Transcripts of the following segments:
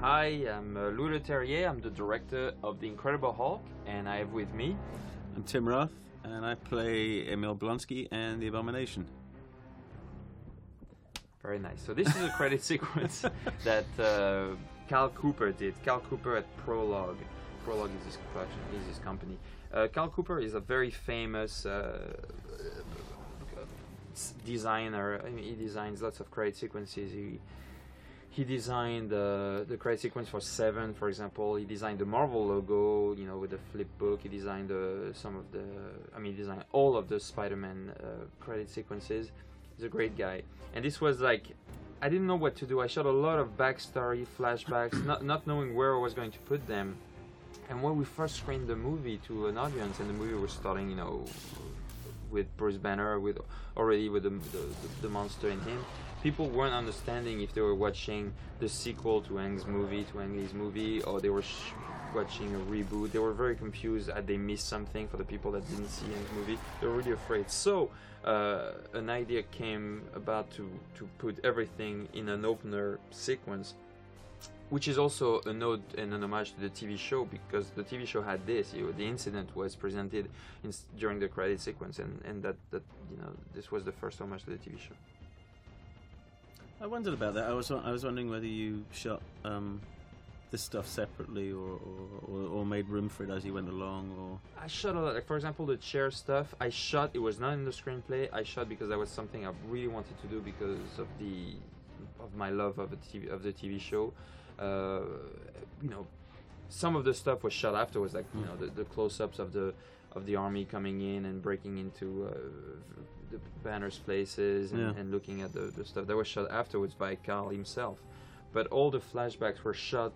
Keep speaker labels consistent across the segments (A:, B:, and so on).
A: Hi, I'm uh, Louis Leterrier. I'm the director of The Incredible Hulk, and I have with me.
B: I'm Tim Roth, and I play Emil Blonsky and the Abomination.
A: Very nice. So, this is a credit sequence that uh, Cal Cooper did. Cal Cooper at Prologue. Prologue is his, production, is his company. Uh, Cal Cooper is a very famous uh, s- designer. I mean, he designs lots of credit sequences. He he designed uh, the credit sequence for Seven, for example. He designed the Marvel logo, you know, with the flip book. He designed uh, some of the, I mean, he designed all of the Spider-Man uh, credit sequences. He's a great guy, and this was like, I didn't know what to do. I shot a lot of backstory flashbacks, not not knowing where I was going to put them. And when we first screened the movie to an audience, and the movie was starting, you know, with Bruce Banner, with already with the, the, the monster in him, people weren't understanding if they were watching the sequel to Ang's movie, to Ang Lee's movie, or they were sh- watching a reboot. They were very confused. Had they missed something for the people that didn't see Ang's movie? They were really afraid. So uh, an idea came about to to put everything in an opener sequence which is also a nod and an homage to the TV show because the TV show had this. You know, the incident was presented in, s- during the credit sequence, and, and that, that you know this was the first homage to the TV show.
B: I wondered about that. I was I was wondering whether you shot um, this stuff separately or, or, or, or made room for it as you went along, or
A: I shot a lot. Like for example, the chair stuff. I shot. It was not in the screenplay. I shot because that was something I really wanted to do because of the of my love of the TV, of the TV show. Uh, you know, some of the stuff was shot afterwards, like you know the, the close-ups of the of the army coming in and breaking into uh, the banners' places and,
B: Yeah.
A: and looking at the, the stuff that was shot afterwards by Carl himself. But all the flashbacks were shot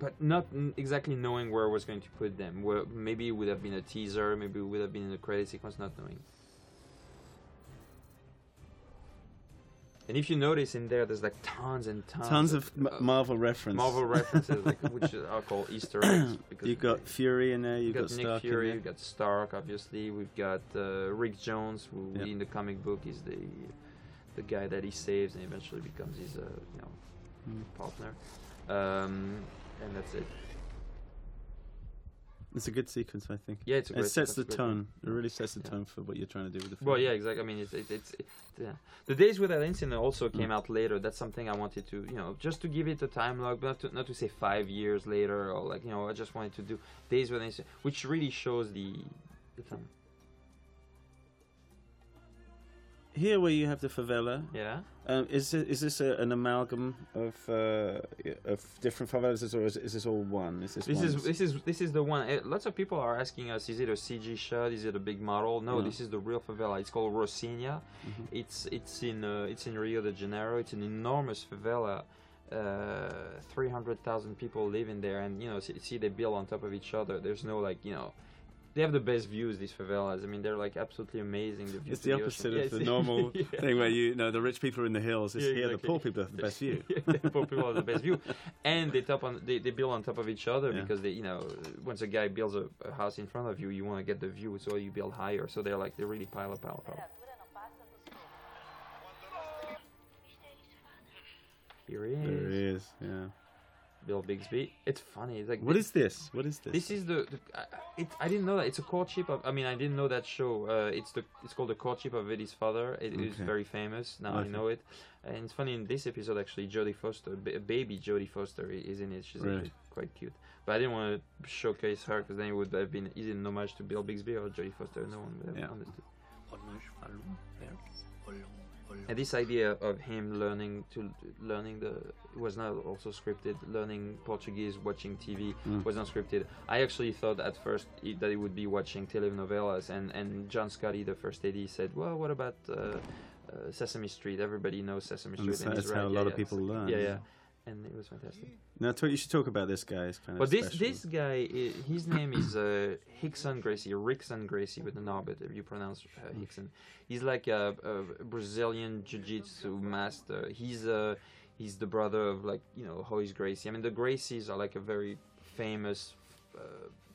A: but not n- exactly knowing where I was going to put them. Where maybe it would have been a teaser, maybe it would have been in the credit sequence, not knowing. And if you notice in there, there's like tons and tons,
B: tons of M-
A: uh,
B: Marvel reference.
A: Marvel references, like, which are called Easter eggs. Because
B: You've got Fury in there.
A: we
B: You've
A: got,
B: got,
A: Nick
B: Stark
A: Fury,
B: in
A: we've got Stark, obviously. We've got uh, Rick Jones, who
B: Yeah.
A: in the comic book is the the guy that he saves and eventually becomes his uh, you know
B: there. Mm.
A: partner. Um, and that's it.
B: It's a good sequence, I think.
A: Yeah, it's a great
B: It sets
A: sequence,
B: the
A: great
B: tone. It really sets the
A: Yeah.
B: tone for what you're trying to do with the film.
A: Well, yeah, exactly. I mean, it's, it's, it's it, yeah. The Days Without Incident also
B: Mm.
A: came out later. That's something I wanted to, you know, just to give it a time log, but not to, not to say five years later or like, you know, I just wanted to do Days Without Incident, which really shows the, the time.
B: Here, where you have the favela,
A: Yeah.
B: Um, is this, is this a, an amalgam of uh, of different favelas, or is, is this all one? Is this
A: This
B: one?
A: is this is this is the one. eh, Lots of people are asking us: Is it a CG shot? Is it a big model? No,
B: No.
A: this is the real favela. It's called Rocinha.
B: Mhm.
A: It's it's in uh, it's in Rio de Janeiro. It's an enormous favela. Uh, Three hundred thousand people live in there, and you know, see, see they build on top of each other. There's no like you know. They have the best views, these favelas. I mean, they're like absolutely amazing. The views
B: It's
A: to
B: the
A: ocean.
B: opposite
A: Yeah,
B: of the
A: it's-
B: normal
A: yeah.
B: thing where you know the rich people are in the hills. It's
A: Yeah,
B: here the
A: exactly.
B: poor people have the best view.
A: the poor people have the best view, and they top on they, they build on top of each other
B: Yeah.
A: because they you know once a guy builds a, a house in front of you, you want to get the view, so you build higher. So they're like they really pile up, pile up. pile up. Here he
B: There
A: is,
B: is, yeah.
A: Bill Bixby. It's funny. It's like
B: What
A: this,
B: is this? What is this?
A: this is the, the I, it, I didn't know that it's a courtship of I mean I didn't know that show. Uh, it's the it's called the courtship of Eddie's father. It is
B: Okay.
A: very famous. Now I
B: Okay.
A: know it. And it's funny in this episode actually Jodie Foster, ba- baby Jodie Foster i- is in it. She's
B: Really?
A: actually quite cute. But I didn't want to showcase her because then it would have been is it an homage to Bill Bixby or Jodie Foster? No one would have
B: Yeah.
A: understood.
C: And
A: And this idea of him learning to learning the it was not also scripted. Learning Portuguese, watching TV,
B: Mm.
A: was not scripted. I actually thought at first it, that it would be watching telenovelas, and and John Scotty, the first AD, said, "Well, what about uh, uh, Sesame Street? Everybody knows Sesame
B: And
A: Street."
B: that's,
A: and he's
B: that's how
A: right,
B: a
A: yeah,
B: lot of
A: yeah.
B: people learn.
A: Yeah, yeah. and it was fantastic.
B: Now, talk, you should talk about this guy. It's kind of
A: But this
B: special.
A: this guy, i- his name is uh, Hickson Gracie, Rickson Gracie, but no, but you pronounce uh, Hickson. He's like a, a Brazilian jiu-jitsu master. He's uh, he's the brother of like you know Hoyes Gracie. I mean the Gracies are like a very famous uh,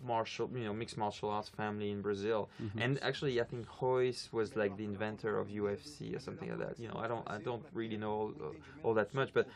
A: martial, you know, mixed martial arts family in Brazil.
B: Mm-hmm.
A: And actually, I think Hoyes was like the inventor of UFC or something like that. You know, I don't, I don't really know all, all that much, but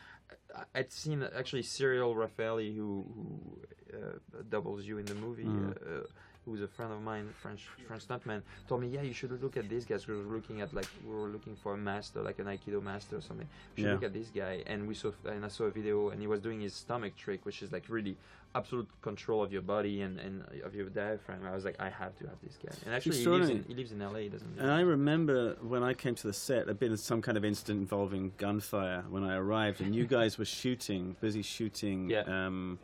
A: I- I'd seen actually Cyril Raffaelli, who, who uh, doubles you in the movie, uh, uh, who's a friend of mine, French French stuntman, told me, yeah, you should look at this guy. 'cause we were looking at like we were looking for a master, like an Aikido master or something. We should
B: Yeah.
A: look at this guy, and we saw and I saw a video, and he was doing his stomach trick, which is like really absolute control of your body and, and of your diaphragm. I was like, I have to have this guy. And actually, he lives in,
B: extraordinary.
A: he lives in LA, doesn't he?
B: And I remember when I came to the set, there'd been some kind of incident involving gunfire when I arrived, and you guys were shooting, busy shooting.
A: Yeah.
B: Um,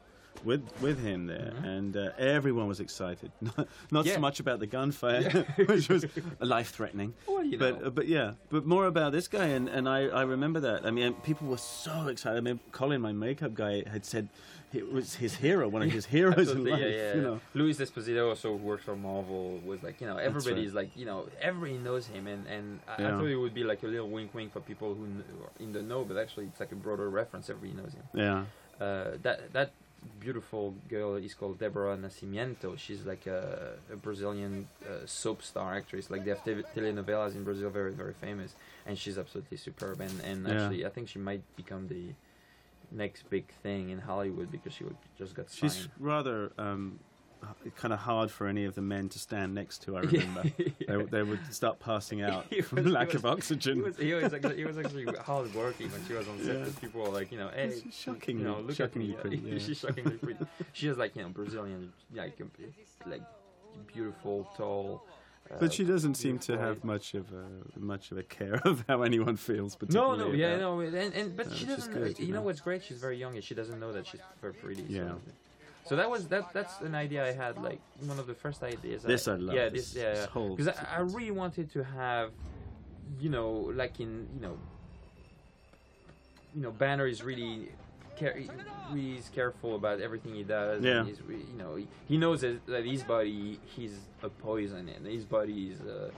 B: with with him there,
A: Mhm.
B: and uh, everyone was excited. Not, not
A: Yeah.
B: so much about the gunfire,
A: Yeah.
B: which was life threatening,
A: well, you know.
B: but uh, but yeah, but more about this guy, and, and I, I remember that. I mean, people were so excited. I mean, Colin, my makeup guy, had said it was his hero, one of his heroes in
A: Absolutely,
B: life.
A: yeah, yeah.
B: You know,
A: Luis Esposito also works for Marvel. Was like, you know, everybody's
B: right.
A: like, you know, everybody knows him, and and I, I
B: Yeah.
A: thought it would be like a little wink, wink for people who, kn- who are in the know, but actually it's like a broader reference. Everybody knows him.
B: yeah.
A: Uh, that that beautiful girl is called Deborah Nascimento. She's like a, a Brazilian uh, soap star actress. Like they have te- telenovelas in Brazil, very very famous, and she's absolutely superb. And and
B: Yeah.
A: actually, I think she might become the next big thing in Hollywood because she would, just got signed.
B: She's rather um, kind of hard for any of the men to stand next to. I remember they, they would start passing out
A: He
B: from
A: was-
B: lack
A: he
B: of
A: was- He
B: oxygen.
A: was, he was actually, he was actually hard working when she was on set.
B: Yeah.
A: 'cause People were like, you know, hey,
B: She's shockingly-
A: you know, look
B: shockingly
A: at me.
B: pretty, yeah.
A: She's shockingly pretty. She has like you know Brazilian, like a- like beautiful, tall. Uh,
B: but she doesn't seem to
A: beautiful-
B: have much of a much of a care of how anyone feels.
A: No,
B: Particularly
A: no, yeah,
B: about-
A: no, and, and but
B: Yeah,
A: she
B: she's
A: doesn't.
B: good,
A: you
B: you
A: know
B: know.
A: what's great? She's very young, and she doesn't know that she's very pretty. so-
B: Yeah.
A: So that was that. That's an idea I had, like one of the first ideas.
B: This I love,
A: Yeah,
B: this-
A: this, yeah,
B: this whole
A: because I, I
B: sequence.
A: really wanted to have, you know, like in you know, you know, Banner is really, care, really is careful about everything he does.
B: Yeah.
A: And he's, re- you know, he, he knows that, that his body, he's a poison, and his body is. Uh,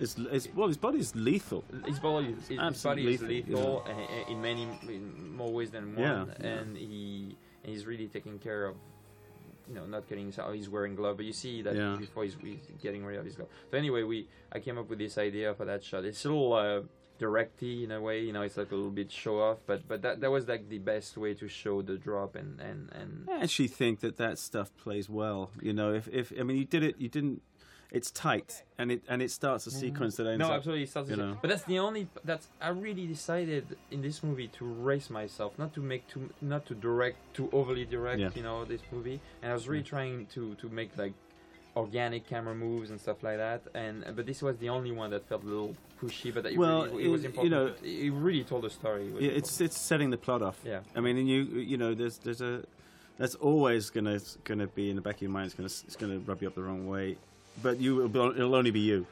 B: It's, it's, well, his body's lethal.
A: his body is, his
B: Absolute
A: body is
B: lethal,
A: lethal uh, in many in more ways than one,
B: Yeah, yeah.
A: and he and he's really taking care of you know not getting himself. He's wearing glove, but you see that
B: Yeah.
A: before he's, he's getting rid of his glove. So anyway, we I came up with this idea for that shot. It's a little uh, directy in a way, you know, it's like a little bit show off, but but that that was like the best way to show the drop and and and
B: I actually think that that stuff plays well. You know, if, if I mean, you did it, you didn't. It's tight, and it and it starts a sequence that ends
A: Mm-hmm. No,
B: up.
A: absolutely. It starts
B: you
A: the same.
B: know.
A: But that's the only. That's I really decided in this movie to race myself, not to make too, not to direct, to overly direct.
B: Yeah.
A: You know this movie, and I was really trying to to make like organic camera moves and stuff like that. And but this was the only one that felt a little pushy, but that
B: Well,
A: it, really, it was
B: it- you
A: important.
B: know-
A: it really told the story. It was
B: Yeah, it's it's setting the plot off.
A: Yeah.
B: I mean, and you you know, there's there's a that's always gonna gonna be in the back of your mind. It's gonna it's gonna rub you up the wrong way, but you it'll, it'll only be you.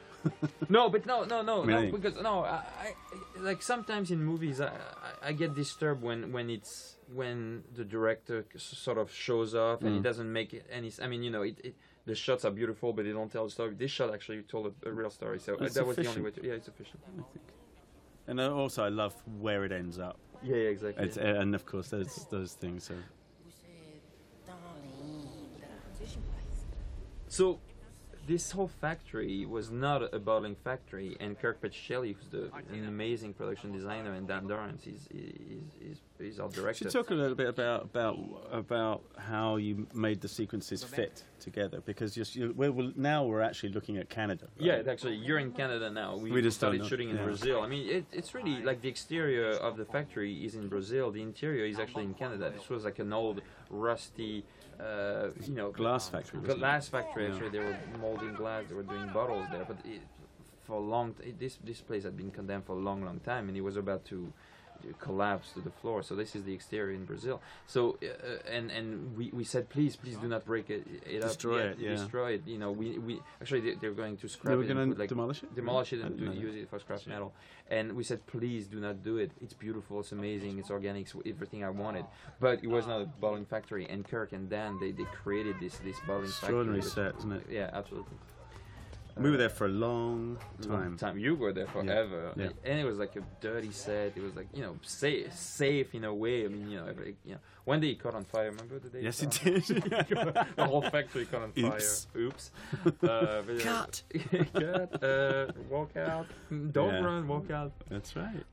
A: No, but no, no, no,
B: I mean, I
A: no
B: think-
A: because no, I, I like sometimes in movies I, I, I get disturbed when when it's when the director s- sort of shows off and
B: Mm.
A: it doesn't make it any. s- I mean, you know, it, it the shots are beautiful, but they don't tell the story. This shot actually told a, a real story, so uh,
B: It's
A: that was the only
B: efficient.
A: way. to... Yeah, it's efficient.
B: And I- also, I love where it ends up.
A: Yeah, yeah exactly.
B: It's, uh, and of course, there's those things. So
C: Você é tão linda.
A: So, this whole factory was not a bottling factory, and Kirk Petschelli, who's the, an amazing production designer, and Dan Dorrance, is is is, is our
B: we
A: director.
B: should talk a little bit about about about how you made the sequences fit together because you're, you we're, we're- now we're actually looking at Canada. right?
A: Yeah, it actually, you're in Canada now. We,
B: We just
A: started
B: don't know.
A: shooting in
B: Yeah.
A: Brazil. I mean, it, it's really like the exterior of the factory is in Brazil. The interior is actually in Canada. This was like an old, rusty, uh, you know,
B: Glass factory, wasn't it?
A: Glass factory. Actually, they were molding glass. They were doing bottles there. But it, for a long, t- this this place had been condemned for a long, long time, and it was about to collapsed to the floor. So this is the exterior in Brazil. So uh, and and we, we said please please do not break it, it
B: Destroy
A: up.
B: it, yeah.
A: Destroy it. You know we, we actually they, they're going to
B: They
A: scrap
B: were
A: it. and
B: going
A: put,
B: to
A: like,
B: demolish it.
A: demolish it
B: I
A: and
B: didn't
A: do,
B: know that.
A: use it for scrap
B: That's it.
A: metal. And we said, please do not do it. It's beautiful. It's amazing. It's organic. It's everything I wanted. But it was not a bottling factory. And Kirk and Dan, they, they created this this bottling factory.
B: Extraordinary
A: with-
B: set, isn't it?
A: Yeah, absolutely.
B: We were there for a long time.
A: You were there forever,
B: Yeah.
A: and it was like a dirty set. It was like you know safe, safe in a way. I mean, you know, like, you know, one day it caught on fire. Remember the day?
B: Yes, it
A: caught-
B: did.
A: the whole factory caught on fire.
B: Oops.
A: Oops. Uh, but, uh,
B: Cut.
A: cut. Uh, walk out. Mm, Don't
B: Yeah.
A: run. Walk out.
B: That's right.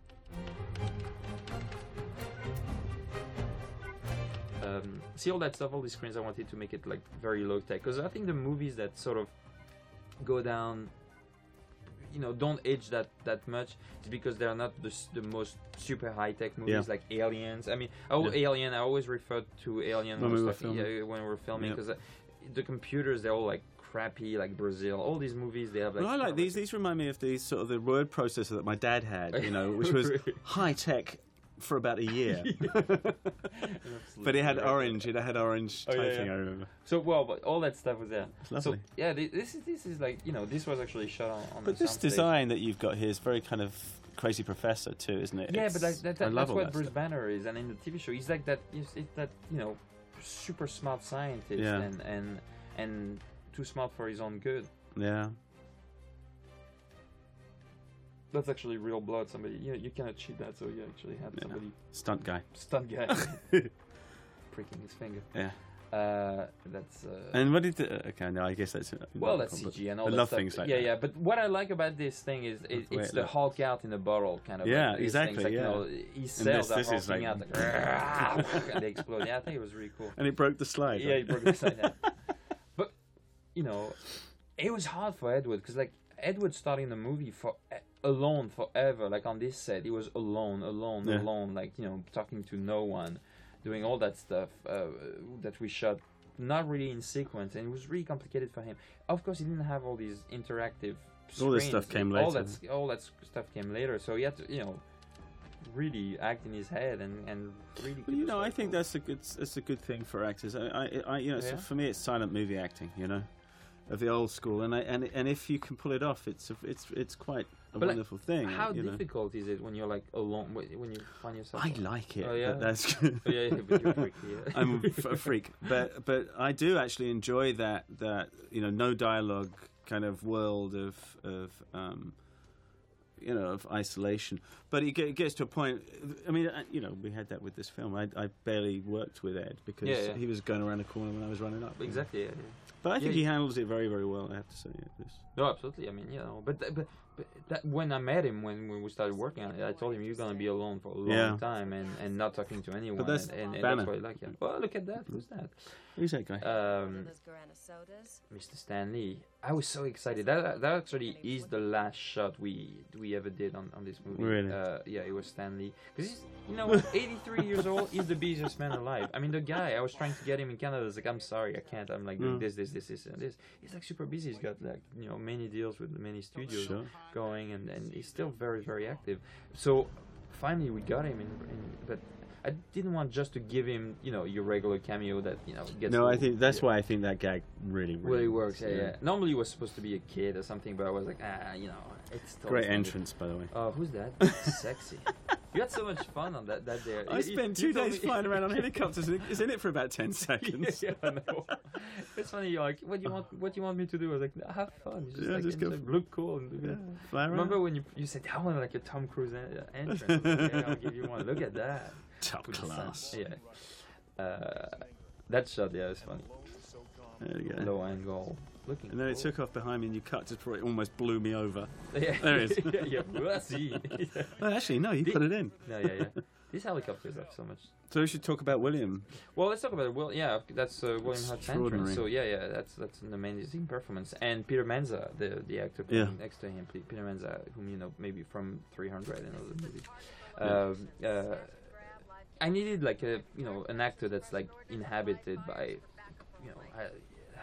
A: um, see all that stuff, all these screens. I wanted to make it like very low tech because I think the movies that sort of go down, you know, don't age that that much. It's because they're not the, s- the most super high tech movies
B: Yeah.
A: like Aliens. I mean, oh,
B: Yeah.
A: Alien. I always referred to Alien
B: When
A: was
B: we were
A: like-
B: filming.
A: yeah, when we were filming
B: Yeah.
A: because the computers they're all like crappy, like Brazil. All these movies they have like.
B: Well, I
A: sort
B: like
A: of,
B: these. These remind me of the sort of the word processor that my dad had, you know, which was
A: Really?
B: high tech for about a year. but it had orange. It had orange
A: Oh, yeah,
B: typing.
A: yeah.
B: I remember.
A: So well, but all that stuff was there. So
B: lovely.
A: yeah, thi- this is this is like you know this was actually shot on. on
B: But
A: the
B: this
A: soundstage.
B: design that you've got here is very kind of crazy professor too, isn't it?
A: Yeah,
B: It's-
A: but that, that,
B: I
A: that,
B: love
A: that's
B: all
A: what
B: that
A: Bruce
B: stuff.
A: Banner is, and in the TV show, he's like that. He's, he's that you know, super smart scientist,
B: Yeah.
A: and and and too smart for his own good.
B: Yeah.
A: That's actually real blood. Somebody, you know, you cannot cheat that. So you actually had
B: Yeah.
A: somebody
B: Stunt guy.
A: stunt guy pricking his finger.
B: Yeah.
A: Uh, that's. Uh,
B: And what did the, uh, okay? No, I guess that's
A: well, that's
B: but
A: CG and all
B: I
A: that
B: love
A: stuff.
B: things like
A: yeah,
B: that.
A: yeah. But what I like about this thing is it,
B: way
A: it's
B: it
A: the
B: looks.
A: Hulk out in a bottle kind of. like
B: Yeah,
A: these things,
B: exactly,
A: Like,
B: yeah.
A: You know, he sells
B: this- this is
A: hulking
B: like-
A: out like, and they explode. Yeah, I think it was really cool.
B: And it broke the slide.
A: Yeah,
B: right?
A: he broke his side out. But you know, it was hard for Edward because like Edward starting the movie for alone forever, like on this set, he was alone, alone,
B: Yeah.
A: alone, like you know, talking to no one, doing all that stuff uh, that we shot. Not really in sequence, and it was really complicated for him. Of course, he didn't have all these interactive. Screens.
B: All this stuff came
A: All
B: later.
A: that, s- all that s- stuff came later. So he had to, you know, really act in his head and and really.
B: Well, you know, I think that's a good that's a good thing for actors. I, I, I you know, so
A: Yeah.
B: for me, it's silent movie acting. You know, of the old school, and I, and and if you can pull it off, it's a, it's it's quite a
A: But, like,
B: wonderful thing.
A: How
B: you know.
A: difficult is it when you're like alone wh- when you find yourself?
B: I like it.
A: Oh, yeah?
B: but that's good.
A: Oh, yeah, yeah, but you're freaky, yeah.
B: I'm a f- a freak, but but I do actually enjoy that that you know no dialogue kind of world of of um, you know of isolation. But it, ge- it gets to a point. I mean, I- you know, we had that with this film. I, I barely worked with Ed because
A: Yeah, yeah.
B: he was going around the corner when I was running up.
A: exactly. Yeah, yeah.
B: But I think
A: Yeah.
B: he handles it very very well. I have to say. yeah, this-
A: No, absolutely. I mean, you know, but th- but, but that, when I met him, when, when we started working on it, I told him you're gonna be alone for a long
B: Yeah.
A: time and, and not talking to anyone.
B: that's
A: and, and, and
B: Banner.
A: that's why I like him. Well, look at that. Who's that?
B: Who's that guy?
A: Um,
D: those guarana sodas.
A: Mr. Stanley. I was so excited. That that actually is the last shot we we ever did on, on this movie.
B: Really?
A: Uh, yeah, it was Stanley. Because he's you know what, 83 years old. He's the busiest man alive. I mean, the guy. I was trying to get him in Canada. I was like, I'm sorry, I can't. I'm like doing
B: Mm.
A: this, this, this, this, and this. He's like super busy. He's got like you know many deals with many studios
B: Sure.
A: going, and and he's still very very active. So finally we got him in, in but. I didn't want just to give him, you know, your regular cameo that you know gets.
B: No,
A: the-
B: I think that's
A: yeah.
B: why I think that gag really
A: Well, it works. Yeah, yeah. Normally, it was supposed to be a kid or something, but I was like, ah, you know, it's still
B: Great
A: it's not good.
B: entrance, by the way.
A: Oh, who's that? Sexy. You had so much fun on that that day.
B: I
A: You- you-
B: spent
A: you
B: two
A: told
B: days
A: me-
B: flying around on helicopters and is in it for about ten seconds.
A: yeah, I know. It's funny. You're like, what do you want? What do you want me to do? I was like, "Nah, have fun. Just,
B: Yeah,
A: like,
B: just go
A: enjoy,
B: for-
A: look cool. And,
B: Yeah, fly around.
A: Remember when you you said I want like a Tom Cruise en- uh, entrance? I was like, yeah, I'll give you one. Look at that.
B: top
A: Put the sun-
B: class.
A: Yeah. Uh, that shot, yeah, was funny.
B: There you go.
A: Low angle. Looking.
B: And then it
A: cool.
B: took off behind me, and you cut just before it almost blew me over.
A: Yeah.
B: There it is.
A: yeah, yeah. well, see.
B: Oh, actually, no, you
A: Did-
B: put it in.
A: No, yeah, yeah. These helicopters have so much.
B: So we should talk about William.
A: Well, let's talk about it. Well, yeah, that's uh, William Hurt's entrance.
B: Extraordinary.
A: So yeah, yeah, that's that's an amazing performance. And Peter Menza, the the actor
B: Yeah.
A: playing next to him, Pe- Peter Menza, whom you know maybe from 300 and other movies. Um, uh, I needed like a you know an actor that's like inhabited by, you know, ha-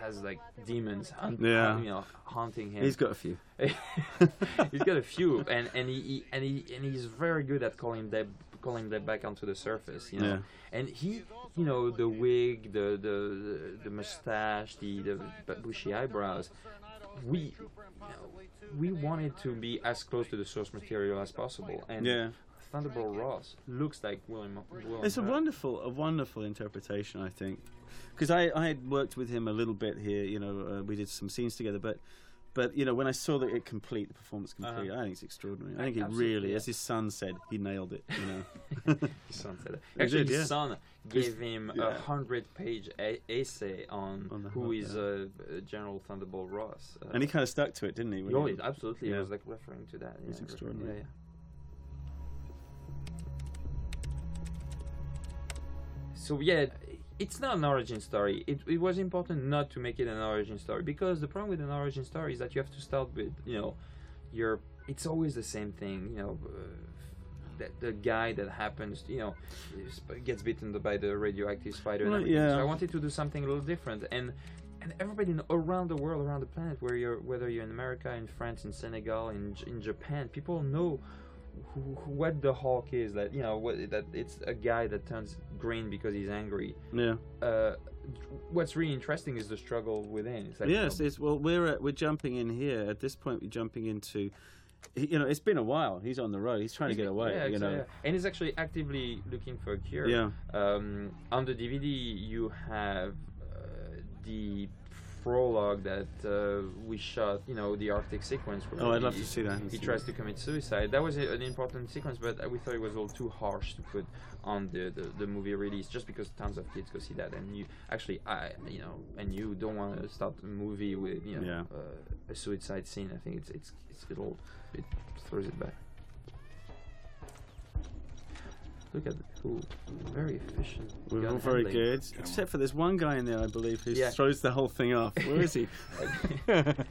A: has like demons, hunt,
B: Yeah.
A: you know, haunting him.
B: He's got a few.
A: he's got a few, and and he, he and he and he's very good at calling them pulling them back onto the surface. You know,
B: Yeah.
A: and he, you know, the wig, the the the mustache, the the bu- bushy eyebrows. We you know, we wanted to be as close to the source material as possible, and
B: Yeah.
A: Thunderbolt Ross looks like William. William
B: It's a
A: Hurt.
B: wonderful, a wonderful interpretation, I think, because I, I had worked with him a little bit here. You know, uh, we did some scenes together, but, but you know, when I saw that it complete, the performance complete,
A: Uh-huh.
B: I think it's extraordinary. I think it
A: Absolutely,
B: really,
A: yeah.
B: as his son said, he nailed it. You know,
A: His son said that.
B: He
A: Actually,
B: did,
A: his
B: yeah.
A: son gave him a
B: yeah.
A: hundred-page a- essay on,
B: On the
A: who
B: Hulk,
A: is
B: yeah.
A: uh, uh, General Thunderbolt Ross. Uh,
B: and he kind of stuck to it, didn't he? when
A: he
B: he-
A: always- absolutely
B: Yeah.
A: was like referring to that.
B: It's
A: yeah, referring-
B: extraordinary.
A: yeah, yeah. So yeah, it's not an origin story. It, it was important not to make it an origin story because the problem with an origin story is that you have to start with you know your it's always the same thing you know uh, that the guy that happens you know is- gets bitten by the radioactive spider and
B: Well,
A: everything.
B: yeah.
A: so i wanted to do something a little different and and everybody in, around the world around the planet where you're whether you're in america in france in senegal in, J- in japan people know who, who- what the hawk is that you know what, that it's a guy that turns green because he's angry
B: yeah.
A: uh, what's really interesting is the struggle within. It's like, you
B: yes,
A: know,
B: it's well. We're at, we're jumping in here at this point. We're jumping into, he- you know, it's been a while. He's on the road. He's trying to get away.
A: yeah,
B: you
A: exa-
B: know.
A: yeah. and he's actually actively looking for a cure.
B: Yeah.
A: Um, on the DVD, you have uh, the prologue that uh, we shot. You know, the Arctic sequence. Where
B: Oh, I'd
A: he-
B: love to see that.
A: He tries to commit suicide. That was a- an important sequence, but uh, we thought it was a little too harsh to put on the, the, the movie release, just because tons of kids go see that, and you actually, I, you know, and you don't want to start a movie with, you know,
B: Yeah.
A: uh, a suicide scene. I think it's it's it's a little, it throws it back. Look at ooh, very efficient.
B: We're
A: gun
B: all very
A: handling.
B: good, except for this one guy in there, I believe, who
A: Yeah.
B: throws the whole thing off. Where is he?
A: There's a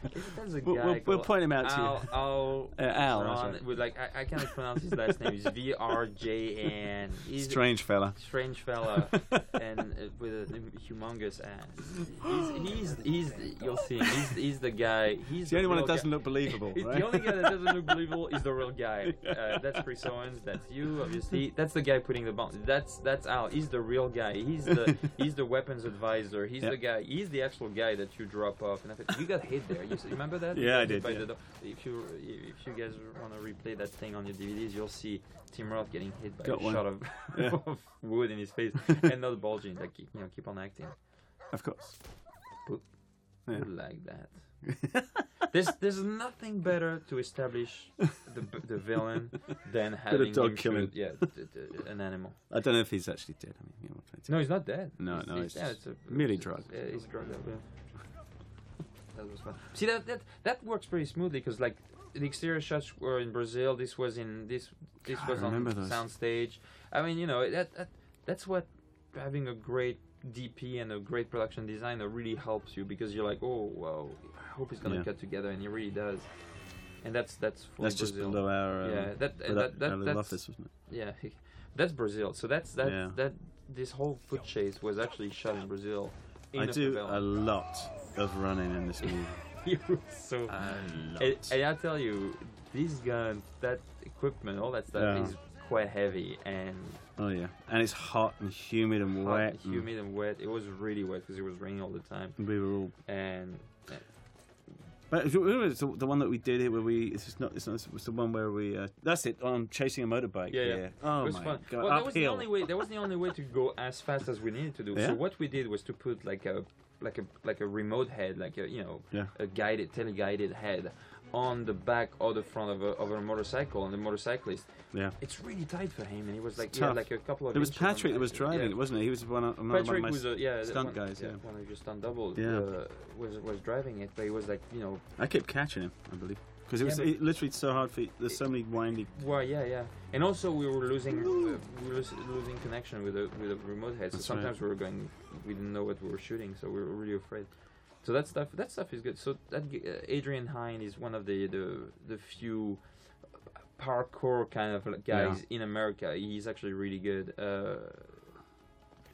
A: guy
B: We'll- we'll- we'll
A: called
B: point him out to you.
A: Al, Al,
B: Uh, Al, that's
A: Ron,
B: right.
A: with like I, I can't pronounce his last name. It's V R J N. He's a
B: Strange fella.
A: strange fella, and uh, with a humongous ass. He's, he's, he's you'll see. Him. He's, he's the guy. He's
B: It's the only one
A: real
B: that doesn't
A: guy.
B: look believable,
A: It's
B: right?
A: The only guy that doesn't look believable is the real guy. Uh, that's Chris Owens. That's you, obviously. That's the guy putting the bomb. That's that's Al. He's the real guy. He's the he's the weapons advisor. He's
B: Yeah.
A: the guy. He's the actual guy that you drop off. And I think you got hit there. You s- remember that? You
B: Yeah,
A: got
B: I
A: hit
B: did,
A: by
B: yeah.
A: the door. if you if you guys want to replay that thing on your DVDs, you'll see Tim Roth getting hit by
B: Got
A: a
B: one.
A: shot of,
B: Yeah.
A: of wood in his face and not bulging. Like you know, keep on acting.
B: Of course. Yeah.
A: Who like that? There's there's nothing better to establish the b- the villain than having
B: dog
A: him
B: killing.
A: shoot, yeah, d- d- an animal.
B: I don't know if he's actually dead. I mean, you know, I don't-
A: No, he's not dead.
B: No,
A: he's,
B: no,
A: he's,
B: he's
A: yeah,
B: just
A: it's a,
B: merely
A: it's-
B: drugged.
A: Yeah, he's drugged up. Yeah. that was fun. See that that that works pretty smoothly because like the exterior shots were in Brazil. This was in this this
B: God, I
A: was on
B: remember those.
A: soundstage. I mean, you know that, that that's what having a great DP and a great production designer really helps you because you're like, oh wow, I hope it's gonna
B: Yeah.
A: got together, and he really does. And that's that's for
B: that's
A: Brazil.
B: just below our. Um,
A: yeah, that,
B: below
A: and that,
B: our
A: that,
B: little
A: that's
B: office, wasn't it?
A: yeah, that's Brazil. So that's that
B: Yeah.
A: that this whole foot chase was actually shot in Brazil. In
B: I
A: a
B: do a
A: favela.
B: lot of running in this movie.
A: It was so.
B: a lot.
A: And, and I tell you, these guns, that equipment, all that stuff
B: Yeah.
A: is quite heavy and
B: oh yeah, and it's hot and humid and
A: hot,
B: wet. mm. and
A: humid, and wet. It was really wet because it was raining all the time.
B: We were all.
A: And
B: But do you remember it's the, the one that we did here where we it's just not it's not it's the one where we uh, that's it on chasing a motorbike.
A: Yeah, yeah.
B: Oh
A: it was
B: my
A: fun.
B: god,
A: well, that was the
B: uphill.
A: only way. That was the only way to go as fast as we needed to do.
B: Yeah.
A: So what we did was to put like a like a like a remote head, like a you know
B: Yeah.
A: a guided teleguided head on the back or the front of a of a motorcycle and the motorcyclist.
B: yeah.
A: It's really tight for him, and he was like
B: It's
A: yeah,
B: tough.
A: like a couple of.
B: It was
A: inches on
B: Patrick
A: the
B: that was
A: back.
B: driving
A: Yeah.
B: it, wasn't it? He was one of, another
A: Patrick
B: one of
A: was
B: my.
A: a, yeah, the
B: stunt
A: one,
B: guys, yeah.
A: one of your stunt doubles.
B: Yeah.
A: uh, was was driving it, but he was like you know
B: I kept catching him, I believe, because it
A: Yeah,
B: was
A: but-
B: it literally so hard for. There's so many windy.
A: Well, yeah, yeah, and also we were losing uh, we were lo- losing connection with the with the remote head. So
B: That's right.
A: sometimes we were going, we didn't know what we were shooting, so we were really afraid. So that stuff that stuff is good. So that g- uh, Adrian Hine is one of the the the few parkour kind of like guys in America. He's actually really good. Uh,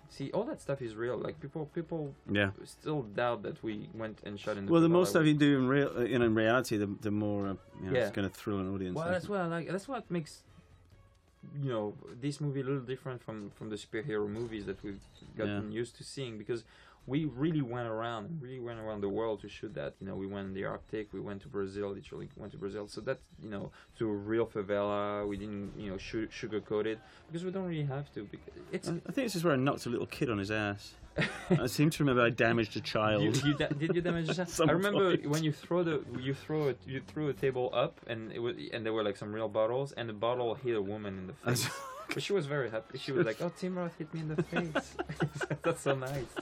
A: see, all that stuff is real. Like people people
B: Yeah.
A: still doubt that we went and shot in. The
B: Well, the
A: Corolla.
B: more stuff you do in real, uh, you know, in reality, the the more uh, you know,
A: Yeah.
B: it's going to thrill an audience.
A: Well,
B: I
A: that's
B: think.
A: what I like. That's what makes you know this movie a little different from from the superhero movies that we've gotten used to seeing because we really went around really went around the world to shoot that you know we went in the arctic we went to brazil literally went to brazil so that's you know to a real favela we didn't you know su- sugarcoat it because we don't really have to because it's
B: I, I think this is where I knocked a little kid on his ass. Uh, I seem to remember I damaged a
A: You,
B: child.
A: you da- did you damage yourself?
B: some
A: I remember
B: point.
A: when you throw the you throw it you threw a table up and it was and there were like some real bottles and the bottle hit a woman in the face. but she was very happy. She was like, "Oh, Tim Roth hit me in the face. That's so nice."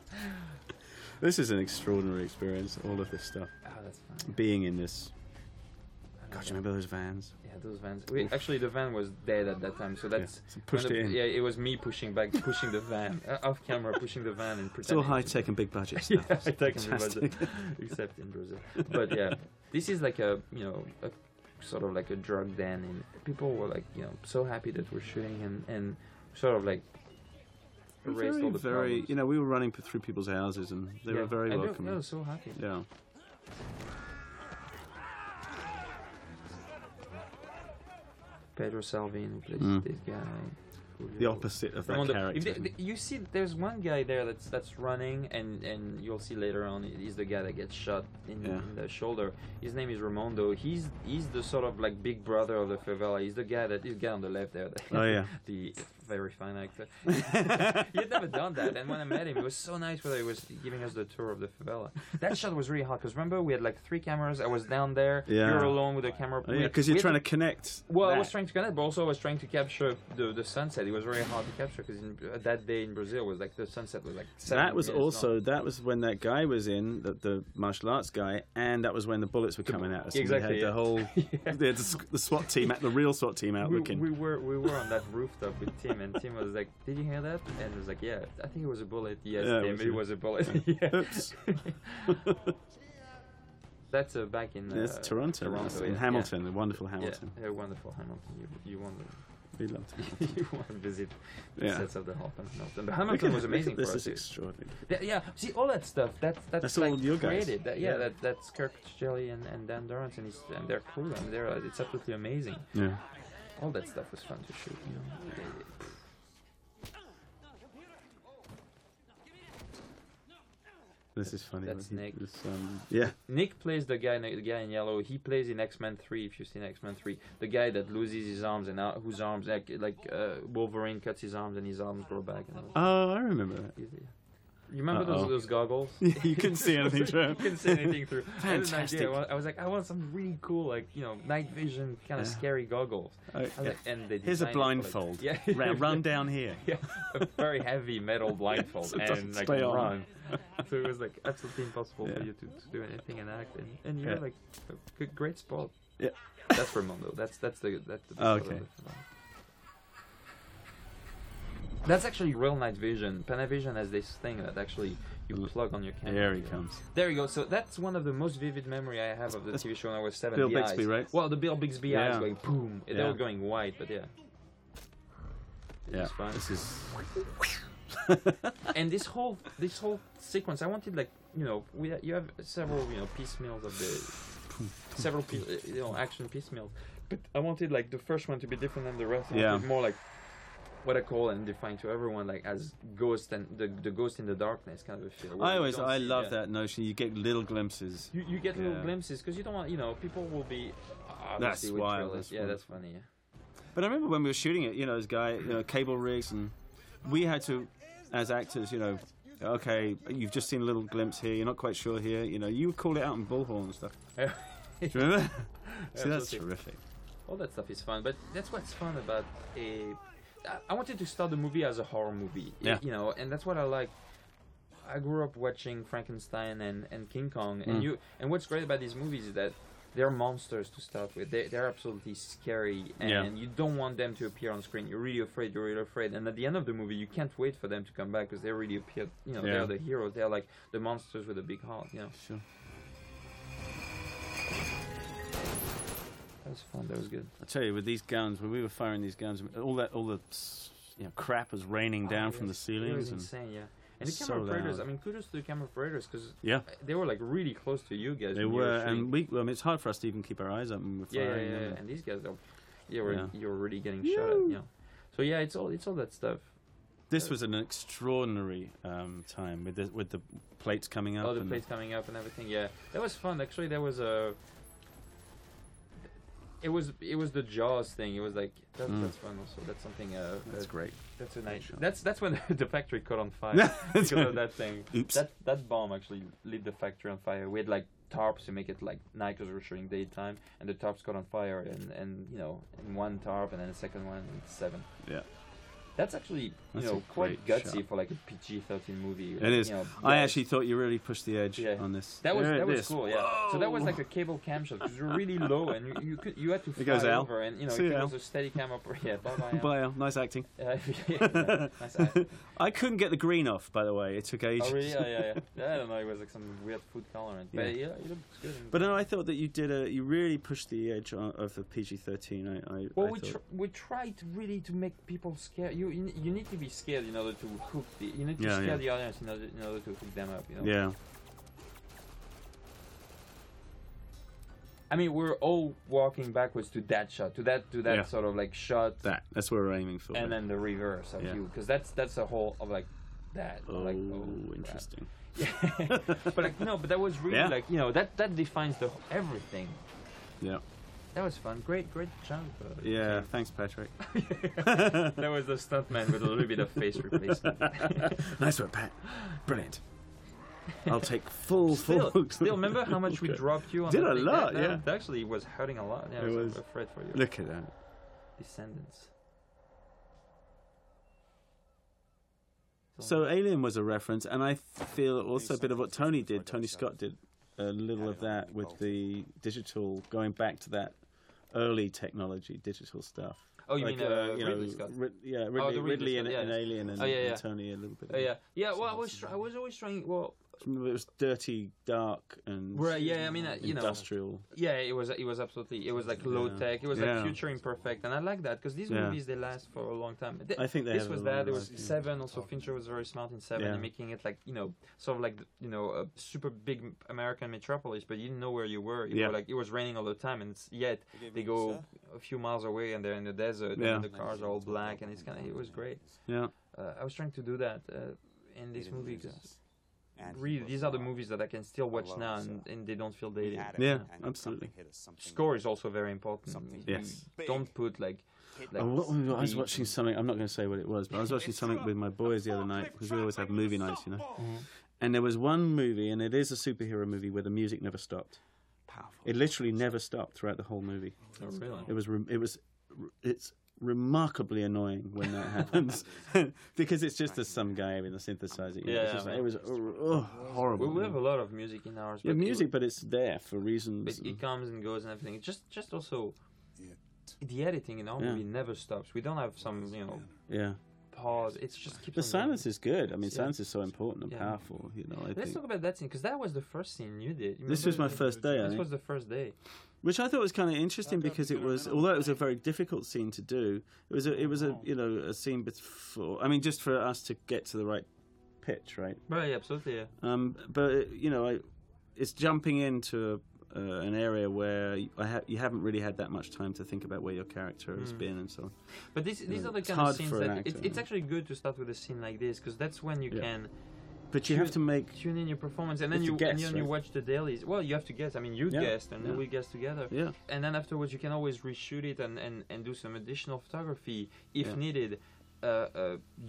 B: this is an extraordinary experience. All of this stuff,
A: Ah, that's fine.
B: being in this. God, you remember those vans?
A: Yeah, those vans. We, actually, the van was dead at that time, so
B: Yeah,
A: that's.
B: so pushed
A: when
B: it
A: the-
B: in.
A: Yeah, it was me pushing back, pushing the van uh, off camera, pushing the van and
B: It's all
A: pretending.
B: high
A: to-
B: tech and big budget
A: yeah,
B: stuff.
A: I take it in
B: Fantastic.
A: Brazil, except in Brazil. But yeah, this is like a you know a sort of like a drug den, and people were like you know so happy that we're shooting and and sort of like erased
B: very,
A: all the
B: very
A: problems.
B: you know, we were running p- through people's houses and they
A: Yeah,
B: were very
A: I know,
B: welcoming.
A: I was so happy.
B: Yeah.
A: Pedro Salvin, who plays
B: Mm.
A: this guy.
B: The
A: Julio-
B: opposite of that
A: Ramon, the- if
B: character.
A: the- the- you see, there's one guy there that's that's running, and and you'll see later on he's the guy that gets shot in,
B: Yeah.
A: in the shoulder. His name is Ramondo. He's he's the sort of like big brother of the favela. He's the guy that is guy on the left there.
B: Oh, yeah.
A: the very fine actor. he had never done that, and when I met him, it was so nice whether he was giving us the tour of the favela. That shot was really hot because remember we had like three cameras. I was down there.
B: Yeah.
A: You're alone with a camera.
B: Oh, yeah, because you're
A: We had
B: trying
A: the-
B: to connect.
A: well, I
B: that.
A: was trying to connect, but also I was trying to capture the, the sunset. It was very hard to capture because uh, that day in Brazil was like the sunset was like. seven
B: That was
A: minutes long.
B: also that was when that guy was in the, the martial arts guy, and that was when the bullets were coming at us. and
A: exactly,
B: we had
A: yeah.
B: the whole they had the, s- the SWAT team, out- the real SWAT team out
A: We,
B: looking.
A: we were we were on that rooftop with Tim, and Tim was like, "Did you hear that?" And I was like, "Yeah, I think it was a bullet." Yes,
B: Yeah, it
A: Tim,
B: was
A: it was a
B: a-
A: bullet. yeah.
B: Oops.
A: That's uh, back in. Uh,
B: Yes, Toronto, that's in
A: yeah.
B: Hamilton, the wonderful
A: Yeah,
B: Hamilton.
A: yeah, wonderful Hamilton. You you want
B: We loved it.
A: to you want to visit the
B: Yeah.
A: sets of the Hamilton. But
B: Look
A: Hamilton
B: at-
A: was
B: look at
A: amazing for
B: This
A: us.
B: is
A: It-
B: extraordinary.
A: Th- yeah, see all that stuff. That's that's,
B: That's
A: like
B: all you guys.
A: created. That, yeah,
B: Yeah.
A: that that's Kirk Jelly and, and Dan Dorrance and, his, and their crew and their it's absolutely amazing.
B: Yeah.
A: All that stuff was fun to shoot. You know. They- they-
B: This is funny.
A: That's
B: He-
A: Nick.
B: this, um, yeah.
A: Nick plays the guy the guy in yellow. He plays in X Men Three. If you've seen X Men Three, the guy that loses his arms and out, whose arms like like uh, Wolverine cuts his arms and his arms grow back. And all.
B: Oh, I remember that.
A: You remember
B: Uh-oh.
A: those those goggles?
B: you couldn't see anything through.
A: you can see anything through. I,
B: Fantastic.
A: had an idea. I wa- I was like, I want some really cool, like you know, night vision kind of
B: Yeah.
A: scary goggles.
B: Oh,
A: I was
B: yeah.
A: like, and they
B: Here's a
A: designed it for, like-
B: blindfold.
A: yeah,
B: Ra- Run down here.
A: yeah, a very heavy metal blindfold
B: so it doesn't
A: and like
B: stay on.
A: run. so it was like absolutely impossible for
B: Yeah.
A: you to, to do anything and act. And, and you're
B: Yeah.
A: like a good, great sport.
B: Yeah.
A: That's Ramondo. That's that's the that's the best
B: Oh,
A: part of
B: okay.
A: the film. That's actually real night vision. Panavision has this thing that actually you
B: L-
A: plug on your camera.
B: Here he
A: Yeah.
B: comes.
A: There you go. So that's one of the most vivid memory I have of the TV show when I was seven.
B: Bill
A: the
B: Bixby,
A: eyes.
B: right?
A: Well, the Bill Bixby eyes
B: Yeah.
A: going boom. They
B: Yeah.
A: were going white, but yeah. It
B: Yeah.
A: was fun.
B: This is.
A: and this whole this whole sequence, I wanted like you know we you have several you know piecemeals of the several piece, you know action piecemeals, but I wanted like the first one to be different than the rest. I
B: Yeah.
A: wanted More like what I call and define to everyone like as ghost and the the ghost in the darkness kind of a feel. where
B: I
A: you
B: always,
A: don't
B: I
A: see-
B: love
A: yeah.
B: that notion. You get little glimpses.
A: You, you get little
B: Yeah.
A: glimpses because you don't want you know people will be. "Ah, obviously
B: That's
A: with
B: wild,
A: trailers.
B: that's
A: yeah,
B: wild.
A: that's funny. Yeah.
B: But I remember when we were shooting it, you know, this guy, you know, cable rigs, and we had to, as actors, you know, okay, you've just seen a little glimpse here, you're not quite sure here, you know, you call it out in bullhorn and stuff.
A: Yeah.
B: Do you remember? See, that's
A: Absolutely.
B: terrific.
A: All that stuff is fun, but that's what's fun about a. I- I wanted to start the movie as a horror movie, y-
B: Yeah.
A: you know, and that's what I like. I grew up watching Frankenstein and, and King Kong,
B: Mm.
A: and you and what's great about these movies is that they're monsters to start with. They, they're absolutely scary, and
B: Yeah.
A: you don't want them to appear on screen. You're really afraid. You're really afraid, and at the end of the movie, you can't wait for them to come back because they really appear. You know,
B: Yeah.
A: they're the heroes. They're like the monsters with a big heart. You know,
B: Sure.
A: that was fun. That was good.
B: I tell you, with these guns, when we were firing these guns, all that, all the, you know, crap was raining
A: Oh,
B: down
A: yeah.
B: from the
A: It was
B: ceilings, and
A: insane, yeah. And the
B: so
A: camera operators, I
B: loud.
A: mean, kudos to the camera operators because
B: yeah,
A: they were like really close to you guys.
B: they
A: when you
B: were,
A: shooting.
B: and we, well, I mean, it's hard for us to even keep our eyes up when we're
A: yeah, yeah,
B: firing.
A: yeah,
B: you know.
A: yeah. And these guys, are, yeah, were,
B: Yeah.
A: you were really getting shot at. Yeah. So yeah, it's all it's all that stuff.
B: This was an extraordinary um, time with the with the plates coming up.
A: All Oh, the
B: and-
A: plates coming up and everything. Yeah, that was fun. Actually, there was a. It was it was the Jaws thing. It was like that,
B: Mm.
A: that's fun also. That's something. Uh,
B: That's
A: that-
B: great.
A: That's a nice.
B: shot.
A: That's that's when the factory caught on fire because of that thing.
B: Oops.
A: That that bomb actually lit the factory on fire. We had like tarps to make it like night because we were shooting daytime, and the tarps caught on fire, and and you know, in one tarp and then the second one and seven.
B: Yeah.
A: That's actually
B: That's
A: you
B: a
A: know quite
B: great
A: gutsy
B: shot.
A: for like a PG thirteen movie.
B: It is.
A: You know,
B: I
A: yeah.
B: actually thought you really pushed the edge
A: Yeah.
B: on this.
A: That was
B: There
A: that
B: it
A: was
B: is.
A: cool, yeah. So that was like a cable cam shot because you're really low and you you, could, you had to fly
B: It goes out.
A: over and you know
B: See
A: if
B: you
A: it
B: out.
A: was a steady cam up yeah bye bye. Al.
B: Bye, Al. nice acting.
A: Uh, yeah, nice eye.
B: I couldn't get the green off, by the way. It took ages.
A: Oh, really? Yeah, yeah, yeah. yeah. I don't know. It was like some weird food coloring. But yeah, it looks good. and-
B: But no, I thought that you did a. You really pushed the edge on, of the PG thirteen. I, I.
A: well,
B: I
A: we
B: thought.
A: tr- we try to really to make people scared. You you, you need to be scared in order to hook the. You need to
B: Yeah,
A: scare
B: yeah.
A: the audience in order in order to hook them up. You know.
B: Yeah.
A: I mean, we're all walking backwards to that shot, to that to that
B: Yeah.
A: sort of like shot,
B: That. That's what we're aiming for.
A: and then the reverse of
B: Yeah.
A: you, because that's that's the whole of like that.
B: Oh,
A: like, crap.
B: interesting.
A: but like no, but that was really
B: Yeah.
A: like you know that that defines the wh- everything.
B: Yeah.
A: That was fun. Great, great job. uh,
B: Yeah.
A: James.
B: Thanks, Patrick.
A: That was the stuntman with a little bit of face replacement.
B: nice work, Pat. Brilliant. I'll take full,
A: Still,
B: full.
A: still remember how much we
B: Okay.
A: dropped you on
B: Did
A: that
B: a
A: thing?
B: lot,
A: That- that
B: yeah.
A: actually was hurting a lot. Yeah, I
B: It
A: was,
B: was.
A: afraid for your
B: Look at that.
A: descendants.
B: So Alien was a reference, and I feel also a bit of what Tony did, Tony Scott did a little of that with the digital, going back to that early technology, digital stuff.
A: Oh, you mean, uh, Ridley Scott? Oh,
B: Rid- yeah, Ridley,
A: the Ridley
B: Ridley and,
A: Scott, yeah,
B: and
A: yeah.
B: Alien and,
A: Oh, yeah,
B: and
A: yeah.
B: Tony a little bit.
A: Oh, yeah, yeah. Well, I was, try- I was always trying. Well,
B: Remember, it was dirty, dark, and
A: right. Yeah, I mean, uh, you know,
B: industrial.
A: yeah. It was, it was absolutely. It was like low
B: Yeah.
A: tech. It was
B: Yeah.
A: like future imperfect, and I like that because these
B: Yeah.
A: movies they last for a long time. Th-
B: I think they
A: this
B: have
A: was
B: a
A: that. There
B: lot
A: was
B: of-
A: seven. Also, Fincher was very smart in seven,
B: Yeah.
A: and making it like you know, sort of like the- you know, a super big m- American metropolis, but you didn't know where you were. You
B: Yeah.
A: were like it was raining all the time, and it's, yet they go a few miles away and they're in the desert,
B: Yeah.
A: and the cars are all black, and it's kind of it was great.
B: Yeah,
A: Uh, I was trying to do that uh, in this movie. 'cause Really,
D: Really,
A: these are the movies that I can still watch
D: love
A: now,
D: us,
A: and,
D: uh,
A: and they don't feel dated.
D: that.
B: Yeah, absolutely.
A: Score is also very important.
D: Something
A: You
B: Yes.
D: big.
A: Don't put like. like
B: Oh, what- I was
A: the-
B: watching something. I'm not going to say what it was, but I was watching something with my boys the other night because we always have movie nights, you know.
A: Mm-hmm.
B: And there was one movie, and it is a superhero movie where the music never stopped.
D: Powerful.
B: It literally never stopped throughout the whole movie.
A: Oh, really?
B: It was re- it was re- it's remarkably annoying when that happens because it's just as some guy with a synthesizer. You know, it's
A: Yeah,
B: just like-
A: yeah.
B: it was oh,
A: We,
B: horrible.
A: we have a lot of music in ours.
B: yeah,
A: but it-
B: music, but it's there for
A: But
B: reasons.
A: it comes and goes and everything. It's Just, just also,
E: Yeah.
A: the editing in our
B: Yeah.
A: movie never stops. We don't have some, you know,
B: yeah,
A: pause. It's just keeps. on
B: the
A: going.
B: silence is good. I mean,
A: Yeah.
B: silence is so important and
A: Yeah.
B: powerful. You know, I
A: Let's
B: think.
A: talk about that scene because that was the first scene you did. You
B: This
A: remember
B: was my
A: that?
B: first day, I
A: This
B: think.
A: was the first day.
B: which I thought was kind of interesting because it was, although it was a very difficult scene to do, it was a, it was a,
A: Oh.
B: you know, a scene before. I mean, just for us to get to the right pitch, right?
A: Right, absolutely. Yeah.
B: Um, but you know, I, it's jumping into a, uh, an area where I ha- you haven't really had that much time to think about where your character has
A: Hmm.
B: been and so on.
A: But this, these
B: know,
A: are the
B: it's
A: kind of
B: hard
A: scenes
B: for an
A: that it's
B: actor,
A: it's
B: yeah.
A: actually good to start with a scene like this because that's when you
B: Yeah.
A: can
B: But you have to make
A: tune in your performance and then
B: It's a
A: you
B: guess,
A: and then you
B: right?
A: watch the dailies. Well, you have to guess. I mean, you
B: Yeah,
A: guessed and then
B: yeah.
A: we guessed together.
B: yeah,
A: And then afterwards, you can always reshoot it and and, and do some additional photography if
B: Yeah.
A: needed. Uh, uh,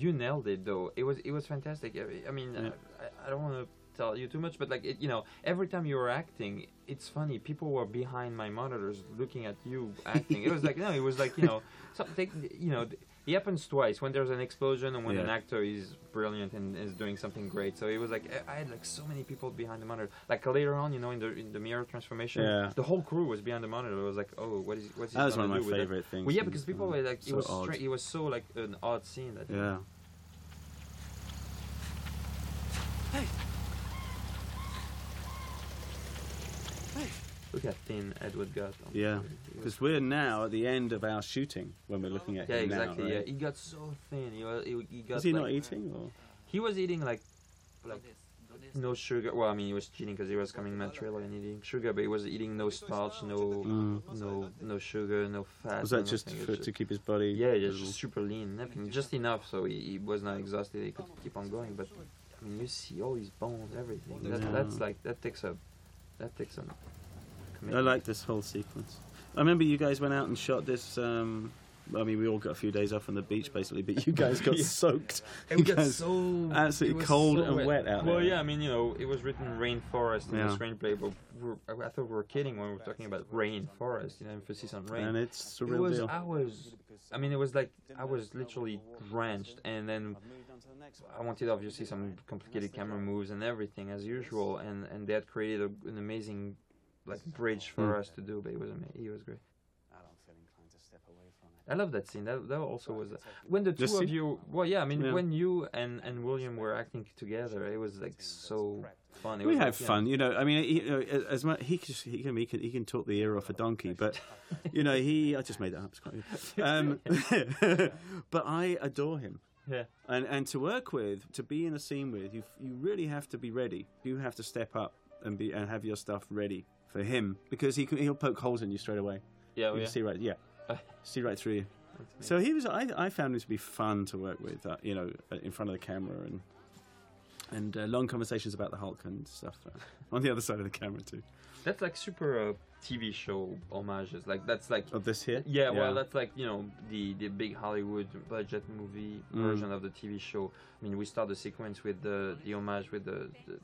A: you nailed it though. It was it was fantastic. I, I mean,
B: Yeah.
A: I, I don't want to tell you too much, but like it, you know, every time you were acting, it's funny. People were behind my monitors looking at you acting. it was like no, it was like you know, something you know. It happens twice when there's an explosion and when an
B: Yeah.
A: actor is brilliant and is doing something great. So it was like I- I had like so many people behind the monitor. Like later on, you know, in the in the mirror transformation,
B: Yeah.
A: the whole crew was behind the monitor. It was like, oh, what is what's he
B: that was
A: gonna
B: one
A: do
B: of my
A: with that?
B: favorite things.
A: Well, yeah,
B: and-
A: because people were
B: and
A: like, it
B: so
A: was
B: odd.
A: stra- it was so like an odd scene that
B: Yeah,
A: look how thin Edward got. on
B: Yeah.
A: the- it was-
B: because we're now at the end of our shooting when we're looking at
A: yeah,
B: him now,
A: exactly.
B: right?
A: Yeah, he got so thin. He was he, he got.
B: Is he
A: like-
B: not eating? Or
A: He was eating like, like no sugar. Well, I mean, he was cheating because he was coming material and eating sugar, but he was eating no starch, no, no, no sugar, no fat.
B: Was that
A: no
B: just
A: nothing. It
B: for,
A: was
B: to keep his body?
A: yeah, just
B: little-
A: super lean, nothing, just enough so he, he was not exhausted. He could keep on going, but I mean, you see all his bones, everything. That,
B: Yeah.
A: That's like that takes a, that takes a.
B: I
A: commitment.
B: like this whole sequence. I remember you guys went out and shot this. Um, I mean, we all got a few days off on the beach, basically, but you guys got soaked.
A: It
B: You
A: got
B: guys-
A: so it
B: absolutely
A: was
B: cold and wet out
A: Well,
B: there.
A: yeah, I mean, you know, it was written rainforest in
B: Yeah.
A: the screenplay, but we're, I I thought we were kidding when we were talking about rainforest. You know, emphasis on rain.
B: and it's a
A: it
B: real
A: was
B: deal.
A: I was, I mean, it was like I was literally drenched, and
D: um,
A: then I wanted obviously some complicated camera moves and everything as usual, and and they had created a, an amazing like bridge for
B: Hmm.
A: us to do, but it was ama- it was great.
D: I don't feel inclined to step away from it.
A: I love that scene. That, that also was when the two
B: This
A: of
B: scene?
A: you. Well, yeah, I mean,
B: Yeah.
A: when you and and William were acting together, it was like so fun. It
B: we
A: was
B: had
A: like, yeah.
B: fun, you know. I mean, he, you know, as much he can, he can he can he can talk the ear off a donkey, but you know he I just made that up. It's quite good. Um, but I adore him,
A: Yeah.
B: and and to work with, to be in a scene with, you you really have to be ready. You have to step up and be and have your stuff ready for him because he can, he'll poke holes in you straight away.
A: Yeah,
B: you
A: Oh, yeah.
B: can see right, yeah,
A: Uh.
B: see right through you. So he was. I, I found him to be fun to work with. Uh, you know, uh, in front of the camera and and uh, long conversations about the Hulk and stuff uh, on the other side of the camera too.
A: That's like super uh, TV show homages. Like that's like
B: Of this here.
A: Yeah, well, that's like you know the the big Hollywood budget movie
B: Mm.
A: version of the TV show. I mean, we start the sequence with the the homage with the the,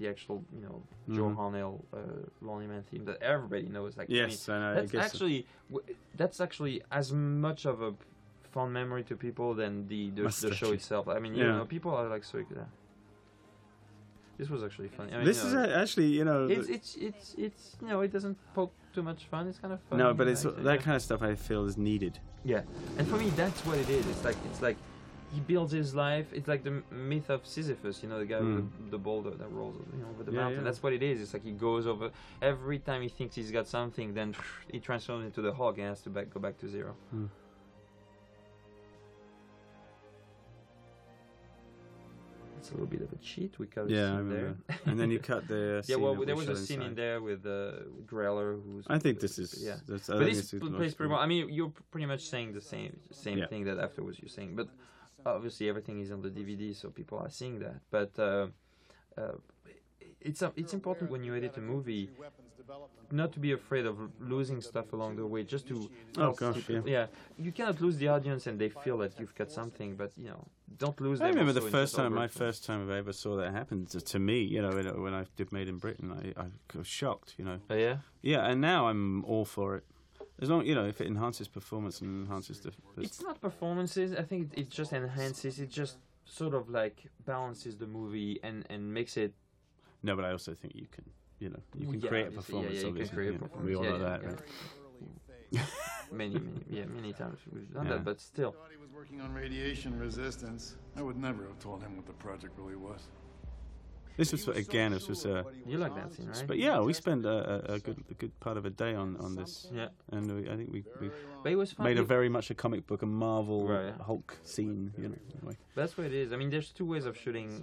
A: the actual you know Joe
B: Mhm.
A: Honnell uh, Lonely Man theme that everybody knows. Like, I mean,
B: yes, I know. I
A: that's
B: guess so.
A: actually w- that's actually as much of a fond memory to people than the the, the show
B: Nostalgia.
A: itself. I mean, you
B: Yeah.
A: know, people are like so. Yeah. This was actually funny. I mean,
B: this
A: you
B: is
A: know,
B: a- actually you know.
A: It's
B: the-
A: it's it's it's you know it doesn't poke too much fun. It's kind of fun.
B: no, but it's
A: like,
B: that
A: yeah.
B: kind of stuff I feel is needed.
A: Yeah, and for me, that's what it is. It's like it's like he builds his life. It's like the m- myth of Sisyphus, you know, the guy with the, the boulder that rolls you know, over the
B: Hmm. Yeah,
A: mountain.
B: yeah.
A: That's what it is. It's like he goes over every time he thinks he's got something, then he transforms into the hog and has to back, go back to zero.
B: Hmm.
A: It's a little bit of a cheat. We got a
B: Yeah, I
A: scene Oh, there.
B: remember. and then you cut the.
A: Yeah,
B: scene
A: well,
B: that we
A: there was
B: shot
A: a scene in
B: inside.
A: there with uh, Greller, who's.
B: I think this is.
A: Yeah.
B: That's, I
A: But
B: think
A: this
B: is
A: plays pretty
B: logical.
A: well. I mean, you're pretty much saying the same same
B: Yeah.
A: thing that afterwards you're saying, but obviously everything is on the DVD, so people are seeing that. But uh, uh, it's uh, it's important when you edit a movie not to be afraid of losing stuff along the way, just to
B: Oh gosh, yeah.
A: yeah. You cannot lose the audience and they feel that you've got something, but you know, don't lose.
B: I
A: them
B: remember the
A: also in
B: first time, my
A: overdoing.
B: first time I ever saw that happen to, to me. You know, when, when I did Made in Britain, I, I was shocked. You know,
A: Oh, yeah.
B: yeah, and now I'm all for it. As long, you know, if it enhances performance and enhances the, the-
A: It's not performances. I think it, it just enhances. It just sort of like balances the movie and and makes it
B: no, but I also think you can, you know, you
A: Well,
B: can
A: yeah,
B: create a
A: obviously, yeah,
B: performance.
A: yeah, you can
B: obviously,
A: create a
B: yeah.
A: performance,
B: We all
A: yeah,
B: know
A: yeah,
B: that,
A: yeah.
B: right?
A: many many yeah many times we've done
B: Yeah.
A: that, but still.
E: thought he was working on radiation resistance. I would never have told him what the project really was.
B: This was again, this was a,
A: You like that scene, right?
B: but yeah, we spent a, a, a good, a good part of a day on on this,
A: yeah,
B: and we, I think we, we
A: but it was fun.
B: made a
A: It-
B: very much a comic book, a Marvel
A: Right, yeah.
B: Hulk scene, you know. in a way.
A: that's what it is. I mean, there's two ways of shooting,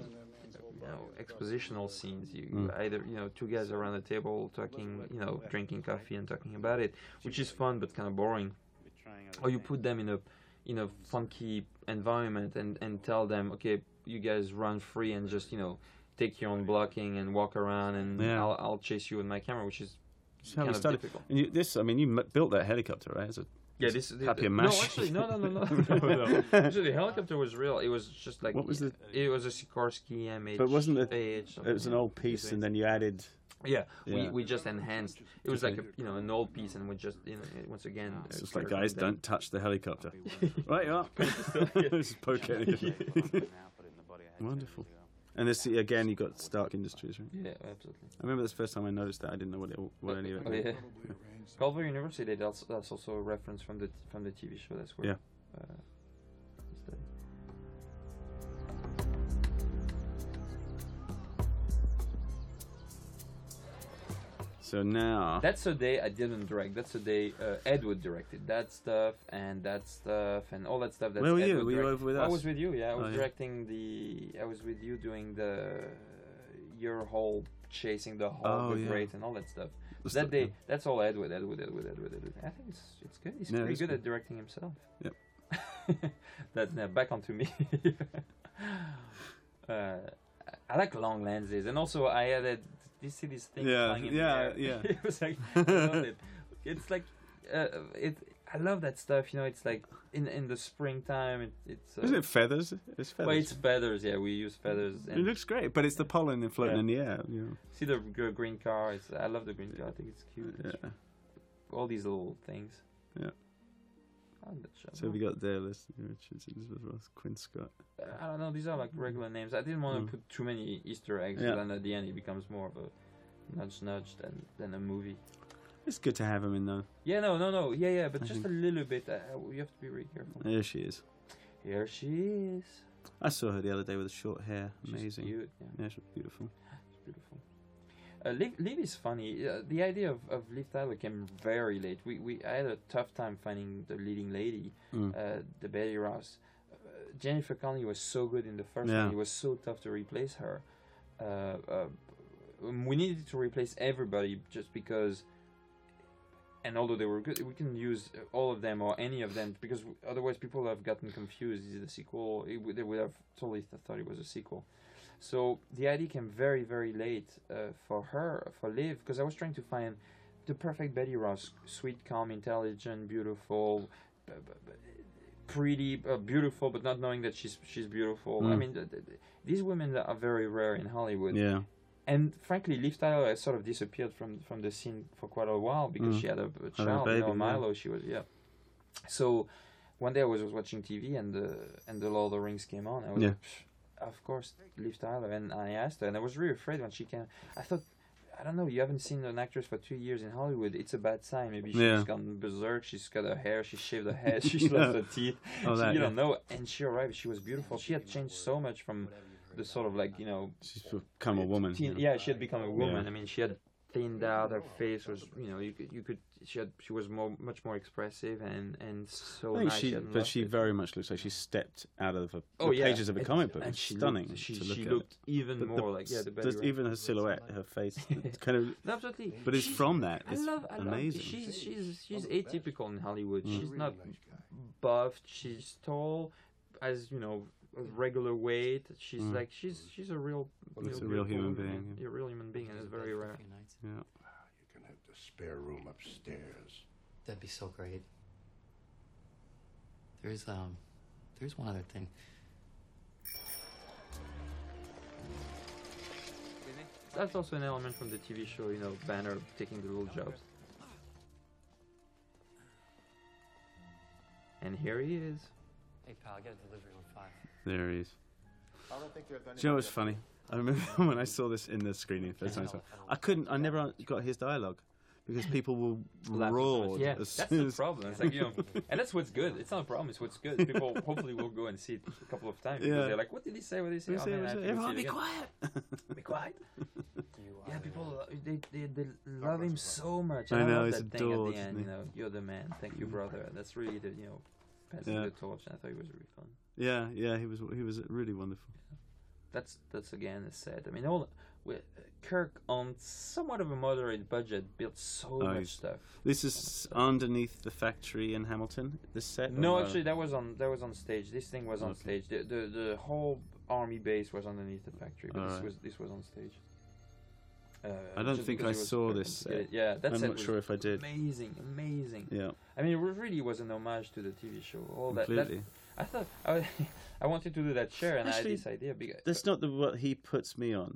A: you know, expositional scenes. You
B: Mm.
A: either you know two guys around the table talking, you know, drinking coffee and talking about it, which is fun but kind of boring.
D: We're trying
A: or Oh, you put them in a in a funky environment and and tell them okay you guys run free and just you know take your own blocking and walk around and
B: Yeah.
A: I'll, I'll chase you with my camera which is
B: That's how
A: kind
B: we
A: of
B: started.
A: difficult
B: And you, this, I mean, you m- built that helicopter, right? As a,
A: yeah this is
B: Papier
A: no
B: mâché.
A: actually no no no no, no, no. actually the helicopter was real it was just like e,
B: What was the-
A: it was a Sikorsky MH
B: But wasn't it-
A: AH, something.
B: it was an old piece, and then you added.
A: yeah,
B: Yeah.
A: We, we just enhanced it was
B: Okay.
A: like a, you know an old piece and we just you know once again
B: It's
A: uh,
B: just like,
A: carried
B: guys,
A: them.
B: don't touch the helicopter. right, you are. Just poke it. Wonderful. and this again, you got Stark Industries, right?
A: yeah absolutely
B: I remember this first time I noticed that. I didn't know what it, what any of it.
A: oh,
B: meant.
A: yeah.
E: Probably arranged
A: Culver University. That's that's also a reference from the from the TV show. That's where.
B: Yeah.
A: Uh, it's the-
B: So now,
A: that's a day I didn't direct. That's a day uh, Edward directed that stuff and that stuff and all that stuff. That's
B: Where were you?
A: Edward
B: Were you
A: direct-
B: over with
A: I
B: us?
A: was with you. Yeah, I was
B: Oh, yeah.
A: directing the. I was with you doing the. year old chasing the Hulk,
B: Oh,
A: the
B: yeah.
A: Great, and all that stuff.
B: That's
A: that
B: the-
A: day, that's all Edward, Edward, Edward, Edward, Edward. I think it's it's good. He's
B: Yeah,
A: pretty
B: it's
A: good
B: good.
A: at directing himself.
B: Yep.
A: that's now back onto me. uh, I like long lenses, and also I added. Did you see this thing?
B: Yeah,
A: flying in
B: yeah,
A: the air?
B: yeah.
A: it was like I loved it. It's like uh, it. I love that stuff. You know, it's like in in the springtime. It, it's uh,
B: Isn't it feathers? It's feathers.
A: well, it's feathers. Yeah, we use feathers.
B: it
A: And
B: looks great, but it's the pollen floating
A: Yeah.
B: in the air. You
A: see the gr- green car. It's, I love the green car. I think it's
B: know.
A: cute.
B: Yeah.
A: All these little things.
B: Yeah.
A: I like that show.
B: So we got there, Leslie Richardson as well as Quinn Scott.
A: Uh, I don't know. These are like regular names. I didn't want to
B: Mm.
A: put too many Easter eggs.
B: Yeah.
A: And then at the end, it becomes more of a nudge, nudge than than a movie.
B: It's good to have him in though.
A: Yeah, no, no, no. Yeah, yeah. But
B: I
A: just
B: think-
A: a little bit. Uh, you have to be really careful.
B: There she is.
A: Here she is.
B: I saw her the other day with short hair.
A: She's
B: Amazing.
A: cute, Yeah.
B: Yeah, she's beautiful.
A: It's beautiful. Uh, Liv, Liv is funny. Uh, the idea of, of Liv Tyler came very late. We, we I had a tough time finding the leading lady,
B: Mm.
A: uh, the Betty Ross. Uh, Jennifer Connelly was so good in the first
B: Yeah.
A: one. It was so tough to replace her. Uh, uh, um, we needed to replace everybody just because. And although they were good, we can use uh, all of them or any of them because w- otherwise people have gotten confused. Is it a sequel? It, would- they would have totally th- thought it was a sequel. So the idea came very, very late uh, for her, for Liv, because I was trying to find the perfect Betty Ross, sweet, calm, intelligent, beautiful, b- b- b- pretty, uh, beautiful, but not knowing that she's she's beautiful. I
B: Mm.
A: mean, th- th- th- these women are very rare in Hollywood
B: Yeah.
A: and frankly, Liv Tyler has sort of disappeared from, from the scene for quite a while because
B: Mm.
A: she had a, a child,
B: baby,
A: you know,
B: yeah.
A: Milo. She was yeah. So one day I was, was watching TV and the and the Lord of the Rings came on. I was
B: Yeah.
A: like, "Psh, of course, Liv Tyler, and I asked her, and I was really afraid when she came. I thought, I don't know, you haven't seen an actress for two years in Hollywood. It's a bad sign. Maybe she's
B: Yeah.
A: gone berserk. She's got her hair. She shaved her head. She
B: Yeah.
A: lost her teeth.
B: Oh,
A: She-
B: that.
A: you
B: yeah.
A: don't know. And she arrived. She was beautiful. She had changed so much from the sort of like you know
B: She's become a woman.
A: Teen,
B: yeah.
A: yeah, she had become a woman.
B: Yeah.
A: I mean, she had thinned out. Her face was, you know, you could, you could. She had, she was more, much more expressive and and so
B: I think
A: nice.
B: she,
A: and
B: but she
A: loved it.
B: very much looks like she stepped out of a,
A: Oh,
B: the
A: yeah.
B: pages of a
A: And-
B: comic book.
A: and
B: It's
A: she
B: stunning
A: Looked, she
B: to look
A: she
B: at.
A: looked even
B: The- the-
A: more like yeah, the Betty
B: just
A: Ross.
B: even her silhouette, her face, it's kind of.
A: No, Absolutely,
B: But it's
A: She's-
B: from that.
A: I
B: It's
A: love, I
B: amazing. Mm.
A: Love, she's she's she's atypical in Hollywood. She's not buff. She's tall, as you know, a regular weight. She's
B: Mm.
A: like she's she's a real, you
B: It's
A: know,
B: a real
A: beautiful
B: human
A: woman,
B: being, yeah.
A: A real human being, and it's very rare.
B: yeah.
F: You can have the spare room upstairs.
G: That'd be so great. There's um there's one other thing.
A: That's also an element from the TV show, you know, Banner taking the little jobs. And here he is.
G: Hey pal, I got a delivery on five.
B: There he is. Joe was funny. I remember when I saw this in the screening first time. I saw it. I couldn't. I never got his dialogue because people will
A: Laugh.
B: roar
A: Yeah,
B: as
A: that's
B: soon
A: the
B: as.
A: problem. It's like you know, and that's what's good. It's not a problem. It's what's good. People hopefully will go and see it a couple of times. because
B: Yeah.
A: They're like, what did he say? What did he say?
B: They
A: Oh,
B: say-
A: man, I have
B: they say,
A: to go see
B: Everyone
A: it
B: be
A: again."
B: quiet.
A: Be quiet.
G: You
A: Yeah, people uh, they they, they love him so much.
B: I
A: And I,
B: know,
A: love
B: he's
A: that
B: a
A: thing
B: dog,
A: at the end.
B: isn't
A: You
B: he?
A: know, you're the man. Thank you, brother. That's really the you know passing
B: Yeah.
A: the torch. And I thought it was really fun.
B: Yeah, yeah. He was. He was really wonderful.
A: that's that's again is sad. I mean, all we- Kirk on somewhat of a moderate budget built so much
B: Oh, he's-
A: stuff.
B: This is Oh, underneath the factory in Hamilton. This set. Uh,
A: No,
B: or-
A: actually, that was on that was on stage. This thing was on stage. The, the the whole army base was underneath the factory, but this
B: Alright.
A: was this was on stage. Uh,
B: I don't
A: just
B: think
A: because
B: I
A: it was
B: saw
A: quite
B: this set.
A: complicated. Yeah, that's
B: I'm not sure if I did.
A: Amazing, amazing.
B: Yeah,
A: I mean, it really was an homage to the TV show. All that, that
B: completely.
A: I thought I, I wanted to do that share, and I
B: Actually,
A: had this idea because
B: That's not the what he puts me on.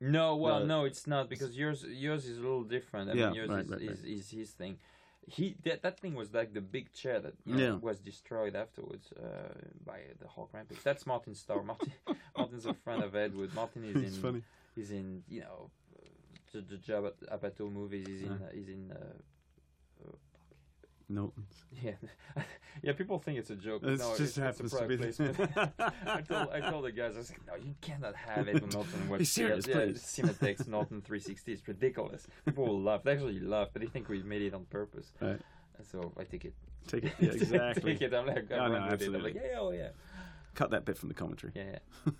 A: No, well,
B: No.
A: no, it's not because yours yours is a little different. I
B: Yeah,
A: mean, yours
B: right,
A: is,
B: right, right.
A: is, is his thing. He that, that thing was like the big chair that you know,
B: Yeah.
A: was destroyed afterwards uh, by the Hulk rampage. That's Martin Starr. Martin Martin's a friend of Edward. Martin is
B: It's
A: in
B: funny.
A: he's in you know uh, the, the Jabba Apatow movies. He's in
B: Yeah.
A: he's in uh,
B: Norton's.
A: yeah yeah. People think it's a joke. but
B: It's
A: no,
B: just
A: it's, it's a
B: happens to
A: product
B: be-
A: placement. I told I told the guys I was like, no, you cannot have Edward Norton web
B: Be serious,
A: series.
B: please.
A: Yeah, Cinetex Norton 360. It's ridiculous. People will laugh. They actually laugh, but they think we made it on purpose.
B: Right.
A: And So I take it.
B: Take it. Yeah, exactly.
A: take it. I'm like, I
B: No,
A: run
B: no,
A: with it. I'm
B: absolutely.
A: like, yeah, oh yeah,
B: Cut that bit from the commentary.
A: yeah. yeah.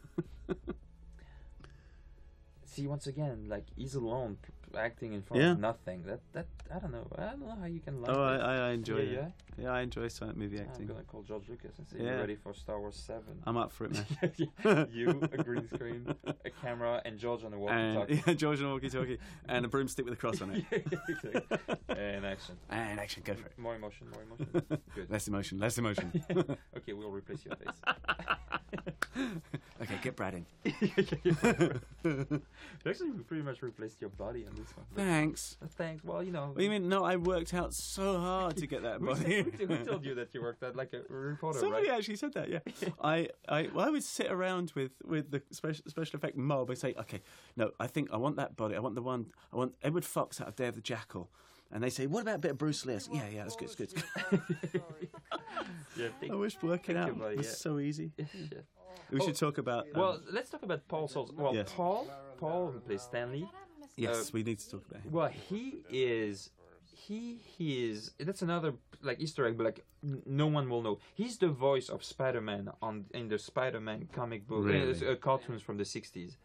A: see once again like he's alone p- acting in front of
B: Yeah.
A: nothing. That that I don't know. I don't know how you can like.
B: Oh, I,
A: that.
B: I, I enjoy
A: yeah, Oh,
B: it.
A: yeah.
B: Yeah, I enjoy silent movie
A: I'm
B: acting.
A: gonna call George Lucas and say
B: Yeah.
A: you ready for Star Wars Seven.
B: I'm up for it, man.
A: you, a green screen, a camera, and George on the
B: and
A: walkie-talkie.
B: yeah, George and a walkie-talkie, and a broomstick with a cross on it.
A: Exactly. and action.
B: And action, go for it.
A: More emotion, more emotion. Good.
B: Less emotion, less emotion.
A: Okay, we'll replace your face.
B: okay, get Brad in.
A: You Actually, we pretty much replaced your body on this one.
B: Thanks.
A: But Thanks. Well, you know.
B: What do you mean? No, I worked out so hard to get that
A: Who, said-
B: body.
A: who, who told you that you worked out like a reporter,
B: Somebody
A: right?
B: actually said that, yeah. I, I, well, I would sit around with, with the special, special effect mob and say, okay, no, I think I want that body. I want the one, I want Edward Fox out of Day of the Jackal. And they say, what about a bit of Bruce Lee? I say, yeah, yeah, that's good, it's good. It's good.
A: Yeah,
B: I wish working out
A: about it,
B: was
A: yeah.
B: so easy.
A: yeah.
B: We should talk about. um,
A: Well, let's talk about Paul Souls. Well,
B: Yes.
A: Paul, Paul who plays Stanley. uh,
B: yes, we need to talk about him.
A: Well, he is. He he is. That's another like Easter egg, but like n- no one will know. He's the voice of Spider-Man on in the Spider-Man comic book
B: Really?
A: uh, uh, cartoons from the '60s,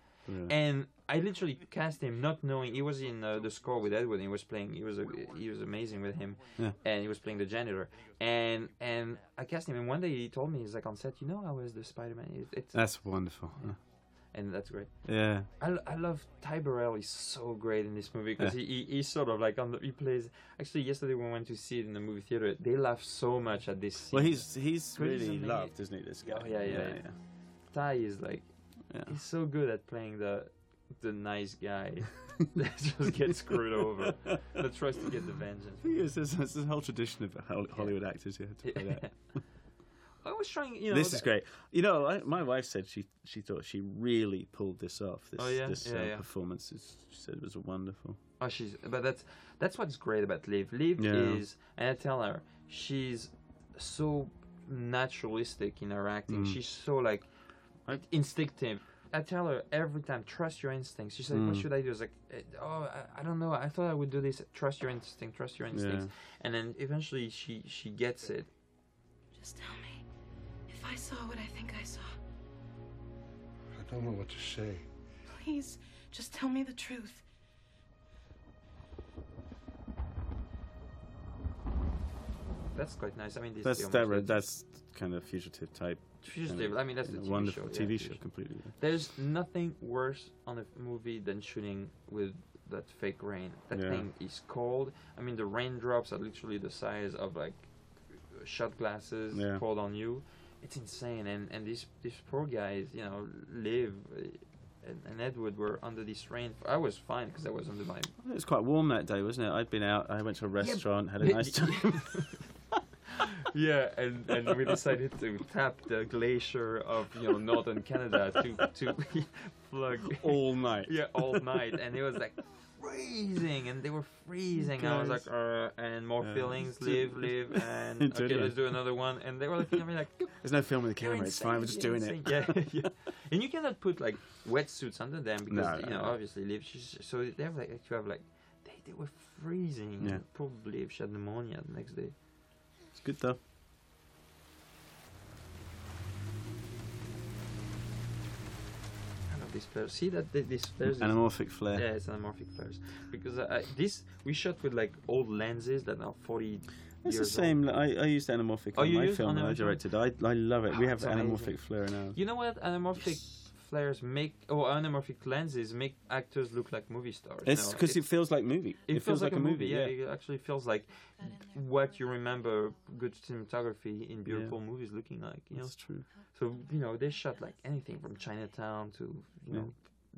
A: and I literally cast him not knowing he was in uh, the score with Edward. And he was playing. He was a, he was amazing with him,
B: Yeah.
A: and he was playing the janitor. And and I cast him, and one day he told me he's like on set. You know, I was the Spider-Man. It, it's
B: That's wonderful. huh?
A: and that's great.
B: Yeah.
A: I, I love Ty Burrell. He's so great in this movie because
B: Yeah.
A: he, he he's sort of like on the he plays. Actually, yesterday when we went to see it in the movie theater, they laughed so much at this. Scene.
B: Well, he's he's
A: But he's
B: really
A: amazing.
B: loved, isn't he? This guy.
A: Oh, yeah, yeah, yeah. Ty is like
B: yeah.
A: he's so good at playing the the nice guy that just gets screwed over, that tries to get the vengeance.
B: He is. There's, there's this whole tradition of Hol- Hollywood actors here. To play that.
A: I was trying. You know,
B: this is
A: that-
B: great. You know, I, my wife said she she thought she really pulled this off. This,
A: Oh, yeah?
B: this
A: Yeah,
B: uh,
A: yeah.
B: performance. It's, she said it was wonderful.
A: Oh, she's but that's that's what's great about Liv. Liv
B: Yeah.
A: is, and I tell her she's so naturalistic in her acting. She's so like
B: Mm. I-
A: instinctive. I tell her every time, trust your instincts. She said, "What
B: Mm.
A: should I do?" I was like, eh, "Oh, I, I don't know. I thought I would do this. Trust your instinct. Trust your instincts." And then eventually, she she gets it.
H: Just tell me if I saw what I think I saw.
F: I don't know what to say.
H: Please, just tell me the truth.
A: That's quite nice. I mean, this
B: That's
A: film
B: that,
A: is-
B: re- that's kind of fugitive type.
A: Fugitive,
B: kind of,
A: I mean, that's
B: you
A: the
B: know,
A: TV
B: wonderful
A: show, yeah,
B: TV
A: TV
B: show.
A: show.
B: Completely. yeah.
A: There's nothing worse on a movie than shooting with that fake rain. That
B: Yeah.
A: thing is cold. I mean, the raindrops are literally the size of like shot glasses
B: Yeah.
A: poured on you. It's insane. And and these these poor guys, you know, live. eh, And, and Edward were under this rain. I was fine because I was under my.
B: It was quite warm that day, wasn't it? I'd been out. I went to a restaurant, had a nice time.
A: Yeah, and, and we decided to tap the glacier of you know northern Canada to to plug
B: all night.
A: yeah all night and it was like freezing and they were freezing i was
B: Guys.
A: like uh, and more
B: Yeah.
A: feelings
B: Totally.
A: live live and okay
B: Totally.
A: let's do another one and they were looking at me like
B: There's no film with the
A: "You're
B: camera. It's
A: insane,
B: fine. We're just
A: you're
B: doing it.
A: insane." yeah, yeah and you cannot put like wetsuits under them because
B: No, no,
A: you know
B: no.
A: obviously live she's, so they have like you have like they, they were freezing
B: Yeah.
A: and probably she had pneumonia the next day
B: It's good though.
A: i love this flare see that th- this flare is
B: Anamorphic flair.
A: yeah, it's anamorphic flares because uh, I, this we shot with like old lenses that are forty.
B: It's the
A: years old.
B: same. I, I used anamorphic
A: Oh,
B: on
A: you
B: my
A: used
B: film that I
A: anamorphic?
B: directed. I, I love it.
A: Oh,
B: we have
A: it's amazing.
B: anamorphic flair in ours.
A: You know what? Anamorphic flares make or anamorphic lenses make actors look like movie stars.
B: It's
A: No,
B: because it feels like movie.
A: it feels, like, a movie. Yeah, it actually feels like what you remember good cinematography in beautiful movies looking like. You know,
B: That's true.
A: so you know they shot like anything from Chinatown to you know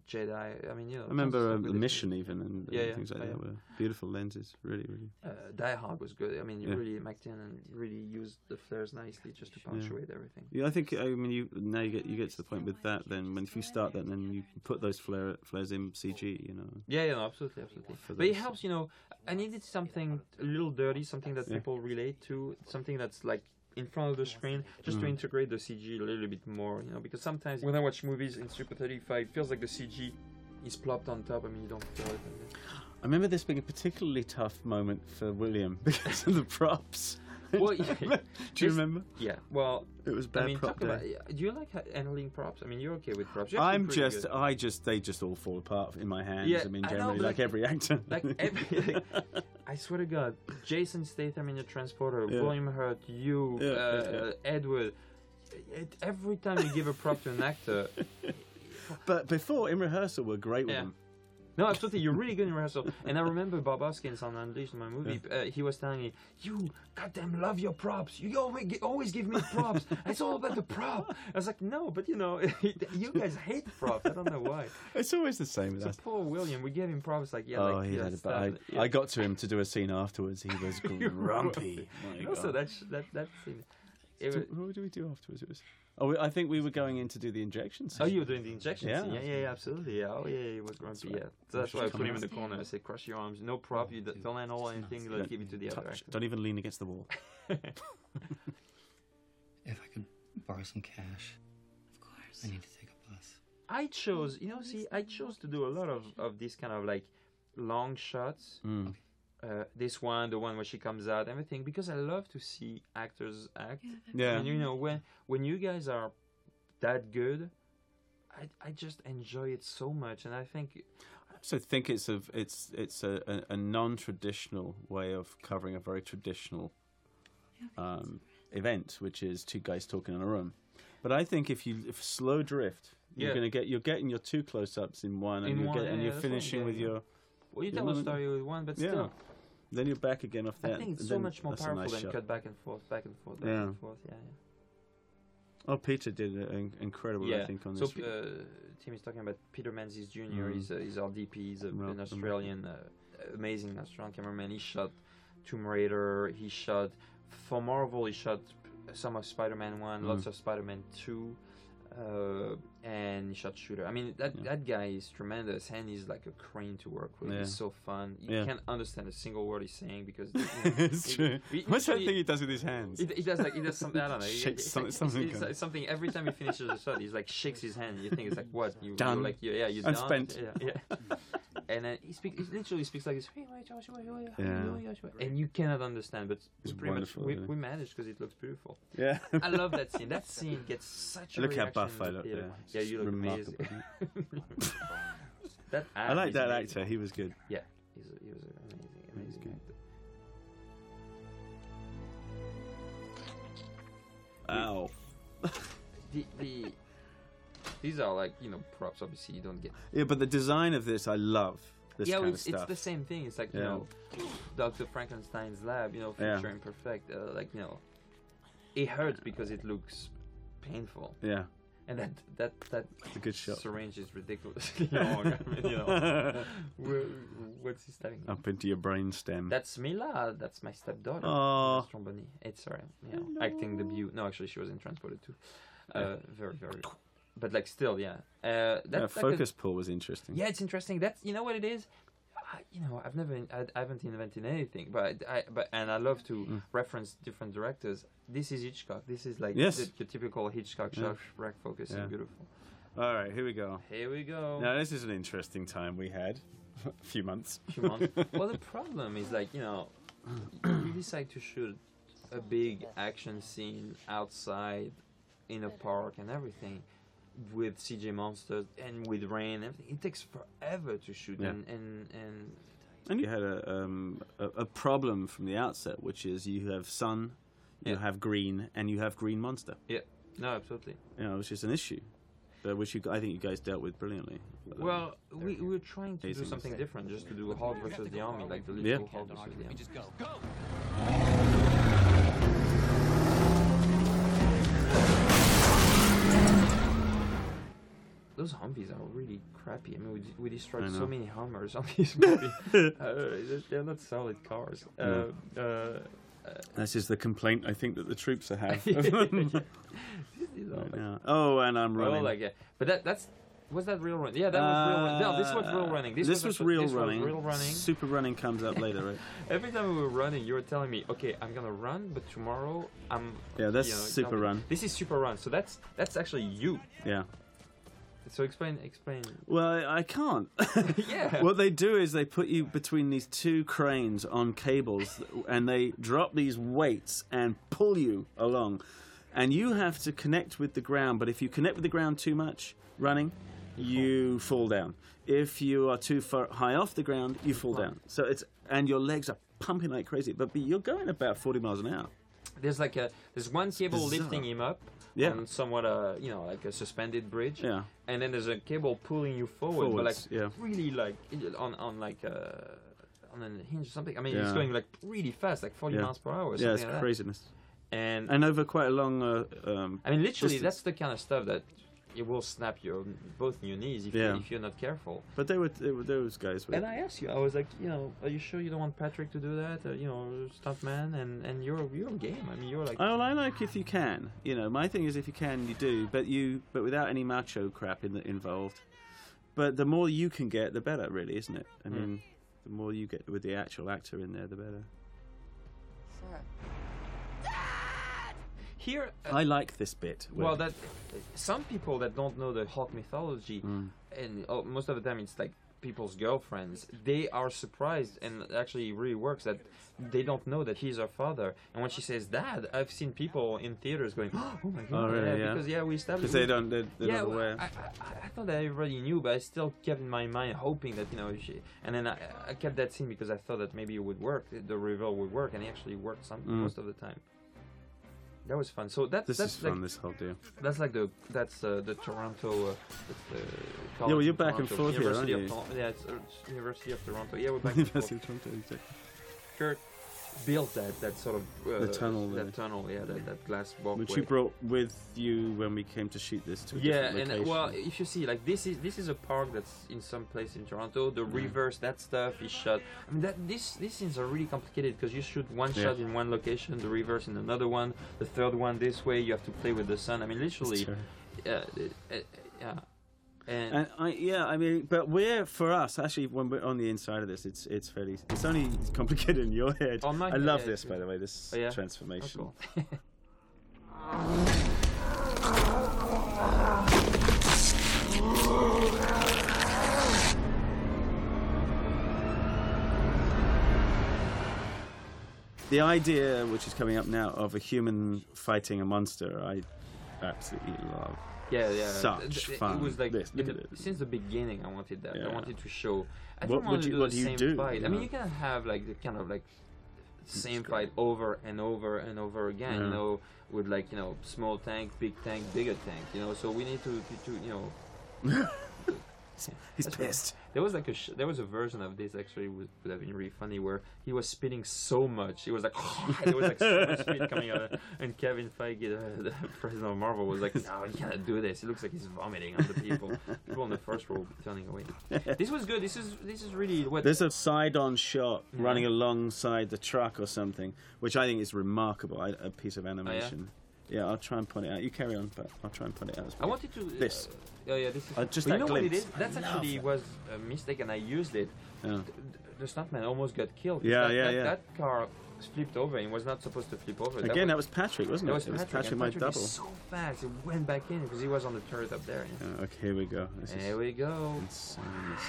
A: Jedi. I mean, you know.
B: I remember
A: tons
B: um,
A: of
B: the
A: really-
B: mission even and,
A: Yeah,
B: and
A: yeah,
B: things like
A: yeah,
B: that
A: yeah.
B: were beautiful lenses. Really, really.
A: Uh, Die Hard was good. I mean,
B: Yeah.
A: really McTiernan really used the flares nicely just to punctuate everything.
B: Yeah, I think I mean you now you get you get to the point with that. Then when if you start that, then you put those flare flares in CG. You know.
A: Yeah, yeah, no, absolutely, absolutely.
B: For
A: But it
B: those-
A: helps, you know. I needed something a little dirty, something that
B: Yeah.
A: people relate to, something that's like in front of the screen, just
B: Mm.
A: to integrate the CG a little bit more, you know. Because sometimes when I watch movies in Super 35, it feels like the CG is plopped on top. I mean, you don't feel it.
B: I remember this being a particularly tough moment for William because of the props.
A: Well, yeah.
B: Do you remember?
A: yeah. Well,
B: It was
A: I
B: bad
A: mean, talk
B: prop day.
A: about. yeah, Do you like ha- handling props? I mean, you're okay with props. You're actually
B: I'm
A: pretty
B: just,
A: good.
B: I just, they just all fall apart in my hands.
A: Yeah,
B: I mean,
A: I know,
B: generally,
A: but
B: like,
A: like-
B: every actor.
A: like every. like, I swear to God, Jason Statham in the Transporter,
B: Yeah.
A: William Hurt, you,
B: Yeah,
A: uh,
B: yeah, yeah.
A: Edward. It, every time you give a prop to an actor,
B: but before in rehearsal, we're great with
A: Yeah.
B: them.
A: No, absolutely. You're really good in rehearsal. And I remember Bob Hoskins on Unleashed, my movie, uh, he was telling me, You goddamn love your props. You always, gi- always give me props. It's all about the prop. I was like, No, but you know, you guys hate props. I don't know why.
B: It's always the same with
A: So
B: us.
A: poor William, we gave him props like, Yeah,
B: Oh,
A: like,
B: he
A: yeah,
B: had it. But I,
A: stand- yeah.
B: I got to him to do a scene afterwards. He was grumpy. My
A: Also,
B: God.
A: that, sh- that, that scene. It was,
B: Do- what do we do afterwards? It was. Oh, we, I think we were going in to do the injection.
A: oh,
B: scene.
A: you were doing the injection
B: Yeah.
A: scene. Yeah, yeah, yeah, absolutely. Yeah. Oh, yeah, yeah, it was grumpy.
B: right.
A: Yeah. So that's why I put
B: Coming
A: him in the
H: up.
A: corner. I said, Cross your arms. No
B: Oh,
A: prop. You d- don't handle anything. Like, give it to the other
B: Touch.
A: actor.
B: Don't even lean against the wall.
G: If I could borrow some cash,
H: Of course.
G: I need to take a bus.
A: I chose, you know, see, I chose to do a lot of of these kind of like long shots.
B: Mm.
A: Uh, this one, the one where she comes out, everything, because I love to see actors act.
B: Yeah.
A: And you know, when when you guys are that good, I I just enjoy it so much, and I think
B: So think it's a it's it's a, a, a non-traditional way of covering a very traditional um, event, which is two guys talking in a room. But I think if you if slow drift, you're
A: Yeah.
B: gonna get you're getting your two close-ups in one, and
A: In
B: you're
A: one,
B: get- and
A: yeah,
B: you're
A: that's what I'm
B: finishing with
A: getting at.
B: your
A: well, you
B: Yeah,
A: tell
B: no,
A: a
B: no.
A: story with one, but
B: Mm. yeah.
A: still,
B: Then you're back again off that.
A: I think it's
B: and
A: so
B: then
A: much more
B: that's a
A: powerful
B: nice
A: than
B: shot.
A: cut back and forth, back and forth, back
B: Yeah.
A: and forth. Yeah, yeah.
B: Oh, Peter did an incredible, I think, on
A: so,
B: this.
A: uh, Tim is talking about Peter Menzies junior
B: Mm.
A: He's, uh, he's our DP. He's a,
B: Well,
A: an Australian, uh, amazing Australian cameraman. He shot Tomb Raider. He shot for Marvel. He shot some of Spider-Man one, lots
B: Mm.
A: of Spider-Man two, uh, and he shot Shooter. I mean, that
B: Yeah.
A: that guy is tremendous, and he's like a crane to work with. He's
B: Yeah.
A: so fun. You
B: Yeah.
A: can't understand a single word he's saying because
B: it's
A: it-
B: true.
A: it-
B: What's that
A: it-
B: thing he does with his hands?
A: he, he does like he does something. I don't know. He-
B: Shakes
A: he-
B: some-
A: it's-
B: something
A: It's,
B: kind
A: it's something every time he finishes a shot, he's like shakes his hand. You think it's like what? You,
B: Done.
A: You're like yeah, yeah, you're
B: I'm
A: done.
B: spent.
A: Yeah, yeah. and then he speaks. He literally speaks like this.
B: Yeah.
A: And you cannot understand, but
B: It's
A: it's pretty much
B: wonderful,
A: we,
B: really.
A: we managed because it looks beautiful.
B: yeah.
A: I love that scene. That scene gets such. a
B: Look how
A: reaction
B: buff
A: in
B: I
A: the
B: look. Yeah,
A: theater. Yeah, you look
B: Remarkable.
A: amazing. that
B: I like that
A: actor.
B: actor. He was good.
A: Yeah, he's a, he was an amazing, amazing
B: good.
A: actor.
B: Ow.
A: The, the these are like you know props. Obviously, you don't get
B: Yeah, but the design of this, I love this
A: yeah,
B: kind
A: it's,
B: of
A: it's
B: stuff.
A: the same thing. It's like
B: Yeah.
A: you know, Doctor Frankenstein's lab. You know,
B: Yeah.
A: future imperfect. Uh, like you know, it hurts because it looks painful,
B: Yeah,
A: and that that that
B: it's a good shot.
A: syringe is ridiculously long. I mean, you know, Where- what's he stabbing?
B: Up into your brainstem.
A: That's Mila. That's my stepdaughter.
B: Aw.
A: Miss Stromboni. It's her. You know, acting debut. No, actually, she was in Transported too. Uh, very very. But like still, yeah. Uh, that's
B: yeah,
A: like a-
B: focus pull was interesting.
A: yeah, it's interesting. That's you know what it is. I, you know, I've never, I, I haven't invented anything, but I, but and I love to
B: Mm.
A: reference different directors. This is Hitchcock. This is like
B: Yes.
A: the, the typical Hitchcock
B: Yeah.
A: shot, rack focus,
B: Yeah.
A: and beautiful.
B: All right, here we go.
A: Here we go.
B: Now this is an interesting time we had. A few months.
A: Few months. well, the problem is like you know, you decide to shoot a big action scene outside in a park and everything with CJ monsters and with rain. and Everything it takes forever to shoot,
B: Yeah.
A: and and and
B: And you had a, um, a a problem from the outset, which is you have sun, you
A: Yeah.
B: have green, and you have green monster.
A: yeah, no, absolutely.
B: You know, which is an issue, uh, which you, I think you guys dealt with brilliantly. Um,
A: Well, we, we're trying to do
B: Facing
A: something
B: the-
A: different, just to do Hulk versus the Army, like the
B: Yeah.
A: literal Hulk versus the Army. Those Humvees are really crappy. I mean, we, d- we
B: I
A: destroyed
B: know.
A: so many Hummers on this movie. uh, they're- they're not solid cars. Uh, uh,
B: this is the complaint I think that the troops are having.
A: these are
B: Right
A: like-
B: now. Oh, and I'm
A: Oh,
B: running.
A: like yeah, but that that's was that real running? Yeah, that was real. Run- no, this was real
B: Uh,
A: running. This, was, actu-
B: real
A: this
B: running.
A: Was real running.
B: Super running comes up later, right?
A: Every time we were running, you were telling me, "Okay, I'm gonna run, but tomorrow I'm."
B: Yeah, that's
A: you know,
B: super
A: jumping."
B: run.
A: This is super run. So that's that's actually you.
B: Yeah.
A: So explain, explain.
B: Well, I, I can't.
A: Yeah.
B: what they do is they put you between these two cranes on cables and they drop these weights and pull you along. And you have to connect with the ground, but if you connect with the ground too much running, you fall down. If you are too far high off the ground, you fall down. So it's and your legs are pumping like crazy, but you're going about 40 miles an hour.
A: There's like a there's one cable
B: Bizarre.
A: lifting him up
B: Yeah.
A: on somewhat uh you know like a suspended bridge.
B: Yeah.
A: And then there's a cable pulling you forward,
B: Forwards,
A: but like
B: yeah.
A: really like on on like uh on a hinge or something. I mean, it's
B: Yeah.
A: going like really fast, like 40
B: Yeah.
A: miles per hour. Or something
B: Yeah, it's
A: like that.
B: craziness.
A: And
B: And over quite a long uh, um,
A: I mean, literally,
B: Just-
A: that's the kind of stuff that it will snap your both your knees if,
B: Yeah.
A: you, if you're not careful.
B: But they were, they were those guys. Were,
A: And I asked you, I was like, you know, are you sure you don't want Patrick to do that? Uh, you know, stuntman, and and you're you're game. I mean, you're like,
B: Oh, well, I like if you can. You know, my thing is if you can, you do. But you, but without any macho crap in the, involved. But the more you can get, the better, really, isn't it?
A: Hmm.
B: I mean, the more you get with the actual actor in there, the better.
A: here. uh,
B: I like this bit. where-
A: well, that some people that don't know the Hulk mythology,
B: Hmm.
A: and oh, most of the time it's like people's girlfriends. They are surprised, and actually it really works that they don't know that he's her father. And when she says "dad," I've seen people in theaters going, "Oh my god!"
B: really? Yeah.
A: Because yeah, we established
B: because they don't, they're, they're not
A: well,
B: aware.
A: I, I, I thought that everybody knew, but I still kept in my mind hoping that you know. She, and then I, I kept that scene because I thought that maybe it would work, the reveal would work, and it actually worked some most of the time. That was fun. So that's
B: Hmm. this
A: that's
B: is
A: like
B: fun. this whole deal.
A: that's like the that's uh, the Toronto. Uh, that's the college
B: well, you're
A: in
B: back and
A: Toronto,
B: forth here, aren't
A: University
B: you?
A: of Toronto. Yeah, it's, uh, it's University of Toronto. Yeah, we're back and forth.
B: University of Toronto, exactly.
A: Kirk built that that sort of uh,
B: The tunnel
A: That
B: there.
A: tunnel, yeah, that, that glass walkway.
B: Which you brought with you when we came to shoot this. To a
A: Yeah,
B: different
A: and uh,
B: location.
A: well, if you see, like this is this is a park that's in some place in Toronto. The reverse, that stuff is shot. I mean, that this these scenes are really complicated because you shoot one
B: Yeah.
A: shot in one location, the reverse in another one, the third one this way. You have to play with the sun. I mean, literally,
B: Sorry.
A: uh, uh, uh, yeah. And,
B: And I, yeah, I mean, but we're for us actually when we're on the inside of this, it's it's fairly it's only complicated in your head.
A: On Oh, my
B: I
A: head,
B: love
A: yeah,
B: this,
A: it's-
B: by the way, this
A: Oh, yeah? oh,
B: transformation.
A: cool.
B: The idea, which is coming up now, of a human fighting a monster, I absolutely love.
A: yeah, yeah.
B: Such
A: Th- th-
B: fun.
A: It was like
B: This,
A: in
B: look
A: the-
B: at it.
A: since the beginning, I wanted that. I
B: Yeah.
A: wanted to show. I
B: What
A: don't want
B: would
A: to
B: you-
A: do
B: what
A: the
B: do you
A: same
B: do,
A: fight.
B: you
A: I mean,
B: know?
A: you can have like the kind of like same fight over and over and over again. You
B: Yeah.
A: know, with like you know small tank, big tank, bigger tank. You know, so we need to to, to you know.
B: He's
A: That's right.
B: pissed.
A: There was like a sh- there was a version of this actually would, would have been really funny where he was spitting so much it was like there was like so much spit coming out and Kevin Feige the, the president of Marvel was like no you cannot do this it looks like he's vomiting on the people people in the first row turning away this was good this is this is really what
B: There's a side-on shot running alongside the truck or something, which I think is remarkable. I, a piece
A: Oh,
B: of animation. yeah? I'll try and point it out. You carry on, but I'll try and point it out. as
A: I
B: well.
A: wanted to
B: This.
A: uh, oh yeah this is
B: Uh, just
A: But you
B: that
A: know what it
B: glimpse.
A: is that's
B: I love
A: actually
B: that.
A: was a mistake and I used it
B: Yeah.
A: Th- the stuntman almost got killed
B: Yeah,
A: that,
B: yeah,
A: that,
B: yeah.
A: that car flipped over and was not supposed to flip over That
B: Again, that was Patrick, wasn't
A: That
B: it?
A: was
B: it was
A: Patrick.
B: Patrick,
A: and
B: my
A: Patrick
B: double.
A: Is so fast, it went back in because he was on the turret up there. yeah.
B: Uh, okay, here we go. This is-
A: There we go.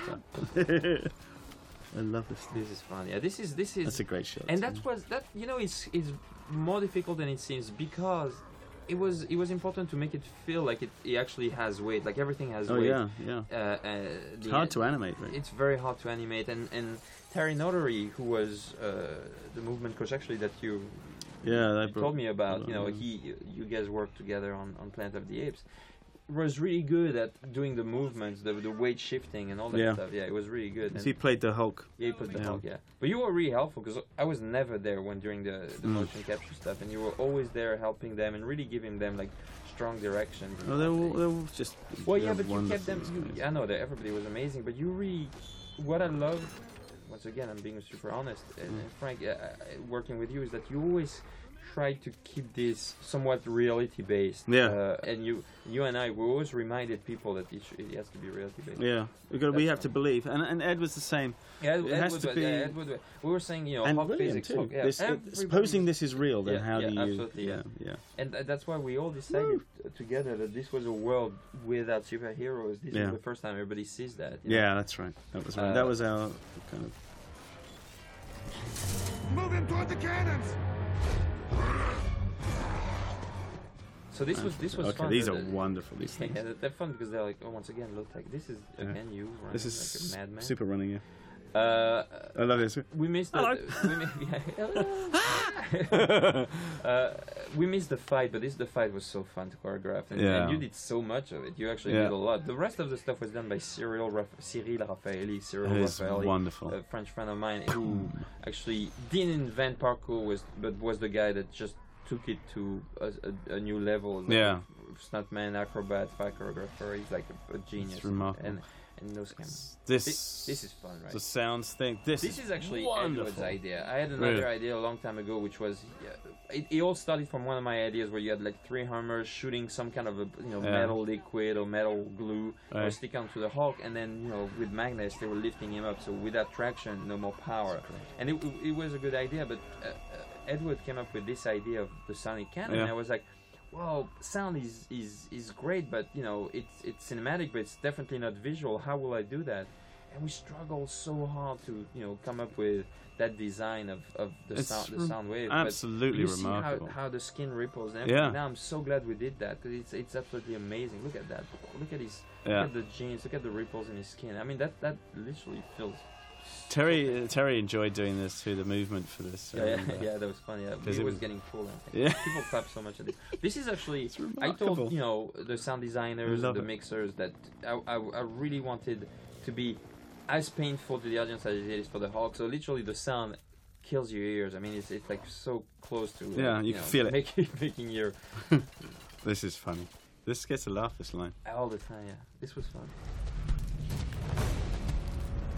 B: I love this.
A: This is fun. Yeah, this is this is,
B: Hmm. That's a great shot.
A: and that was that. You know, it's it's more difficult than it seems because it was it was important to make it feel like it, it actually has weight, like everything has
B: oh
A: weight.
B: yeah, yeah.
A: Uh, uh,
B: It's hard to animate. Right?
A: It's very hard to animate, and and Terry Notary, who was uh, the movement coach actually that you
B: yeah, they
A: you told me about you know
B: yeah.
A: he you guys worked together on, on Planet of the Apes was really good at doing the movements the, the weight shifting and all that
B: Yeah.
A: stuff yeah it was really good and
B: He played the Hulk.
A: yeah, he put the
B: Yeah.
A: Hulk, yeah but you were really helpful because I was never there when during the, the
B: Mm.
A: motion capture stuff and you were always there helping them and really giving them like strong directions and
B: Oh, they're
A: stuff.
B: all, they're all just.
A: well
B: they're
A: yeah but you kept
B: wonderful,
A: them
B: these
A: you-
B: guys.
A: I know that everybody was amazing but you really what I love
B: Mm.
A: once again I'm being super honest and, and Frank uh, uh, working with you is that you always try to keep this somewhat reality based.
B: Yeah.
A: Uh, and you, you and I, we always reminded people that it, sh- it has to be reality based.
B: Yeah, we got we
A: That's
B: have to
A: fine.
B: believe, and and Ed was the same,
A: Yeah,
B: It has to
A: Woodward,
B: be-
A: yeah, Ed Woodward. we were saying, you know,
B: and
A: how
B: William
A: Oh, physics
B: too.
A: work. Yeah,
B: This- it-
A: everybody's-
B: supposing this is real, then
A: Yeah,
B: how
A: yeah,
B: do you?
A: absolutely, yeah.
B: yeah,
A: And th- that's why we all decided t- together that this was a world without superheroes. This
B: Yeah.
A: is the first time everybody sees that. you know.
B: yeah. That's right. That was right.
A: Uh,
B: that was our kind of.
F: Move him toward the cannons!
A: So this was this was
B: okay,
A: fun.
B: these
A: uh,
B: are
A: uh,
B: wonderful. These things.
A: Yeah, they're fun because they're like oh, once again low tech. This is
B: Yeah.
A: again you running
B: This is
A: like a madman.
B: super running. Yeah,
A: Uh,
B: I love this.
A: we missed.
B: Hello.
A: The, we, mi- yeah, uh, we missed the fight, but this the fight was so fun to choreograph, and,
B: Yeah.
A: and you did so much of it. You actually
B: Yeah.
A: did a lot. The rest of the stuff was done by Cyril Raf- Cyril Raffaelli. Cyril
B: It is
A: Raffaelli,
B: wonderful.
A: a French friend of mine who actually didn't invent parkour, was but was the guy that just took it to a, a, a new level. Like
B: Yeah.
A: stuntman, acrobat, fight choreographer. He's like a, a genius.
B: remarkable.
A: And and knows cameras.
B: This
A: Thi- this is fun, right?
B: The sounds thing. This,
A: This is actually
B: wonderful.
A: Edward's idea. I had another
B: Really?
A: idea a long time ago, which was yeah, it, it all started from one of my ideas where you had like three hammers shooting some kind of a you know
B: Yeah.
A: metal liquid or metal glue or
B: Right.
A: stick onto the Hulk, and then you know with magnets they were lifting him up. So without traction, no more power. And it, it was a good idea, but uh, uh, Edward came up with this idea of the sonic cannon.
B: Yeah.
A: And I was like. Well, sound is, is is great, but you know it's it's cinematic, but it's definitely not visual. How will I do that? and we struggle so hard to you know come up with that design of, of the
B: It's
A: sound the
B: rem-
A: sound wave. but
B: absolutely
A: you
B: remarkable.
A: See how, how the skin ripples. And everything.
B: Yeah.
A: Now I'm so glad we did that because it's it's absolutely amazing. Look at that. Look at his.
B: Yeah.
A: Look at the jeans. Look at the ripples in his skin. I mean that that literally feels.
B: Terry uh, Terry enjoyed doing this too. The movement for this. uh, I
A: Yeah, yeah,
B: remember.
A: yeah, that was funny. Yeah,
B: 'Cause
A: it
B: it
A: was
B: was-
A: getting cool. and things.
B: Yeah.
A: People clap so much at this. This is actually.
B: It's
A: I
B: remarkable.
A: told you know the sound designers,
B: Love
A: and the
B: it.
A: mixers that I, I, I really wanted to be as painful to the audience as it is for the Hulk. So literally, the sound kills your ears. I mean, it's it's like so close to like,
B: Yeah, you can feel it.
A: making making your
B: This is funny. This gets a laugh. This line.
A: all the time. Yeah, this was fun.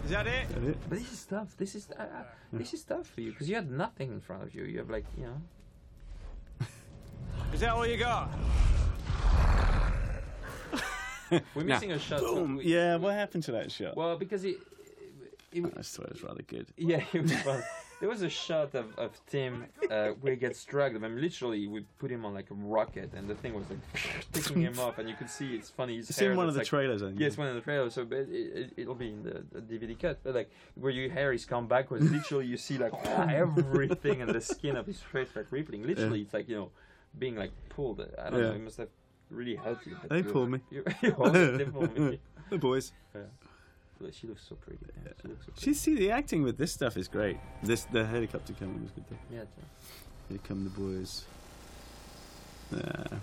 B: Is that it?
A: But this is tough. This is uh, uh, this is tough for you because you had nothing in front of you. You have like you know.
B: Is that all you got?
A: We're
B: Nah.
A: missing a shot. so
B: Boom.
A: we-
B: Oh, Yeah. What happened to that shot?
A: Well, because it. it, it
B: I just thought it was rather good.
A: Yeah, it was fun. there was a shot of, of Tim uh, where he gets dragged. I mean, literally, we put him on like a rocket, and the thing was like picking him up, and you could see it's funny. His
B: It's
A: hair
B: in one of the
A: that's, like,
B: trailers, I think.
A: Yes, one of the trailers. So but it, it, it'll be in the, the DVD cut. But like where your hair is come backwards, literally you see like everything and the skin of his face like rippling. Literally, it's like you know being like pulled. I don't know.
B: Yeah.
A: It must have really helped you. but
B: They
A: you-
B: pull me.
A: you- you always- they pull me.
B: The boys.
A: Look, She looks so pretty. She looks so pretty.
B: She see the acting with this stuff is great. This the helicopter coming was good. Though.
A: Yeah. it's- uh,
B: Here come the boys. Yeah.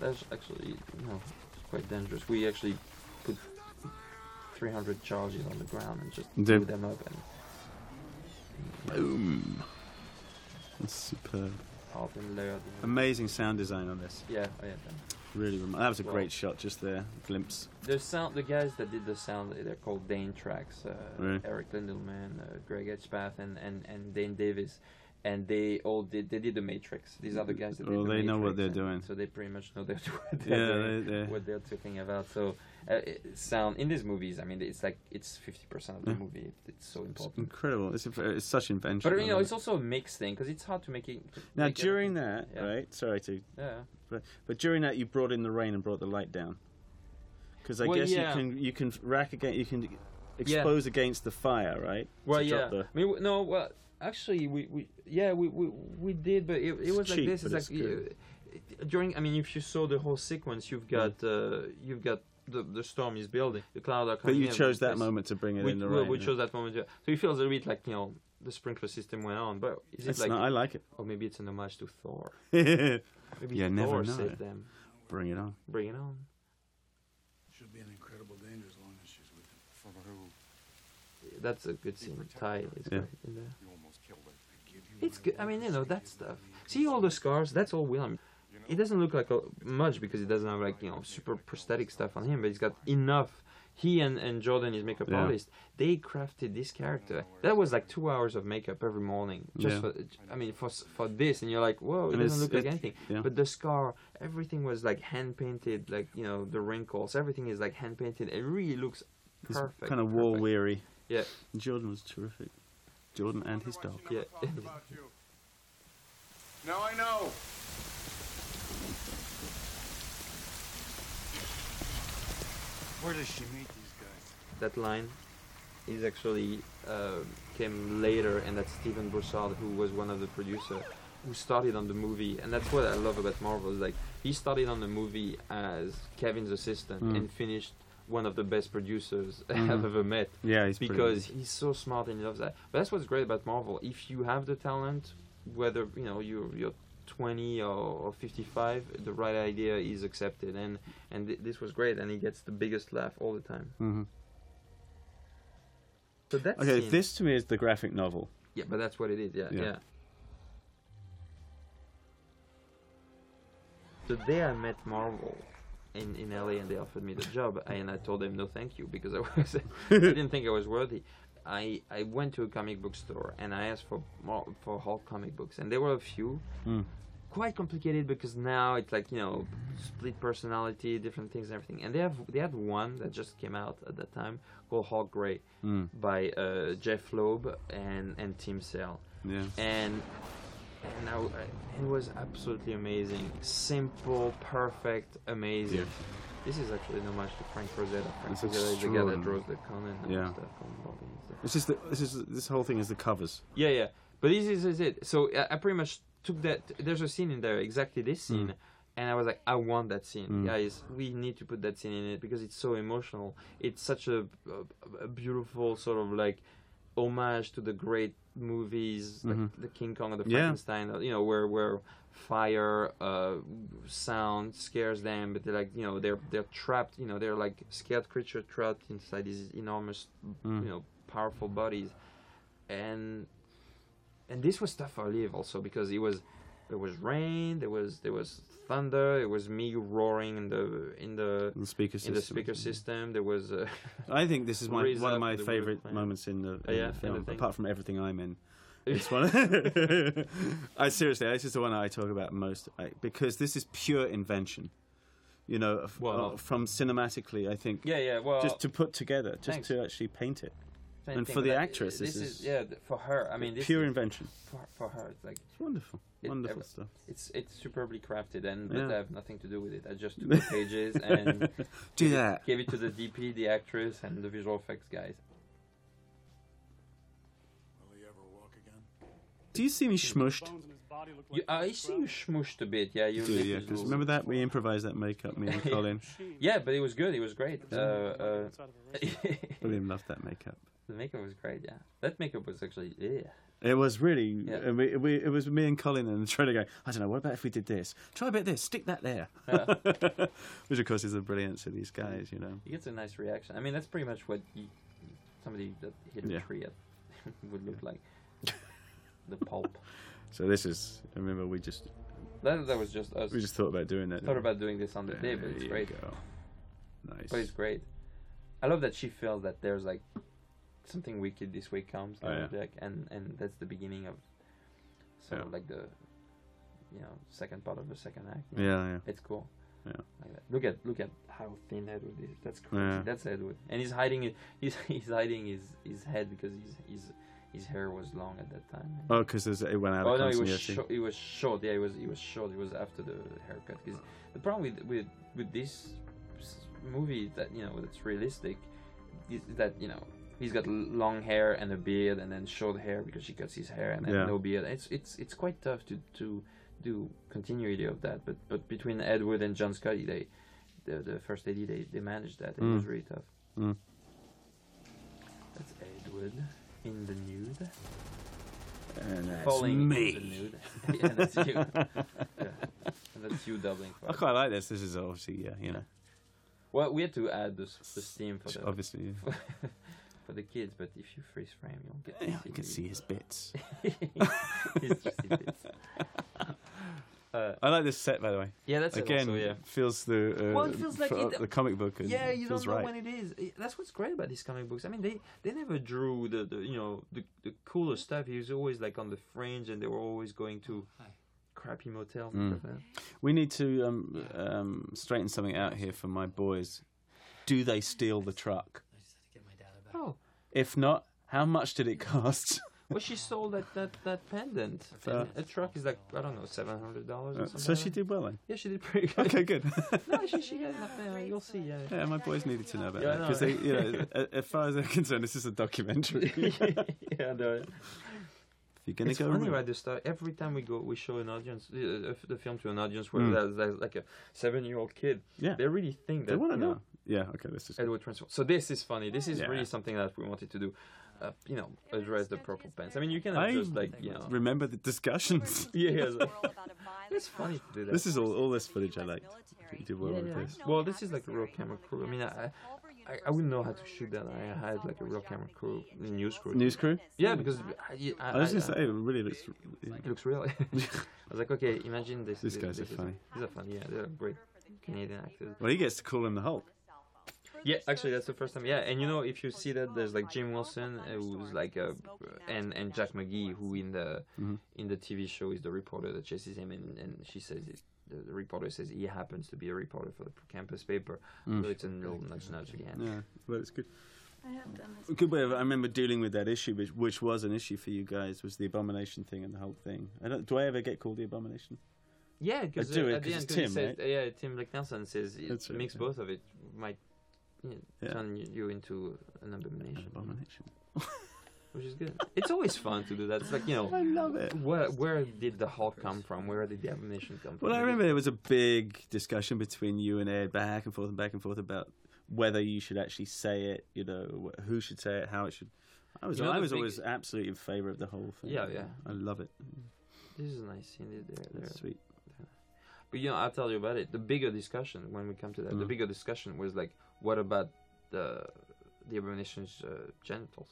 A: That's actually no, it's quite dangerous. We actually put 300 charges on the ground and just
B: Did-
A: blew them up, and
B: Boom. That's superb.
A: up and layered. and-
B: Amazing sound design on this.
A: Yeah, oh yeah.
B: Really, rem- that was a
A: Well-
B: great shot just there. Glimpse.
A: The sound, the guys that did the sound, they're called Dane Tracks. Uh,
B: Really?
A: Eric Lindelman, uh, Greg Edgepath, and, and and Dane Davis, and they all did. They did the Matrix. These are the guys that.
B: Well,
A: did the
B: they know
A: Matrix,
B: what they're
A: and
B: doing.
A: So they pretty much know they're, what they're
B: Yeah,
A: doing.
B: they, they,
A: what they're talking about. So, uh, it- sound in these movies, I mean, it's like it's fifty percent of the
B: Yeah.
A: movie. It's so
B: Hmm. it's
A: important.
B: incredible. It's, a, it's such invention.
A: But
B: I
A: you know,
B: love
A: it's
B: it.
A: also a mixed thing because it's hard to make it. to
B: now
A: make
B: during
A: everything-
B: that,
A: yeah.
B: right? Sorry to,
A: yeah,
B: but, but during that, you brought in the rain and brought the light down. Because I
A: Well,
B: guess
A: yeah.
B: you can you can rack again. You can
A: Yeah.
B: expose against the fire, right?
A: well,
B: To drop
A: yeah.
B: the-
A: I mean, w- no, well, actually, we, we yeah, we, we we did, but it, it was like
B: cheap,
A: this. It's
B: but
A: like
B: it's good. Hmm.
A: uh, during. I mean, if you saw the whole sequence, you've got uh, you've got the the storm is building, the cloud are
B: but
A: coming.
B: you
A: in,
B: chose that
A: it's-
B: moment to bring it
A: We,
B: in the
A: well,
B: rain.
A: we
B: yeah.
A: chose that moment. yeah. So it feels a bit like you know the sprinkler system went on, but is it
B: It's
A: like
B: not- I like it.
A: or maybe it's an homage to Thor? Maybe
B: Yeah,
A: Thor
B: never know.
A: saved them.
B: Bring it on.
A: Bring it on.
E: Should be an incredible danger as long as she's with him.
F: For who?
A: That's a good scene. Ty is
B: Yeah.
A: great in there.
F: You almost killed her. I give you
A: It's
F: my
A: good. I
F: word
A: mean,
F: to
A: you know
F: say
A: that
F: it
A: stuff.
F: will be
A: See all the scars. That's all Willem.
F: You know?
A: uh, It doesn't look like a, much because it doesn't have like you know super prosthetic stuff on him, but he's got enough he and, and Jordan, his makeup
B: Yeah.
A: artist, they crafted this character. That was like two hours of makeup every morning. Just
B: Yeah.
A: for, I mean, for s- for this, and you're like, whoa, it
B: And
A: doesn't
B: it's-
A: look like
B: it-
A: anything.
B: yeah.
A: But the scar, everything was like hand painted, like you know the wrinkles, everything is like hand painted. It really looks
B: He's
A: perfect.
B: kind of war
A: perfect.
B: weary.
A: Yeah,
B: Jordan was terrific. Jordan and his dog.
A: yeah.
E: Now I know. Where does she meet these guys?
A: that line is actually uh, came later, and that's Steven Broussard, who was one of the producer, who started on the movie, and that's what I love about Marvel. Is like he started on the movie as Kevin's assistant
B: Mm.
A: and finished one of the best producers
B: Mhm.
A: I've ever met
B: Yeah, he's
A: because he's so smart and he loves that. But that's what's great about Marvel. If you have the talent, whether you know you're you're 20 or, or 55, the right idea is accepted, and and th- this was great, and he gets the biggest laugh all the time.
B: hmm
A: So that's
B: Okay, this to me is the graphic novel.
A: Yeah, but that's what it is. Yeah,
B: Yeah.
A: yeah. The day I met Marvel in, in LA and they offered me the job, I, and I told them no, thank you, because I was I didn't think I was worthy. I, I went to a comic book store and I asked for Mar- for Hulk comic books, and there were a few.
B: Mm.
A: Quite complicated because now it's like you know split personality, different things and everything. And they have they had one that just came out at that time called Hulk Gray
B: Mm.
A: by uh, Jeff Loeb and and Tim Sale
B: Yeah.
A: and and I, w- I- it was absolutely amazing. Simple, perfect, amazing.
B: Yeah.
A: This is actually an homage to Frank Rosetta. Frank
B: It's
A: Rosetta is the guy that
B: extraordinary.
A: draws the Conan and
B: Yeah.
A: stuff and Bobby and stuff.
B: This is the this is this whole thing is the covers.
A: Yeah, yeah. But this is, is it. So I, I pretty much took that. There's a scene in there, exactly this scene, and I was like, I want that scene,
B: Mm.
A: guys. We need to put that scene in it because it's so emotional. It's such a, a, a beautiful sort of like homage to the great movies,
B: Mhm.
A: like the King Kong or the
B: Yeah.
A: Frankenstein. You know, where where fire uh sound scares them but they're like you know they're they're trapped you know they're like scared creature trapped inside these enormous
B: Mm.
A: you know powerful bodies and and this was tough for live also because it was there was rain there was there was thunder it was me roaring in the in the
B: The speaker
A: in
B: system.
A: the speaker system there was uh,
B: I think this is my,
A: Raise
B: one of
A: up
B: my
A: the
B: favorite
A: wood plan.
B: moments in the,
A: yeah,
B: in the
A: and the
B: film,
A: thing.
B: apart from everything I'm in. It's one. I seriously, this is the one I talk about most I, because this is pure invention. You know, f-
A: Well-
B: uh, from cinematically, I think.
A: yeah yeah well
B: Just to put together, just
A: Thanks.
B: to actually paint it.
A: same
B: and
A: thing,
B: for the
A: but
B: actress, this
A: this
B: is
A: is yeah th- for her i mean this
B: pure
A: is
B: invention.
A: for, for her it's like
B: It's wonderful,
A: It-
B: wonderful
A: ev-
B: stuff.
A: it's it's superbly crafted and but
B: Yeah.
A: i have nothing to do with it i just took the pages and
B: Do
A: gave it-
B: that.
A: gave it to the dp the actress and the visual effects guys
E: Will he ever walk again?
B: Do you see me smushed?
A: you, i see you smushed a bit yeah you
B: Do
A: lip
B: yeah,
A: is
B: 'cause
A: loose.
B: remember that we improvised that makeup, me and Colin.
A: Yeah, but it was good. It was great. Uh, uh, the
B: William loved that makeup.
A: makeup was great. Yeah, that makeup was actually yeah.
B: It was really,
A: Yeah.
B: and we, we, it was me and Colin and trying to go, I don't know, what about if we did this? Try a bit of this, stick that there. Which, of course, is the brilliance of these guys, you know.
A: He gets a nice reaction. I mean, that's pretty much what you, somebody that hit
B: Yeah.
A: a tree at would look like. the pulp.
B: So, this is, I remember we just
A: That that was just us.
B: we just thought about doing that.
A: thought
B: didn't we?
A: about doing this on the day, but
B: There
A: it's
B: you
A: great.
B: go. Nice.
A: But it's great. I love that she feels that there's like something wicked this way comes,
B: Oh, yeah.
A: like, and and that's the beginning of sort
B: Yeah.
A: of like the you know second part of the second act. you know?
B: Yeah, yeah.
A: It's cool.
B: Yeah.
A: Like that. Look at look at how thin Edward is. That's crazy.
B: Yeah.
A: That's Edward, and he's hiding it. He's he's hiding his his head because his his his hair was long at that time.
B: Oh, because it went out
A: Oh
B: of
A: no, it was
B: continuity.
A: short. It was short. Yeah, it was it was short. It was after the haircut. 'Cause the problem with with with this s- movie is that you know that's realistic is that you know he's got l- long hair and a beard and then short hair because she cuts his hair and then
B: Yeah.
A: no beard. It's it's it's quite tough to to do continuity of that. But but between Edward and John Scotty, they the, the first lady they they managed that. It was
B: Mm.
A: really tough.
B: Mm.
A: That's Edward in the nude
B: And that's
A: falling into
B: me.
A: the nude. yeah, that's you. yeah. And that's you doubling. for
B: I
A: it.
B: quite like this. This is obviously, yeah, you know.
A: Well, we had to add this this theme for the
B: Obviously, yeah.
A: for the kids, but if you freeze frame, you'll get.
B: Yeah,
A: to
B: I can see his bits.
A: It's just a bit. Uh,
B: I like this set, by the way.
A: yeah, that's
B: Again,
A: it. Also, yeah.
B: feels the uh,
A: Well, it feels like
B: fro-
A: it-
B: the comic book. And
A: Yeah, you
B: feels
A: don't know
B: right.
A: when it is. I- That's what's great about these comic books. I mean, they they never drew the, the you know the the cooler stuff. He was always like on the fringe, and they were always going to crappy motels.
B: Mm.
A: And stuff like that.
B: We need to um, um, straighten something out here for my boys. Do they steal the truck?
G: I just had to get my data back.
A: Oh,
B: If not, how much did it cost?
A: well, she sold that that, that pendant.
B: Uh,
A: a truck is like I don't know, seven hundred dollars. or something.
B: so
A: like
B: she
A: that.
B: did well then.
A: Yeah, she did pretty good.
B: Okay, good.
A: no, she she got enough. there. You'll see. Yeah.
B: yeah, my boys needed to know about
A: Yeah, I
B: that because
A: know.
B: they, you know, a- as far as they're concerned, this is a documentary. if
A: yeah, no.
B: you're gonna
A: it's
B: go,
A: funny
B: real-
A: about this stuff. Every time we go, we show an audience uh, uh, f- the film to an audience where there's, there's like a seven-year-old kid.
B: Hmm. Yeah.
A: they really think that
B: they want to
A: you know,
B: know. Yeah, okay, let's just.
A: Edward Transform. So this is funny. This is
B: Yeah.
A: really something that we wanted to do. Uh, you know, address the purple pants. I mean, you cannot
B: I
A: just like you know.
B: remember the discussions.
A: Yeah, yeah, so-
I: It's
A: it's
I: funny.
A: funny to do that.
B: this is all, all this footage I liked. You did well
A: Yeah,
B: with
A: yeah.
B: this.
A: Well, this is like a real camera crew. I mean, I, I, I wouldn't know how to shoot that. I had like a real camera crew, news crew.
B: News crew?
A: Yeah, because I, I,
B: I was
A: I-
B: gonna say, it really looks. yeah.
A: it looks real. I was like, okay, imagine this.
B: These
A: this-
B: guys
A: this
B: are
A: is-
B: funny.
A: These are funny. Yeah, they're great Canadian actors.
B: Well, he gets to call him the Hulk.
A: Yeah, actually, that's the first time. Yeah, and you know, if you see that, there's like Jim Wilson, uh, who's like a, and and Jack McGee, who in the
B: Mm-hmm.
A: in the TV show is the reporter that chases him, and, and she says it. The, the reporter says he happens to be a reporter for the campus paper, so it's a little nudge nudge again.
B: Mm. Yeah, well, it's good.
H: I have done
B: A
H: this.
B: good way of, I remember dealing with that issue, which, which was an issue for you guys, was the abomination thing and the whole thing. I don't, do I ever get called the abomination?
A: Yeah, because
B: do it
A: at the
B: 'cause
A: end,
B: it's
A: 'cause he
B: Tim,
A: says,
B: right?
A: uh, yeah, Tim Blake Nelson says it
B: That's right,
A: makes
B: yeah.
A: both of it might you know,
B: Yeah.
A: turn you- you into an abomination,
B: Abomination.
A: which is good. it's always fun to do that. It's like you know,
B: I love it.
A: where where did the Hulk come from? Where did the abomination come from?
B: Well, I remember there was a big discussion between you and Ed, back and forth and back and forth about whether you should actually say it, you know, wh- who should say it, how it should. I was,
A: You know
B: I
A: the
B: was
A: big-
B: always absolutely in favour of the whole thing.
A: Yeah, yeah.
B: I love it.
A: This is a nice scene. They're- they're-
B: It's sweet.
A: But you know, I'll tell you about it. The bigger discussion when we come to that, the bigger discussion was like, what about the the abomination's uh, genitals?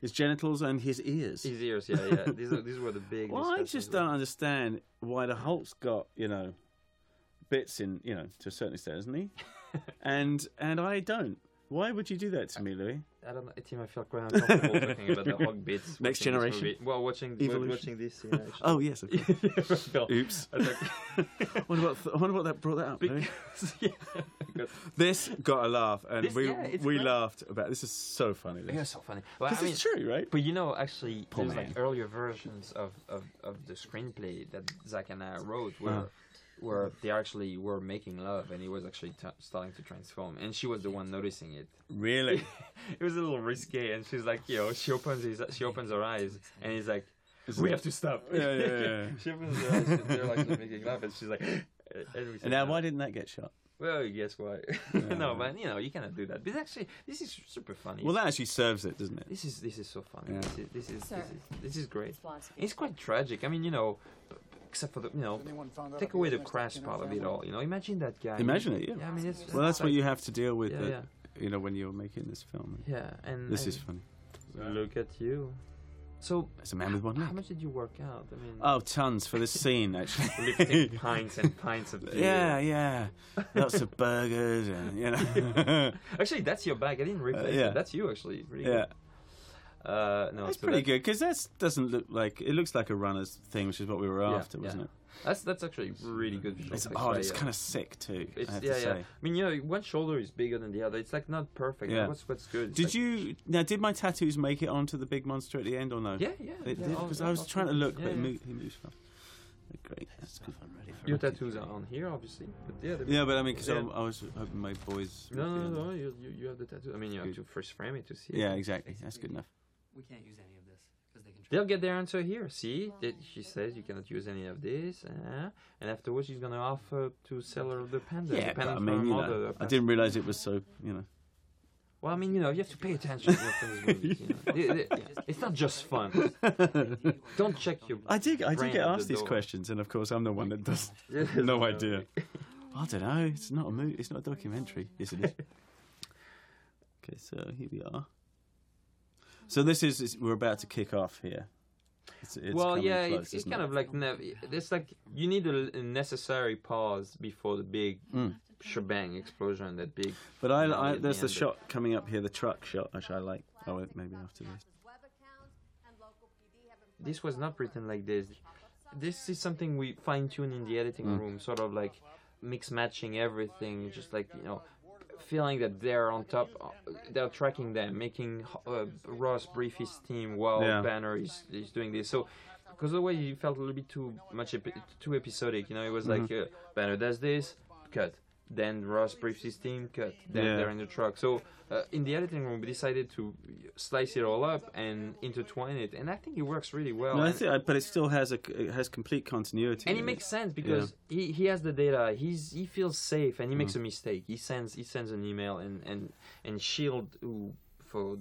B: His genitals and his ears.
A: His ears, yeah, yeah. these are, these were the big.
B: Well, I
A: discussions
B: just
A: when-
B: don't understand why the Hulk's got you know bits in you know to a certain extent, isn't he? and and I don't. Why would you do that to me, Louis?
A: I don't know, Tim. I feel quite uncomfortable talking about the Hulk bits.
B: Next
A: watching this
B: Generation.
A: movie. Well, watching wa-
B: Evolution.
A: watching this. Scene, actually.
B: Oh yes, of course.
A: I felt-
B: Oops.
A: I was like,
B: what about I wonder what that brought that up? Louis?
A: yeah, because-
B: This got a laugh, and
A: This-
B: we
A: yeah, it's
B: we
A: great.
B: laughed about. This is so funny. This.
A: You're so funny. Well,
B: This
A: I mean,
B: is true, right?
A: But you know, actually, there's like
B: man.
A: earlier versions of, of, of the screenplay that Zach and I wrote where where they actually were making love and he was actually t- starting to transform and she was the one noticing it.
B: Really?
A: It was a little risque and she's like, yo, she opens his, she opens her eyes and he's like, we have to stop.
B: yeah, yeah, yeah.
A: she opens her eyes and they're like making love and she's like. "Eh, And, we said
B: and now,
A: no.
B: why didn't that get shot?
A: Well, guess why? no, but you know you cannot do that. But actually, this is super funny.
B: Well, that actually serves it, doesn't it?
A: This is this is so funny.
B: Yeah.
A: This, is, this, is,
I: Sir.
A: this is this is great. It's quite tragic. I mean, you know, b- b- except for the you know,
E: Anyone found out
A: take
E: about
A: away
E: the
A: the
E: next
A: crash
E: Latino
A: part of it
E: family?
A: all. You know, imagine that guy.
B: Imagine it, yeah.
A: I mean, it's,
B: Well, that's
A: it's
B: what
A: like-
B: you have to deal with,
A: Yeah,
B: uh,
A: yeah.
B: you know, when you're making this film.
A: Yeah, and
B: This
A: and
B: is funny.
A: look at you. So
B: It's a man with one
A: how
B: leg.
A: much did you work out? I mean,
B: Oh, tons for this scene,
A: lifting
B: actually.
A: pints and pints of beer.
B: yeah, yeah. Lots of burgers and, you know.
A: Actually, that's your bag. I didn't replace
B: Uh, yeah.
A: it. That's you actually. Really
B: yeah.
A: Good. Uh, no,
B: That's
A: so
B: pretty
A: that-
B: good because that doesn't look like it looks like a runner's thing, which is what we were
A: yeah,
B: after,
A: yeah.
B: wasn't it?
A: That's that's actually really good. visual
B: It's,
A: effects,
B: oh,
A: right?
B: it's
A: Yeah.
B: kind of sick too.
A: It's,
B: I have
A: yeah,
B: to
A: yeah.
B: say.
A: I mean, you know, one shoulder is bigger than the other. It's like not perfect.
B: Yeah.
A: What's what's good? It's
B: Did
A: like-
B: you now? Did my tattoos make it onto the big monster at the end or no?
A: Yeah, yeah.
B: It
A: yeah,
B: did
A: all-
B: because
A: all
B: I was trying to look,
A: possible.
B: but it
A: Yeah,
B: moved, it moves fast. Great. That's good.
A: yeah. Your tattoos are on here, obviously. But yeah, they-
B: Yeah, but I mean, because
A: Yeah.
B: I, I was hoping my boys.
A: No,
B: would be
A: no, no.
B: on
A: no, You, you, you have the tattoo. I mean, you have to first frame it to see.
B: that.
A: it.
B: Yeah, exactly. That's good enough.
G: We can't use any of this because they can.
A: They'll get their answer here. See, that she says you cannot use any of this, uh, and afterwards she's gonna offer to sell her the pendant.
B: Yeah,
A: the
B: but
A: pendant
B: I
A: for her
B: mean, you
A: mother,
B: know,
A: the
B: I
A: pendant-
B: didn't realize it was so. You know.
A: Well, I mean, you know, you have to pay attention. to these movies, you know. It- it- It's not just fun. Don't check your.
B: I did. I did
A: brain
B: get
A: at the
B: asked these
A: door.
B: questions, and of course, I'm the one that does. no idea. I don't know. It's not a movie. It's not a documentary. Yes, it is. okay, so here we are. So this is, is we're about to kick off here. It's, it's
A: well,
B: coming
A: yeah,
B: close,
A: it's, it's
B: isn't
A: kind
B: it?
A: of like nev- it's like you need a, l- a necessary pause before the big shebang explosion. That big.
B: Mm. But I,
A: finale
B: I
A: at
B: there's the
A: end.
B: shot coming up here, the truck shot, which I like. Oh, wait, maybe after this.
A: This was not written like this. This is something we fine tune in the editing
B: Mm.
A: room, sort of like mix matching everything, just like you know, feeling that they're on top, uh, they're tracking them, making uh, Ross brief his team while
B: Yeah.
A: Banner is, is doing this. So. Because otherwise it felt a little bit too much, epi- too episodic. You know, it was like uh,
B: Mm-hmm.
A: Banner does this, cut. Then Ross briefs his team, cut. Then
B: Yeah.
A: they're in the truck. So uh, in the editing room, we decided to slice it all up and intertwine it, and I think it works really well.
B: No, I
A: And-
B: think, I- but it still has a it has complete continuity.
A: and it
B: in
A: makes sense because he, he has the data. He's he feels safe, and he
B: Mm.
A: makes a mistake. He sends he sends an email, and and and Shield, who for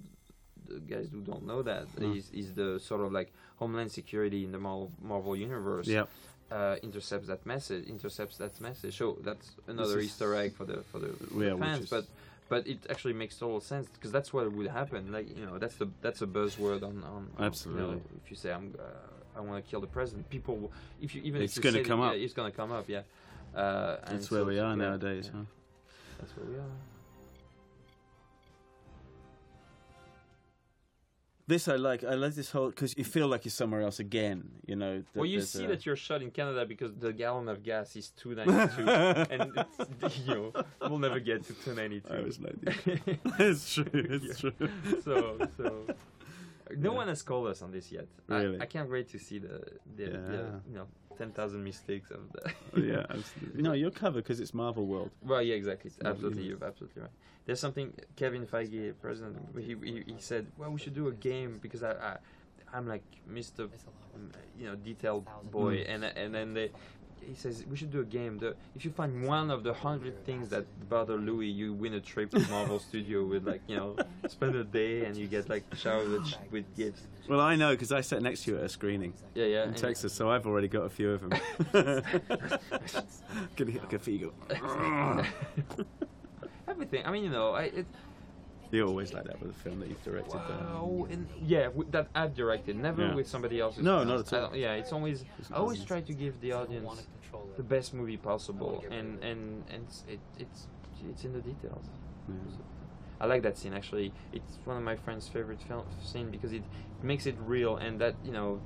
A: the guys who don't know that, is
B: Mm.
A: is the sort of like Homeland Security in the Marvel, Marvel universe.
B: Yep.
A: Uh, intercepts that message. Intercepts that message. So that's another
B: is-
A: Easter egg for the for the
B: Yeah, which
A: fans.
B: is-
A: But but it actually makes total sense because that's what would happen. Like you know, that's the that's a buzzword on, on you know,
B: Absolutely.
A: if you say I'm uh, I want to kill the president, people will- if you even if
B: It's
A: you
B: gonna
A: say that-
B: come up.
A: Yeah, it's gonna come up. Yeah. Uh, and
B: That's where
A: so-
B: we are
A: yeah,
B: nowadays.
A: yeah,
B: Huh?
A: That's where we are.
B: This I like. I like this whole because you feel like you're somewhere else again. You know. that
A: well, you
B: there's
A: see
B: a-
A: that you're shot in Canada because the gallon of gas is two ninety two, and it's, you know we'll never get to two ninety
B: I
A: two.
B: was like, it's true. It's true.
A: so so no one has called us on this yet. I-
B: Really?
A: I, can't wait to see the, the, the
B: Yeah.
A: you know ten thousand mistakes of the.
B: Oh, yeah, absolutely. No, you're covered because it's Marvel World.
A: Well, yeah, exactly.
B: not
A: absolutely,
B: even-
A: you're absolutely right. There's something Kevin Feige, president, he, he, he said, well, we should do a game because I, I I'm like Mr.
G: It's a lot.
A: um, you know detailed
G: Thousand.
A: boy,
B: Mm.
A: and and then they. He says we should do a game. The, if you find one of the hundred things that bother Louis, you win a trip to Marvel Studio with like you know spend a day and you get like showered with, sh- with gifts.
B: Well, I know because I sat next to you at a screening
A: Yeah, yeah.
B: in
A: and-
B: Texas, so I've already got a few of them. Gonna hit like a feet, you go.
A: Everything. I mean, you know, I, it,
B: You're always like that with a film that you've directed. though.
A: Oh, and yeah, w- that I've directed, never
B: Yeah.
A: with somebody else's.
B: No,
A: film.
B: not at
A: I
B: all.
A: don't- Yeah, it's always. I always try to give the
G: I want
A: audience
G: to control
A: the
G: it.
A: best movie possible,
G: get rid
A: and
G: of it.
A: and and it's it, it's it's in the details. I like that scene actually. It's one of my friend's favorite film scene because it makes it real, and that you know.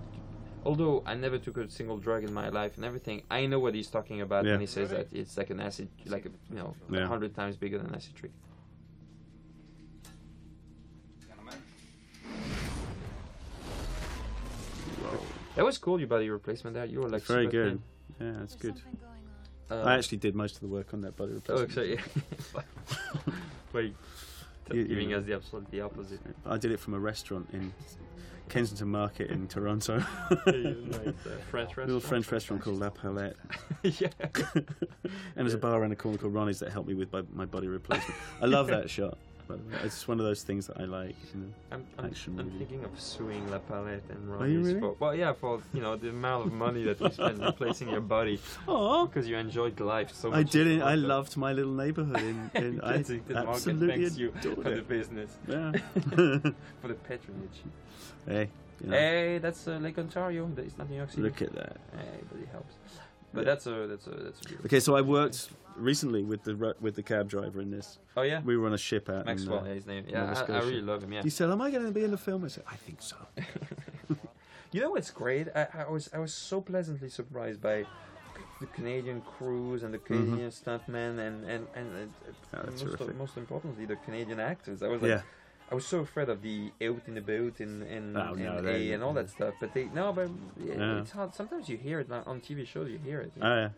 A: Although I never took a single drug in my life and everything, I know what he's talking about
B: Yeah.
A: when he says that it's like an acid, like a, you know, a
B: Yeah.
A: hundred times bigger than acid trick. That was cool, your body replacement. There, you were like
B: It's very
A: super
B: good.
A: thin.
B: Yeah, that's good.
A: Uh,
B: I actually did most of the work on that body
A: Oh,
B: replacement.
A: actually, Wait, t-
B: You- you
A: giving
B: know.
A: us the absolute the opposite.
B: I did it from a restaurant in Kensington Market in Toronto.
A: French
B: little French restaurant called La Palette.
A: yeah.
B: and there's a bar around the corner called Ronnie's that helped me with my, my body replacement. I love that shot. By the way. It's one of those things that I like. You know.
A: I'm, I'm,
B: Action
A: I'm
B: movie.
A: thinking of suing La Palette and Ronnie's
B: you really?
A: for well, yeah, for you know the amount of money that you spend replacing your body
B: Oh,
A: because you enjoyed life so much.
B: I
A: you
B: did it. I
A: forgot that.
B: loved my little neighborhood. In, in I
A: Kensington Market
B: absolutely
A: thanks you
B: adored
A: for the
B: it.
A: business,
B: Yeah.
A: for the patronage.
B: hey, you know,
A: Hey, that's uh, Lake Ontario. That- It's not New York City.
B: look at that.
A: Hey, but it helps. But
B: Yeah.
A: that's a that's a that's a beautiful.
B: Okay, so I worked recently with the ru- with the cab driver in this.
A: Oh yeah,
B: We were on a ship out. in,
A: Maxwell.
B: uh,
A: Yeah, his name. Yeah,
B: Nova
A: I, I
B: Scotia.
A: really love him. Yeah.
B: He said, "Am I going to be in the film?" I said, "I think so."
A: You know what's great? I, I was I was so pleasantly surprised by the Canadian crews and the Canadian stuntmen and and and, and
B: Oh, Mm-hmm. that's
A: most,
B: terrific.
A: most importantly the Canadian actors. I was like.
B: yeah,
A: I was so afraid of the out in the boat and and,
B: Oh,
A: and,
B: no,
A: A
B: they-
A: and all that stuff, but they no, but yeah,
B: Yeah.
A: it's hard. Sometimes you hear it on on TV shows. You hear it. you
B: oh, yeah.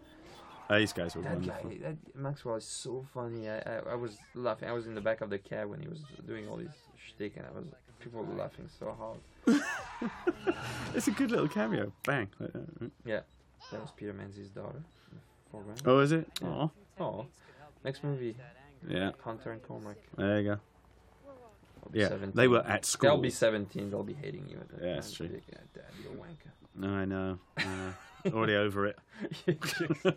B: Oh, these guys were
A: That
B: wonderful.
A: guy, that Maxwell is so funny. I, I, I was laughing. I was in the back of the cab when he was doing all his shtick, and I was people were laughing so hard.
B: It's a good little cameo. Bang. like that, right?
A: Yeah, that was Peter Menzies' daughter. in the foreground.
B: Oh, is it?
A: Yeah.
B: Oh,
A: Oh, next movie,
B: yeah.
A: Hunter and Cormac.
B: There you go.
A: I'll be
B: Yeah,
A: 17.
B: they were at
A: They'll
B: school.
A: be 17. They'll be hating you. At that
B: Yeah,
A: time.
B: that's true.
A: Be like, "Yeah, Dad, you're a wanker.
B: No, I know. I know. Already over it.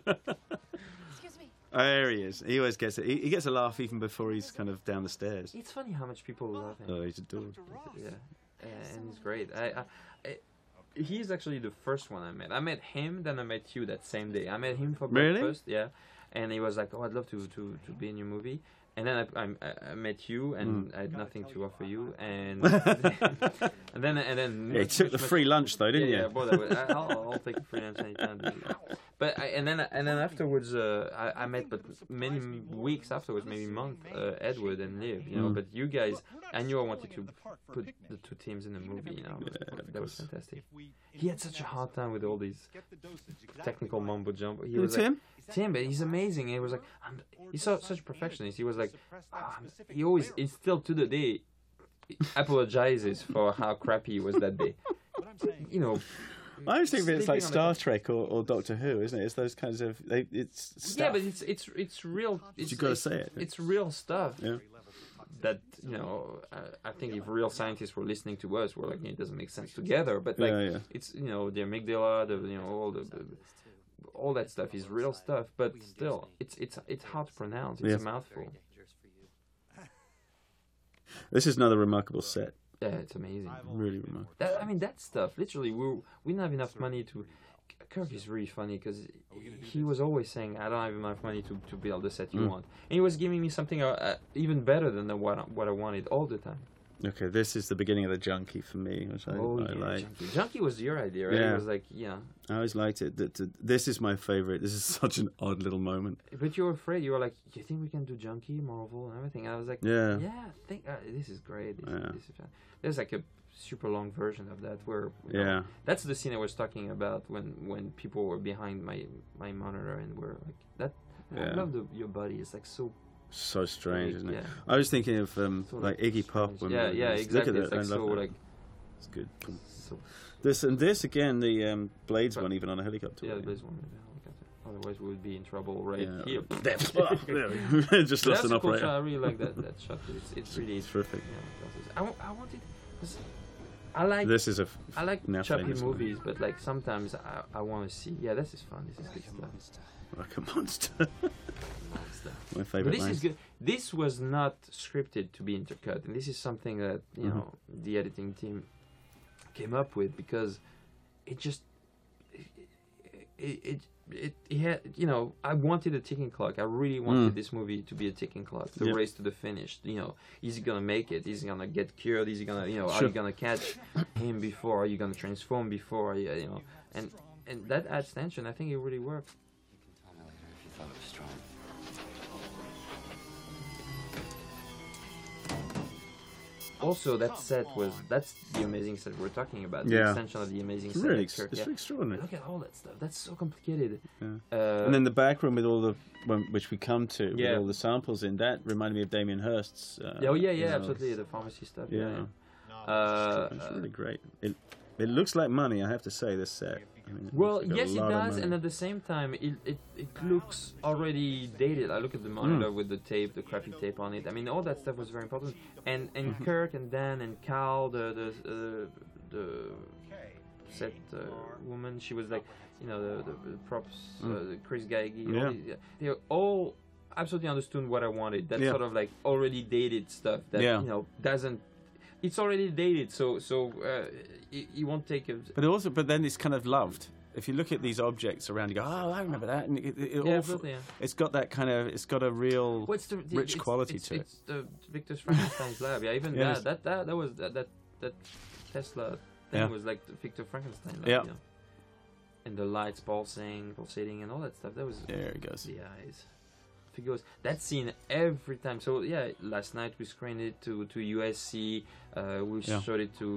H: Excuse me.
B: Oh, there he is. He always gets it. He, he gets a laugh even before he's kind of down the stairs.
A: It's funny how much people love him.
B: Oh, he's adored.
A: Yeah, and, and he's great. I, I, I he's actually the first one I met. I met him, then I met you that same day. I met him for
B: Really?
A: breakfast, yeah. And he was like, "Oh, I'd love to to, to be in your movie." And then I, I, I met you, and
B: Hmm.
A: I had nothing to offer you, and and then and then
B: Yeah, you took the free lunch though, didn't
A: yeah,
B: you?
A: yeah, I bought that. uh, I- I'll, I'll take a freelance anytime. But I, and then and then afterwards, uh, I, I met, but many m- weeks afterwards, maybe month, uh, Edward and Liv.
B: Mm.
A: You know, but you guys, I knew I wanted to put the two teams in the movie. You know, that was fantastic. He had such a hard time with all these technical mumbo jumbo. He
B: Who,
A: was like-
B: Tim?
A: Tim, but he's amazing. He was like, I'm, he's so, such a perfectionist. He was like, "Ah, I'm-" he always, he's still to the day, apologizes for how crappy he was that day. You know,
B: I always think of it as like
A: sleeping on
B: Star
A: a-
B: Trek or, or Doctor Who, isn't it? It's those kinds of they, it's
A: Yeah,
B: stuff.
A: but it's it's it's real. It's,
B: gotta
A: it's-
B: say it.
A: It's real stuff.
B: Yeah.
A: That you know, I, I think if real scientists were listening to us, we're like, it doesn't make sense together. But like,
B: Yeah, yeah.
A: it's you know, the amygdala, the you know, all the, the all that stuff is real stuff. But still, it's it's it's hard to pronounce. It's
B: Yeah.
A: a mouthful.
G: dangerous for you.
B: this is another remarkable set.
A: Yeah, it's amazing.
B: Really remarkable.
A: That, I mean, that stuff. Literally, we we didn't have enough money to. Kirk is really funny because he was always saying, "I don't have enough money to, to build the set you
B: Mm.
A: want," and he was giving me something uh, uh, even better than the, what I- what I wanted all the time.
B: Okay, this is the beginning of the junkie for me, which I,
A: Oh
B: I
A: yeah,
B: like.
A: Junkie. Junkie was your idea, right?
B: Yeah.
A: It was like, yeah,
B: I always liked it. That that- this is my favorite. This is such an odd little moment.
A: but you were afraid. You were like, "You think we can do Junkie, Marvel, and everything?" And I was like,
B: Yeah.
A: yeah, I think uh, this is great. This,
B: Yeah.
A: this is fun." There's like a super long version of that where you know,
B: Yeah.
A: That's the scene I was talking about when when people were behind my my monitor and were like that.
B: Yeah.
A: I love the, your body. It's like so.
B: So strange, isn't it?
A: Yeah.
B: I was thinking of um,
A: so
B: like Iggy Pop.
A: strange.
B: When
A: Yeah,
B: we-
A: yeah,
B: look at
A: exactly.
B: it,
A: It's
B: I
A: like
B: love
A: so
B: that.
A: like
B: it's good.
A: so.
B: This and this again, the um, blades
A: But-
B: one even on a helicopter.
A: Yeah,
B: wasn't it?
A: there's one. with a helicopter. Otherwise, we would be in trouble right
B: Yeah.
A: here.
B: There. just lost
A: That's
B: an
A: a cool shot. I
B: operator.
A: really like that that shot. It's, it's really
B: It's terrific.
A: Yeah, that is- I, wa- I wanted. 'cause I like
B: This is a. f-
A: I like
B: now
A: choppy
B: famous movie.
A: movies, but like sometimes I, I want to see. Yeah, this is fun. This is good stuff.
B: Like a monster.
A: Monster.
B: my favorite.
A: But this
B: line.
A: is good. This was not scripted to be intercut, and this is something that you
B: Mhm.
A: know the editing team came up with because it just it it it, it had you know I wanted a ticking clock. I really wanted
B: Mm.
A: this movie to be a ticking clock, the
B: Yeah.
A: race to the finish. You know, is he gonna make it? Is he gonna get cured? Is he gonna you know are
B: Sure.
A: you gonna catch him before? Are you gonna transform before? Are you, you know, and and that adds tension. I think it really worked.
D: Tell me later if you thought it was strong.
A: Also, that set was that's the amazing set we're talking about. The
B: Yeah.
A: extension of the amazing
B: It's
A: set.
B: really,
A: at
B: ex-
A: Kirk,
B: it's
A: yeah.
B: extraordinary.
A: Look at all that stuff. That's so complicated.
B: Yeah.
A: Uh,
B: and then the back room with all the when, which we come to
A: Yeah.
B: with all the samples in that reminded me of Damien Hirst's. Uh,
A: yeah, oh yeah,
B: you
A: yeah,
B: know,
A: absolutely. The pharmacy stuff. Yeah.
B: Yeah.
A: yeah. Uh,
B: It's
A: uh,
B: really great. It it looks like money. I have to say this set. I mean, it
A: well,
B: looks like a
A: yes, it
B: lot of
A: does,
B: money.
A: and at the same time, it, it, it looks already dated. I look
B: Hmm.
A: at the monitor with the tape, the crappy tape on it. I mean, all that stuff was very important. And and
B: Mm-hmm.
A: Kirk and Dan and Cal, the the uh, the set uh, woman, she was like, you know, the, the, the props, uh, the Chris Geigy.
B: Mm. Yeah.
A: All these, they all absolutely understood what I wanted. That
B: Yeah.
A: sort of like already dated stuff that
B: Yeah.
A: you know doesn't. It's already dated, so so uh, it, it won't take a,
B: But also, but then it's kind of loved. If you look at these objects around, you go, "Oh, I remember that." And it, it, it
A: Yeah,
B: all,
A: absolutely, yeah.
B: it's got that kind of, it's got a real
A: What's the, the-
B: rich
A: it's-
B: quality
A: it's,
B: to it.
A: it's the Victor's Frankenstein's lab. Yeah, even
B: Yeah,
A: that,
B: it's-
A: that that that was that that, that Tesla thing
B: Yeah.
A: was like the Victor Frankenstein lab.
B: Yeah.
A: you know. And the lights pulsing, pulsating, and all that stuff. That was
B: There it goes.
A: the eyes. Figures that scene every time. So yeah, last night we screened it to to USC. Uh, we
B: Yeah.
A: showed it to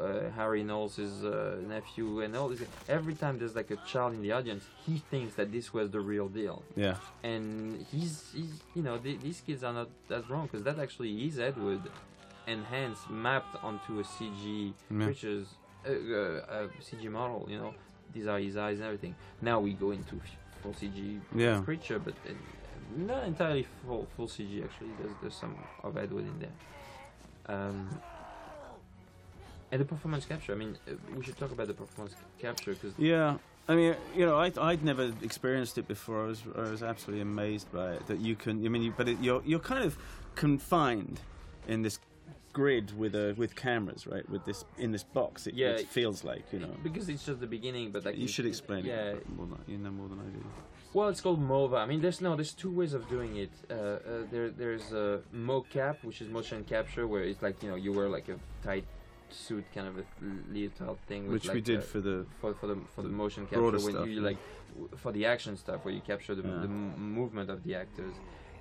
A: uh, Harry Knowles' uh, nephew, and all this. Every time there's like a child in the audience, he thinks that this was the real deal
B: Yeah,
A: and he's, he's you know th- these kids are not that wrong because that actually is Edward enhanced mapped onto a CG
B: Yeah.
A: creatures uh, uh, uh, CG model you know these are his eyes and everything now we go into f- full CG
B: Yeah.
A: creature but uh, not entirely full, full CG actually there's, there's some of Edward in there um, and the performance capture I mean uh, we should talk about the performance c- capture because
B: yeah. I mean, you know, I, I'd never experienced it before. I was, I was absolutely amazed by it. That you can, I mean, you, but it, you're, you're kind of confined in this grid with a with cameras, right? With this in this box, it,
A: Yeah.
B: it feels like you know.
A: because it's just the beginning. But like
B: You should explain
A: yeah,
B: it more than, you know more than I do.
A: Well, it's called MOVA. I mean, there's no, there's two ways of doing it. Uh, uh, there, there's uh, mocap, which is motion capture, where it's like you know you wear like a tight suit, kind of a leotard thing, with,
B: Which we
A: like,
B: did
A: uh,
B: for the
A: for for the for the
B: the
A: motion capture
B: broader
A: when
B: stuff,
A: you
B: yeah.
A: like w- for the action stuff where you capture the,
B: Yeah.
A: the m- movement of the actors,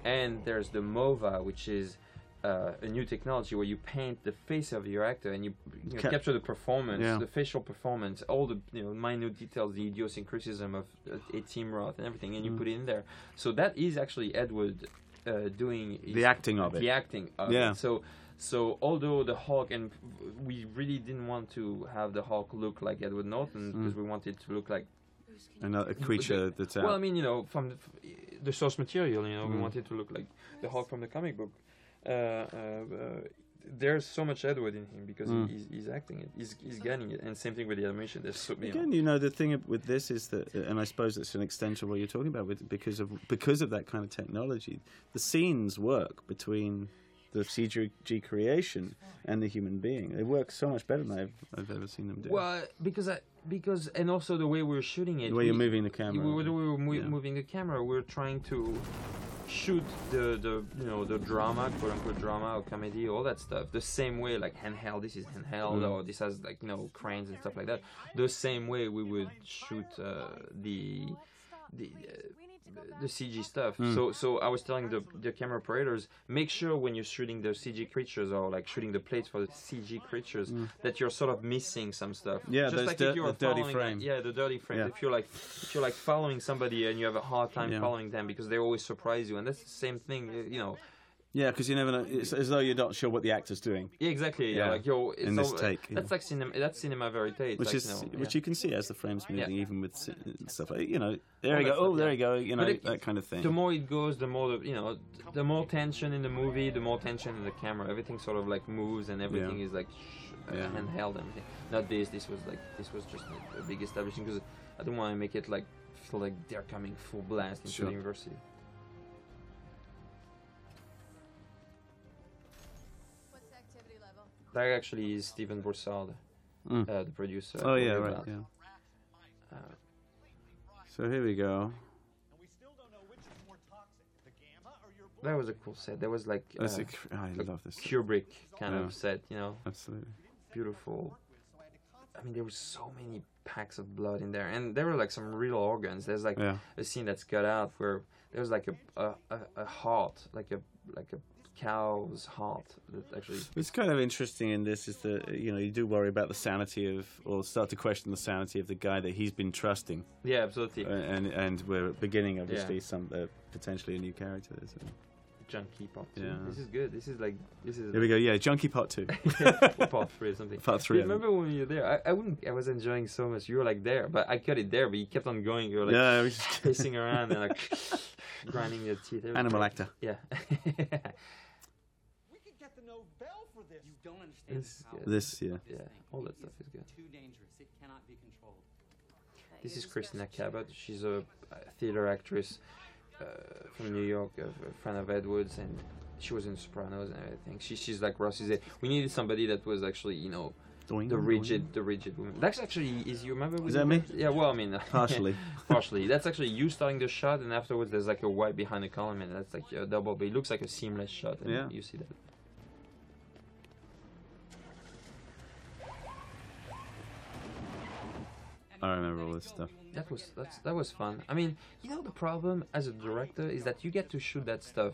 A: and there's the MOVA, which is. Uh, a new technology where you paint the face of your actor and you, you know,
B: Cap-
A: capture the performance,
B: Yeah.
A: the facial performance, all the you know minute details, the idiosyncrasism of uh, a team Roth and everything, and you
B: Mm.
A: put it in there. So that is actually Edward uh, doing
B: the
A: his-
B: acting of it.
A: the acting of
B: Yeah.
A: it. uh, So so although the Hulk and we really didn't want to have the Hulk look like Edward Norton
B: Mm.
A: because we wanted it to look like
H: Bruce, can you
B: Another creature that's out.
A: well I mean you know from the, f- the source material you know we
B: Mm.
A: wanted to look like the Hulk from the comic book. Uh, uh, uh, there's so much Edward in him because
B: Mm.
A: he's, he's acting it, he's, he's getting it, and same thing with the animation. There's so you know,
B: Again, you know, the thing with this is that, uh, and I suppose it's an extension of what you're talking about, with because of because of that kind of technology, the scenes work between the CG creation and the human being. They work so much better than I've, I've ever seen them do.
A: Well, because I because and also the way we were shooting it,
B: the way you're
A: we-
B: moving the camera.
A: We were, we were mo-
B: Yeah.
A: moving the camera. We were trying to shoot the, the you know the drama, quote unquote drama or comedy, all that stuff. The same way, like handheld. This is handheld,
B: Mm.
A: or this has like you know cranes and stuff like that. The same way we would shoot uh, the the uh, the CG stuff.
B: Hmm.
A: So so I was telling the the camera operators, make sure when you're shooting the CG creatures or like shooting the plates for the CG creatures that you're sort of missing some stuff.
B: Hmm. Yeah,
A: just
B: those
A: like
B: dir-
A: if you were
B: the dirty
A: following,
B: frame.
A: Yeah, the dirty frame.
B: Yeah.
A: If you're like if you're like following somebody and you have a hard time
B: Yeah.
A: following them because they always surprise you, and that's the same thing. uh, You know,
B: yeah, because you never know. It's as though you're not sure what the actor's doing,
A: yeah, exactly. Yeah,
B: Yeah.
A: like yo, it's
B: In this
A: all-
B: take, yeah.
A: That's like cinema. That's cinema verite. It's
B: which
A: like,
B: is
A: you know,
B: which
A: yeah.
B: you can see as the frame's moving,
A: Yeah.
B: even with s- stuff. Like, you know, there
A: All
B: you
A: that
B: go.
A: stuff,
B: Oh, there
A: yeah.
B: you go. You know,
A: But it-
B: that kind of thing.
A: The more it goes, the more the, you know, the more tension in the movie, the more tension in the camera. Everything sort of like moves, and everything is like sh- uh,
B: Yeah.
A: handheld. and Everything. Not this. This was like this was just like, a big establishing because I don't want to make it like feel like they're coming full blast into
B: Sure.
A: the university.
I: What's the activity level?
A: That actually is Steven Borsard,
B: Mm.
A: uh, the producer.
B: oh
A: for
B: yeah,
A: New
B: right.
A: Blood.
B: Yeah.
A: Uh,
B: So here we go.
A: that was a cool set. That was like uh,
B: That's a cr- I
A: like
B: love this.
A: Kubrick kind
B: Yeah.
A: of set, you know,
B: Absolutely.
A: beautiful. I mean, there were so many packs of blood in there, and there were like some real organs. There's like
B: Yeah.
A: a scene that's cut out where there's like a a, a, a heart, like a like a cow's heart that actually
B: What's kind of interesting in this is that you know you do worry about the sanity of, or start to question the sanity of the guy that he's been trusting,
A: yeah absolutely
B: Uh, and and we're beginning obviously
A: Yeah.
B: some uh, potentially a new character. there, So.
A: junkie part two.
B: Yeah.
A: this is good this is like this is
B: Here we go. Yeah, Junkie Part Two,
A: or part three or something
B: Part Three. I think.
A: remember when you were there I, I wouldn't I was enjoying so much you were like there but I cut it there but you kept on going you were like
B: yeah, it was just-
A: pacing around and like grinding your teeth It was
B: animal
A: great.
B: actor.
A: yeah
G: We could get the Nobel for this. You don't understand
A: It's
G: how
A: good.
B: This,
A: yeah
B: yeah.
G: thing
A: all that stuff is good
G: Too dangerous. It cannot be controlled.
A: This is Christina Cabot. She's a uh, theater actress uh, from New York, a a friend of Edwards, and she was in Sopranos and everything. She, she's like Ross is. We needed somebody that was actually, you know,
B: Doing
A: the rigid, the rigid woman. That's actually is you remember?
B: Is
A: we-
B: that me?
A: Yeah. Well, I mean,
B: Partially.
A: partially. That's actually you starting the shot, and afterwards there's like a white behind the column, and that's like a double. But it looks like a seamless shot, and
B: Yeah.
A: you see that.
B: I remember all this stuff.
A: That was that's, that was fun. I mean, you know the problem as a director is that you get to shoot that stuff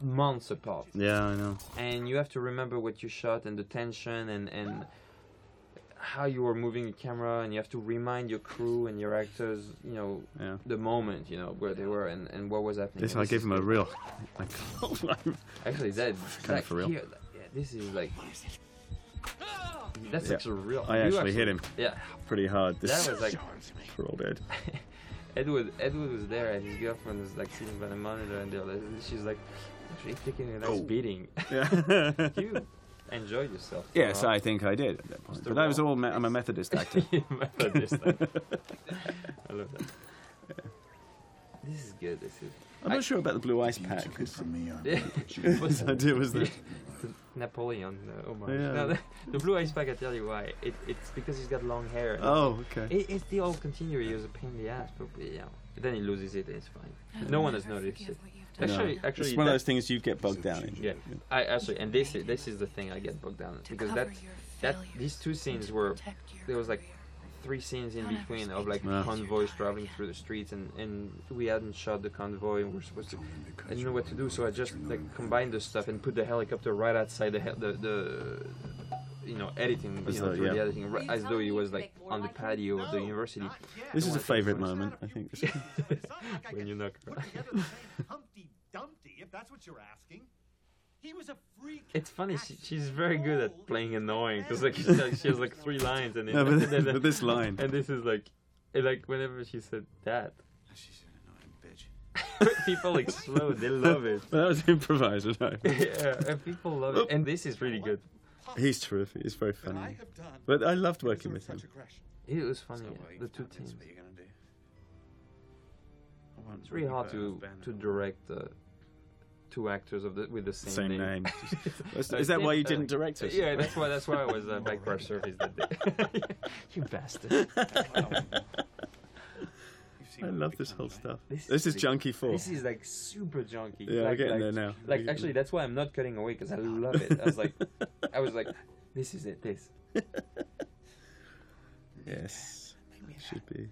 A: months apart.
B: Yeah, I know.
A: and you have to remember what you shot and the tension and and how you were moving the camera and you have to remind your crew and your actors you know
B: Yeah.
A: the moment you know where they were and, and what was happening
B: This
A: And
B: I gave
A: is
B: him a
A: good.
B: real.
A: actually that
B: Kinda
A: like,
B: for real.
A: here, yeah, this is like that's
B: Yeah.
A: actually real
B: I
A: You
B: actually hit him
A: yeah
B: pretty hard. This
A: that was like
B: poor old Ed.
A: Edward Edward was there and his girlfriend was like sitting by the monitor and they're like, she's like actually taking a nice
B: Oh.
A: beating
B: Yeah.
A: you enjoyed yourself
B: Yes,
A: you know?
B: I think I did at that point.
A: Mr.
B: But that was
A: Wong.
B: all. Me- I'm a Methodist actor.
A: Methodist. I love that. This is good. This is
B: I'm not sure about the blue ice pack.
F: Took it from me on.
B: What's the idea was that?
A: Napoleon uh, homage.
B: Yeah.
A: No, the, the blue ice pack, I tell you why. It, it's because he's got long hair.
B: Oh, okay.
A: It, it's the old continuity. It was a pain in the ass, but yeah. Then he loses it. It's fine.
H: I'll
A: No one has
H: never
A: noticed
H: forgive
A: it.
H: what you've done.
A: Actually,
B: No.
A: actually,
B: it's one of
A: that-
B: those things you get bogged down in.
A: Yeah, I actually, and this i- this is the thing I get bogged down
H: To
A: because
H: cover
A: that
H: your
A: that
H: failures,
A: these two scenes
H: to
A: were
H: protect your
A: there was like
H: career.
A: three scenes in
H: Don't ever
A: between
H: speak
A: of
H: to
A: like
H: me as your
A: convoys
H: daughter
A: traveling
H: again.
A: through the streets and and we hadn't shot the convoy and we're supposed to I didn't know what to do so I just like combined the stuff and put the helicopter right outside the he- the, the you know editing
B: As
A: you know
B: though-
A: through
B: yeah.
A: the editing ri- as though it was like on the patio of the
G: No,
A: university
G: not yet.
B: This is a
A: Don't
B: favorite
A: wanna
B: moment, I think. This
G: It's not like I
A: When
G: can
A: you knock
G: put
A: around.
G: together the same Humpty Dumpty, if that's what you're asking. He was a freak.
A: It's funny. She,
G: accident.
A: she's very good at
G: Oh,
A: playing annoying because like,
G: man.
A: she's like she has like three lines and, it,
B: No, but-
A: and then-
B: but this line.
A: and this is like and, like whenever she said that
D: She's an annoying bitch.
A: people explode. They love it.
B: Well, that was improvised. wasn't it?
A: yeah, and people love it. And this is really good.
B: He's terrific. He's very
G: What I
B: funny.
G: have done
B: But I loved working
G: deserves
B: with him.
G: such aggression.
A: It was funny.
D: Well, you
A: the
D: can't
A: two
D: do
A: teams.
D: what you're gonna do.
A: It's really hard to to direct uh, two actors of the with the same,
B: Same
A: name.
B: name. Is- Is that why you didn't direct it?
A: uh, Yeah, that's why. That's why I was uh, back for service that day. you bastard.
D: You've seen
B: I
D: what
B: love
D: we've
B: this
D: done,
B: whole
D: right?
B: stuff.
A: This
B: This
A: is
B: is
A: the-
B: Junkie Four.
A: This is like super junky.
B: Yeah, we're
A: like,
B: getting
A: like,
B: there now. We're
A: Like
B: getting
A: actually,
B: there. Ah.
A: that's why I'm not cutting away because I love it. I was like, I was like, this is it. This,
B: Yes, should be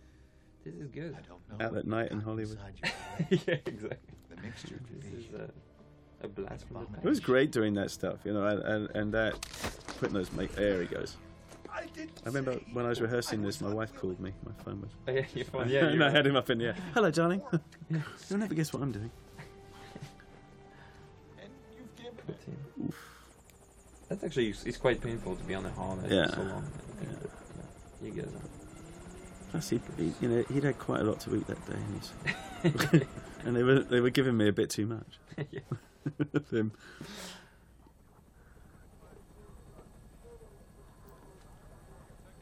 A: this is good.
D: I don't know.
B: out at night in Hollywood.
D: Inside your brain,
A: yeah, exactly.
D: the mixture could
A: This
D: be.
A: is a, a blast from the past.
B: It was great doing that stuff, you know, and and, and that putting those. Make, there he goes.
G: I didn't
B: I remember
G: say
B: when I was rehearsing this, my wife called me. My phone was.
A: Oh, yeah, you're fine. Yeah,
B: and
A: you
B: I had him up in the air. Hello, darling. You'll never guess what I'm doing.
G: And you've given it.
A: That's actually it's quite painful to be on the harness
B: Yeah.
A: for so long. I think,
B: Yeah.
A: but, yeah. You guys are.
B: Plus, he, he, you know, he'd had quite a lot to eat that day, and, he's and they were they were giving me a bit too much.
A: Yeah.
B: of him.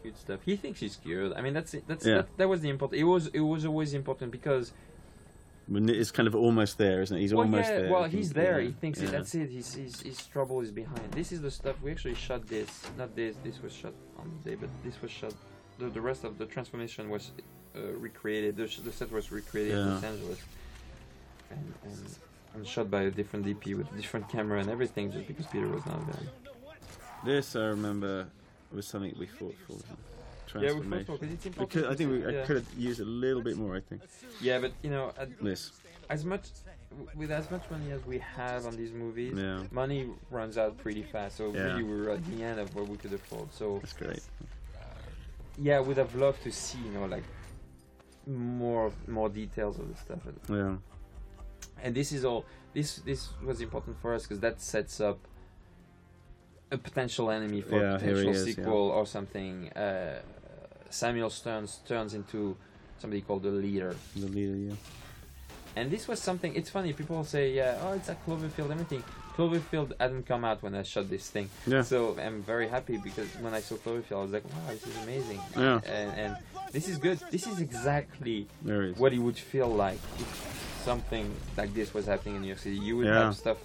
A: good stuff. He thinks he's cute. I mean, that's it. That's
B: Yeah.
A: that, that was the important. It was it was always important because
B: I mean, it's kind of almost there, isn't it? He's
A: well,
B: almost
A: yeah,
B: there.
A: well,
B: I think,
A: he's there.
B: yeah,
A: He thinks
B: yeah.
A: it, that's it. His, his his trouble is behind. This is the stuff we actually shot. This not this. This was shot on the day, but this was shot. The, the rest of the transformation was uh, recreated. The, sh- the set was recreated in
B: Yeah.
A: Los Angeles, and, and and shot by a different DP with a different camera and everything, just because Peter was not there.
B: This I remember was something we fought for. wasn't it?
A: Yeah, we
B: Transformation.
A: because it's
B: I,
A: important.
B: could, I think we, I
A: yeah.
B: could have used a little bit more. I think
A: Yeah, but you know, at,
B: this.
A: as much with as much money as we have on these movies,
B: Yeah.
A: money runs out pretty fast. So
B: Yeah.
A: really, we were at the end of what we could afford. So
B: That's great.
A: yeah, we'd have loved to see, you know, like more more details of the stuff. And-
B: Yeah.
A: And this is all. This this was important for us because that sets up a potential enemy for
B: Yeah,
A: a
B: here he
A: potential
B: is, yeah.
A: sequel or something. Uh, Samuel Stearns turns into somebody called the leader.
B: The leader. Yeah.
A: And this was something. It's funny. People say, "Yeah, oh, it's a Cloverfield." Everything. Cloverfield hadn't come out when I shot this thing.
B: Yeah.
A: So I'm very happy because when I saw Cloverfield, I was like, "Wow, this is amazing."
B: Yeah.
A: And, and this is good. This is exactly
B: There it is.
A: what it would feel like if something like this was happening in New York City. You would
B: Yeah.
A: have stuff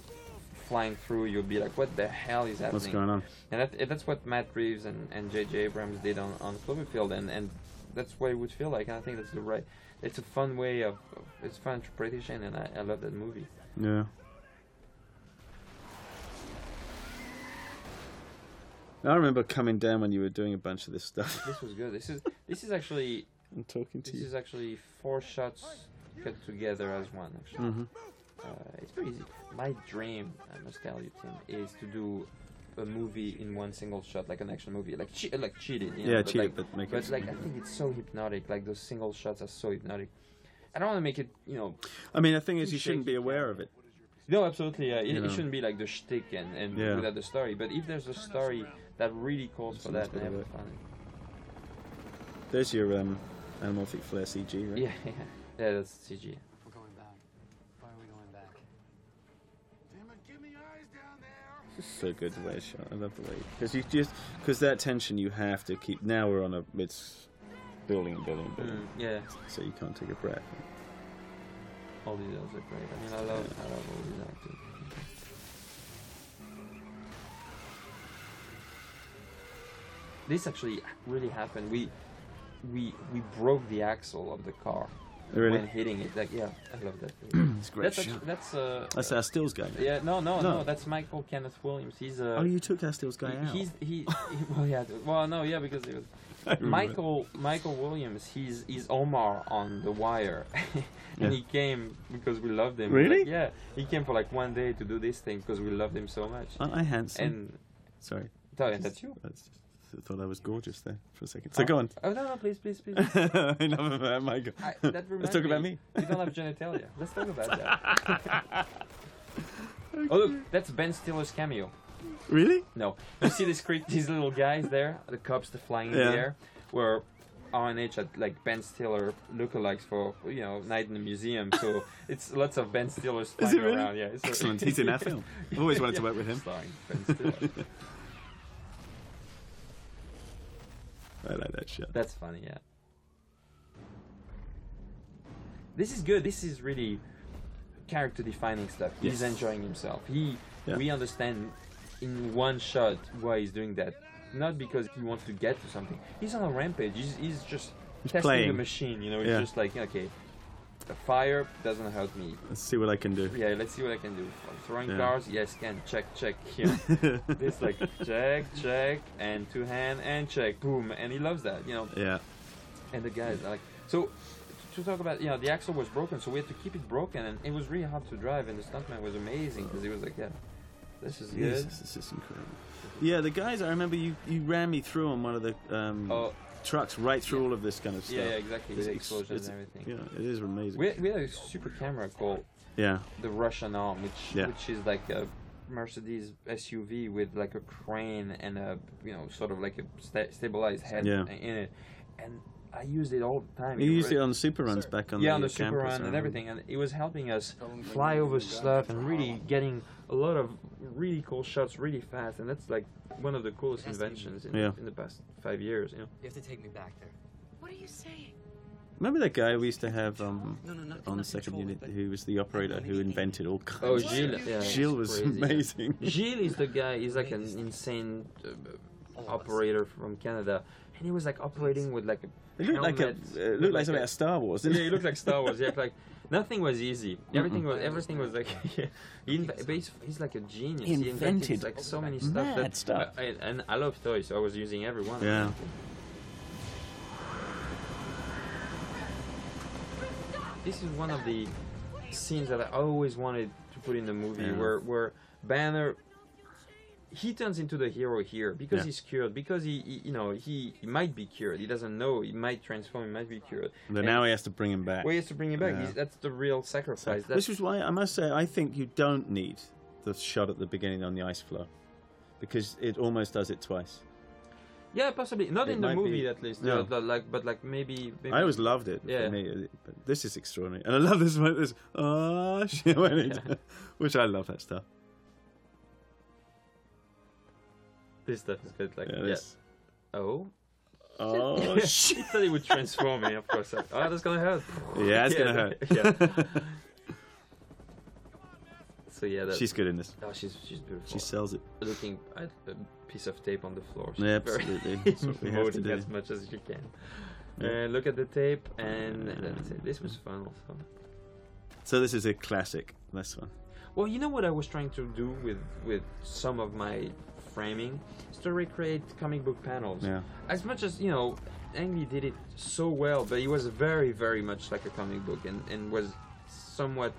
A: flying through. You'd be like, "What the hell is happening?"
B: What's going on?
A: And that, and that's what Matt Reeves and, and J.J. Abrams did on, on Cloverfield, and, and that's what it would feel like. And I think that's the right. It's a fun way of. of- It's fun interpretation, and I, I love that movie.
B: Yeah. I remember coming down when you were doing a bunch of this stuff
A: This was good. This is this is actually
B: and talking to
A: this
B: you.
A: is actually four shots cut together as one. Actually,
B: Mhm.
A: uh, it's pretty easy. My dream, I must tell you, Tim, is to do a movie in one single shot, like an action movie, like che- like cheated. You know,
B: Yeah,
A: but
B: cheat,
A: like-
B: but make
A: But
B: it.
A: like, I think it's so hypnotic. Like those single shots are so hypnotic. I don't want to make it, you know,
B: I mean, the thing is,
A: too
B: you shouldn't be
A: shaky
B: aware of it.
A: No, absolutely. Yeah. It,
B: You
A: it
B: know.
A: shouldn't be like the shtick and, and
B: Yeah.
A: without the story. But if there's a story that really calls for
B: Someone's
A: that, then have
B: gotta work.
A: fun.
B: There's your um, anamorphic flare CG, right?
A: Yeah, yeah, yeah. That's CG.
D: We're going back. Why are we going back?
E: Damn it, give me eyes down there!
B: So good the way it's shot. I love the way because you just because that tension you have to keep. Now we're on a it's building, building, building,
A: Mm, yeah.
B: so you can't take a breath.
A: All these others are great. I mean, I love, I love all these actors. This actually really happened. We, we, we broke the axle of the car when hitting it. Like, yeah, I love that.
B: It's a Hmm. great
A: that's
B: shot.
A: actually, that's uh,
B: That's our Stills guy.
A: yeah. No, no, no,
B: No.
A: That's Michael Kenneth Williams. He's uh,
B: Oh, you took our Stills guy
A: he-
B: out.
A: He's he, he- Well, yeah. Well, no, yeah, because it was Michael Michael Williams. He's he's Omar on The Wire, and
B: Yeah.
A: he came because we loved him.
B: Really?
A: Like, yeah, he came for like one day to do this thing because we loved him so much.
B: Aren't I handsome?
A: and
B: Sorry.
A: oh, yeah, that's you.
B: That's- I thought I was gorgeous there for a second. So go on.
A: Oh no, no, please, please, please.
B: Enough about Michael.
A: I, that
B: Let's
A: reminds
B: talk about me.
A: You don't have genitalia. Let's talk about that. Oh look, that's Ben Stiller's cameo.
B: Really?
A: No. You see this creep, these little guys there, the cops, the flying in
B: Yeah.
A: the air, where RNH had like Ben Stiller lookalikes for you know Night in the Museum. So it's lots of Ben Stillers flying
B: it really?
A: around. Yeah, it's
B: Excellent. He's in our film. I've always wanted to work with him.
A: Starring Ben Stiller.
B: I like that shot.
A: That's funny. Yeah. This is good. This is really character defining stuff. He's
B: Yes.
A: enjoying himself. He
B: Yeah.
A: we understand in one shot why he's doing that. Not because he wants to get to something. He's on a rampage. He's, he's just
B: He's
A: testing the
B: playing.
A: machine. You know, he's
B: Yeah.
A: just like okay, the fire doesn't help me.
B: Let's see what I can do.
A: Yeah, let's see what I can do. Throwing
B: Yeah.
A: cars, yes, can check, check here. this like check, check, and two hand and check, boom, and he loves that. You know,
B: Yeah.
A: and the guys are like so to talk about you know the axle was broken so we had to keep it broken and it was really hard to drive and the stuntman was amazing because he was like yeah this is good
B: Jesus, this is incredible. Yeah, the guys. I remember you. You ran me through on one of the um,
A: oh
B: trucks, right through
A: yeah.
B: all of this kind of stuff.
A: yeah, yeah exactly
B: It's
A: the
B: ex-
A: explosions
B: it's-
A: and everything
B: Yeah, it is amazing.
A: we, we had a super camera called
B: yeah,
A: the Russian Arm which
B: Yeah.
A: which is like a Mercedes SUV with like a crane and a you know sort of like a sta- stabilized head
B: Yeah.
A: in it and I used it all the time
B: you
A: It
B: used
A: re-
B: it on super runs back on
A: yeah,
B: the
A: on the
B: campus,
A: super
B: I
A: run and
B: remember.
A: everything, and it was helping us fly over stuff and really getting a lot of really cool shots really fast, and that's like one of the coolest inventions in,
B: Yeah.
A: in the past five years. You know,
J: You have to take me back there.
H: What are you saying?
B: Remember that guy we used to have um,
J: No, no, not-
B: on the
J: not
B: second
J: control,
B: unit
J: but-
B: who was the operator who invented all kinds.
A: oh
B: of stuff.
A: Gilles, yeah,
B: Gilles was amazing.
A: Gilles is the guy. He's like an insane uh,
J: All of us.
A: operator from Canada, and he was like operating with like a
B: It looked like a
A: helmet,
B: uh, looked like something out of Star Wars. Didn't
A: yeah, it looked like Star Wars. Yeah, like nothing was easy. Everything was everything was like yeah. He inve- but he's, he's like a genius. He
B: Invented
A: invented like so many stuff.
B: mad
A: that,
B: stuff.
A: I, I- and I love toys, so I was using every one. of
B: Yeah.
A: them. This is one of the scenes that I always wanted to put in the movie,
B: Yeah.
A: where where Banner he turns into the hero here because
B: Yeah.
A: he's cured because he, he you know he, he might be cured he doesn't know he might transform he might be cured
B: But
A: And-
B: now he has to bring him back.
A: well, he has to bring it back.
B: Yeah.
A: He's- That's the real
B: So-
A: sacrifice. That's,
B: which is why I must say I think you don't need the shot at the beginning on the ice floe because it almost does it twice.
A: yeah, possibly not
B: It
A: in the
B: might
A: movie
B: be-
A: at least.
B: No.
A: No. like, but like maybe. maybe
B: I always loved it.
A: Yeah.
B: For me, but this is extraordinary, and I love this one. This oh shit, when it- which I love that stuff.
A: this stuff is good. Like,
B: Yeah,
A: yeah.
B: this-
A: Oh,
B: Oh shit.
A: I thought it would transform me. Of course. Like, oh, that's gonna hurt.
B: Yeah, it's gonna hurt.
A: yeah. So yeah, that,
B: She's good in this.
A: oh, she's she's beautiful.
B: She sells it.
A: looking at a piece of tape on the floor. She's
B: Yeah,
A: very-
B: absolutely. That's what we have to
A: moaning
B: do.
A: as much as you can.
B: Yeah. Um,
A: Uh, look at the tape, and that's it. This was fun also.
B: So this is a classic. This one.
A: Well, you know what I was trying to do with with some of my framing is to recreate comic book panels.
B: Yeah.
A: As much as you know, Ang Lee did it so well, but he was very, very much like a comic book, and and was somewhat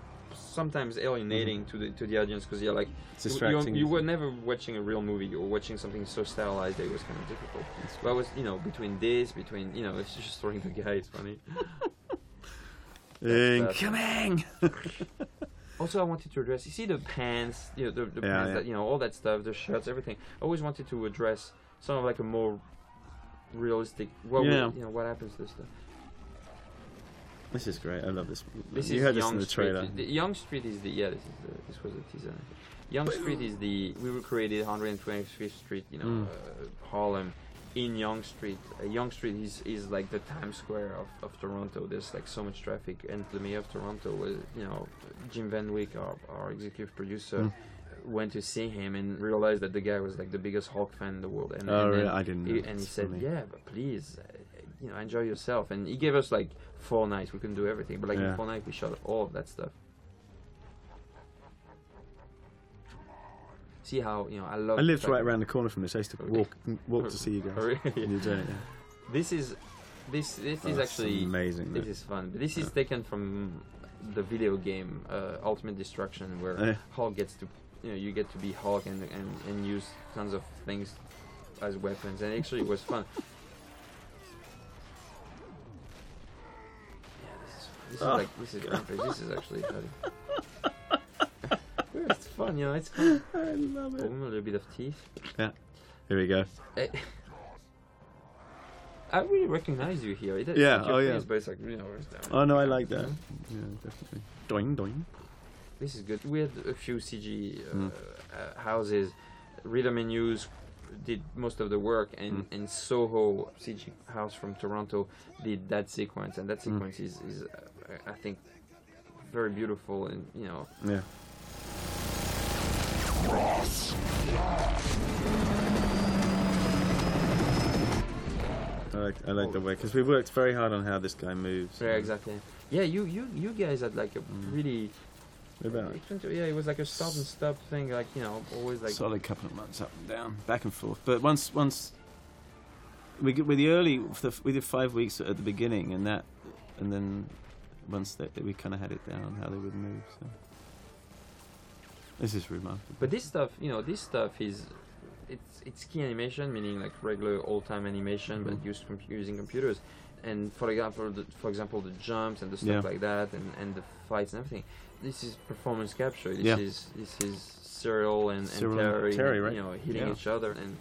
A: sometimes alienating to the to the audience because you're like
B: Mm-hmm. It's
A: you-
B: distracting,
A: you, you
B: isn't
A: were
B: it?
A: never watching a real movie you were watching something so stylized that it was kind of difficult but I was you know between this between you know it's just throwing the guy it's funny
B: Incoming.
A: Also, I wanted to address. You see the pants, you know, the, the
B: Yeah,
A: pants
B: yeah.
A: that you know, all that stuff, the shirts, everything. I always wanted to address sort of like a more realistic. What
B: Yeah.
A: would, you know, what happens to this stuff?
B: This is great. I love this.
A: This
B: you
A: is
B: heard this
A: Young
B: in the
A: Street.
B: trailer.
A: The- Young Street is the yeah. This is the, this was a teaser.
B: Mm.
A: Young Street is the we recreated 125th Street, you know, uh, Harlem, in Yonge Street. Uh, Yonge Street is, is like the Times Square of, of Toronto. There's like so much traffic, and the mayor of Toronto, was, you know, Jim Van Wyck, our, our executive producer,
B: Mm.
A: went to see him and realized that the guy was like the biggest Hawk fan in the world. And,
B: Oh,
A: and
B: really?
A: then
B: I didn't
A: he-
B: know.
A: and he
B: That's
A: said,
B: funny.
A: "Yeah, but please, uh, you know, enjoy yourself." And he gave us like four nights. We couldn't do everything, but like in
B: Yeah.
A: four nights, we shot all of that stuff. See how you know I love.
B: I
A: the
B: lived
A: fact
B: right
A: that-
B: around the corner from this. I used to
A: Really?
B: walk, walk to see you guys.
A: Really?
B: And you do it, yeah.
A: This is this this
B: Oh,
A: is
B: that's
A: actually
B: amazing.
A: This
B: though.
A: is fun. But this is taken from the video game uh, Ultimate Destruction, where
B: Eh.
A: Hulk gets to you know you get to be Hulk and and, and use tons of things as weapons, and actually it was fun. Yeah, this is this
B: Oh,
A: is like this is perfect. This is actually funny. Yeah, it's fun, you know. It's fun.
B: I love
A: Boom, a little bit of teeth.
B: Yeah. Here we go.
A: Eh, I really recognize you here. It- it's
B: Yeah,
A: like your
B: oh, yeah.
A: face, But it's like, you know, it's down. Mm-hmm.
B: Oh no, I like that. Yeah, definitely. Doing, doing.
A: This is good. We had a few CG uh,
B: Mm.
A: uh, houses. Rhythm and News did most of the work, and,
B: Hmm.
A: and Soho CG house from Toronto did that sequence, and that
B: Hmm.
A: sequence is, is uh, I I think, very beautiful. And you know,
B: Yeah. I like, I like the way because we've worked very hard on how this guy moves.
A: yeah, exactly. Yeah, you you you guys had like a really
B: About
A: yeah, it was like a stop and stop thing, like you know, always like
B: solid couple of months up and down, back and forth. But once once we get, with the early the, we did five weeks at the beginning, and that and then once that we kind of had it down how they would move. So this is remarkable.
A: But this stuff, you know, this stuff is it's it's key animation, meaning like regular old time animation, but
B: Mhm.
A: used com- using computers. And for example, the, for example, the jumps and the stuff
B: Yeah.
A: like that, and, and the fights and everything. This is performance capture. This
B: Yeah.
A: is this is Cyril and, and
B: Cyril and
A: Terry,
B: Terry, right?
A: you know, hitting
B: Yeah.
A: each other. And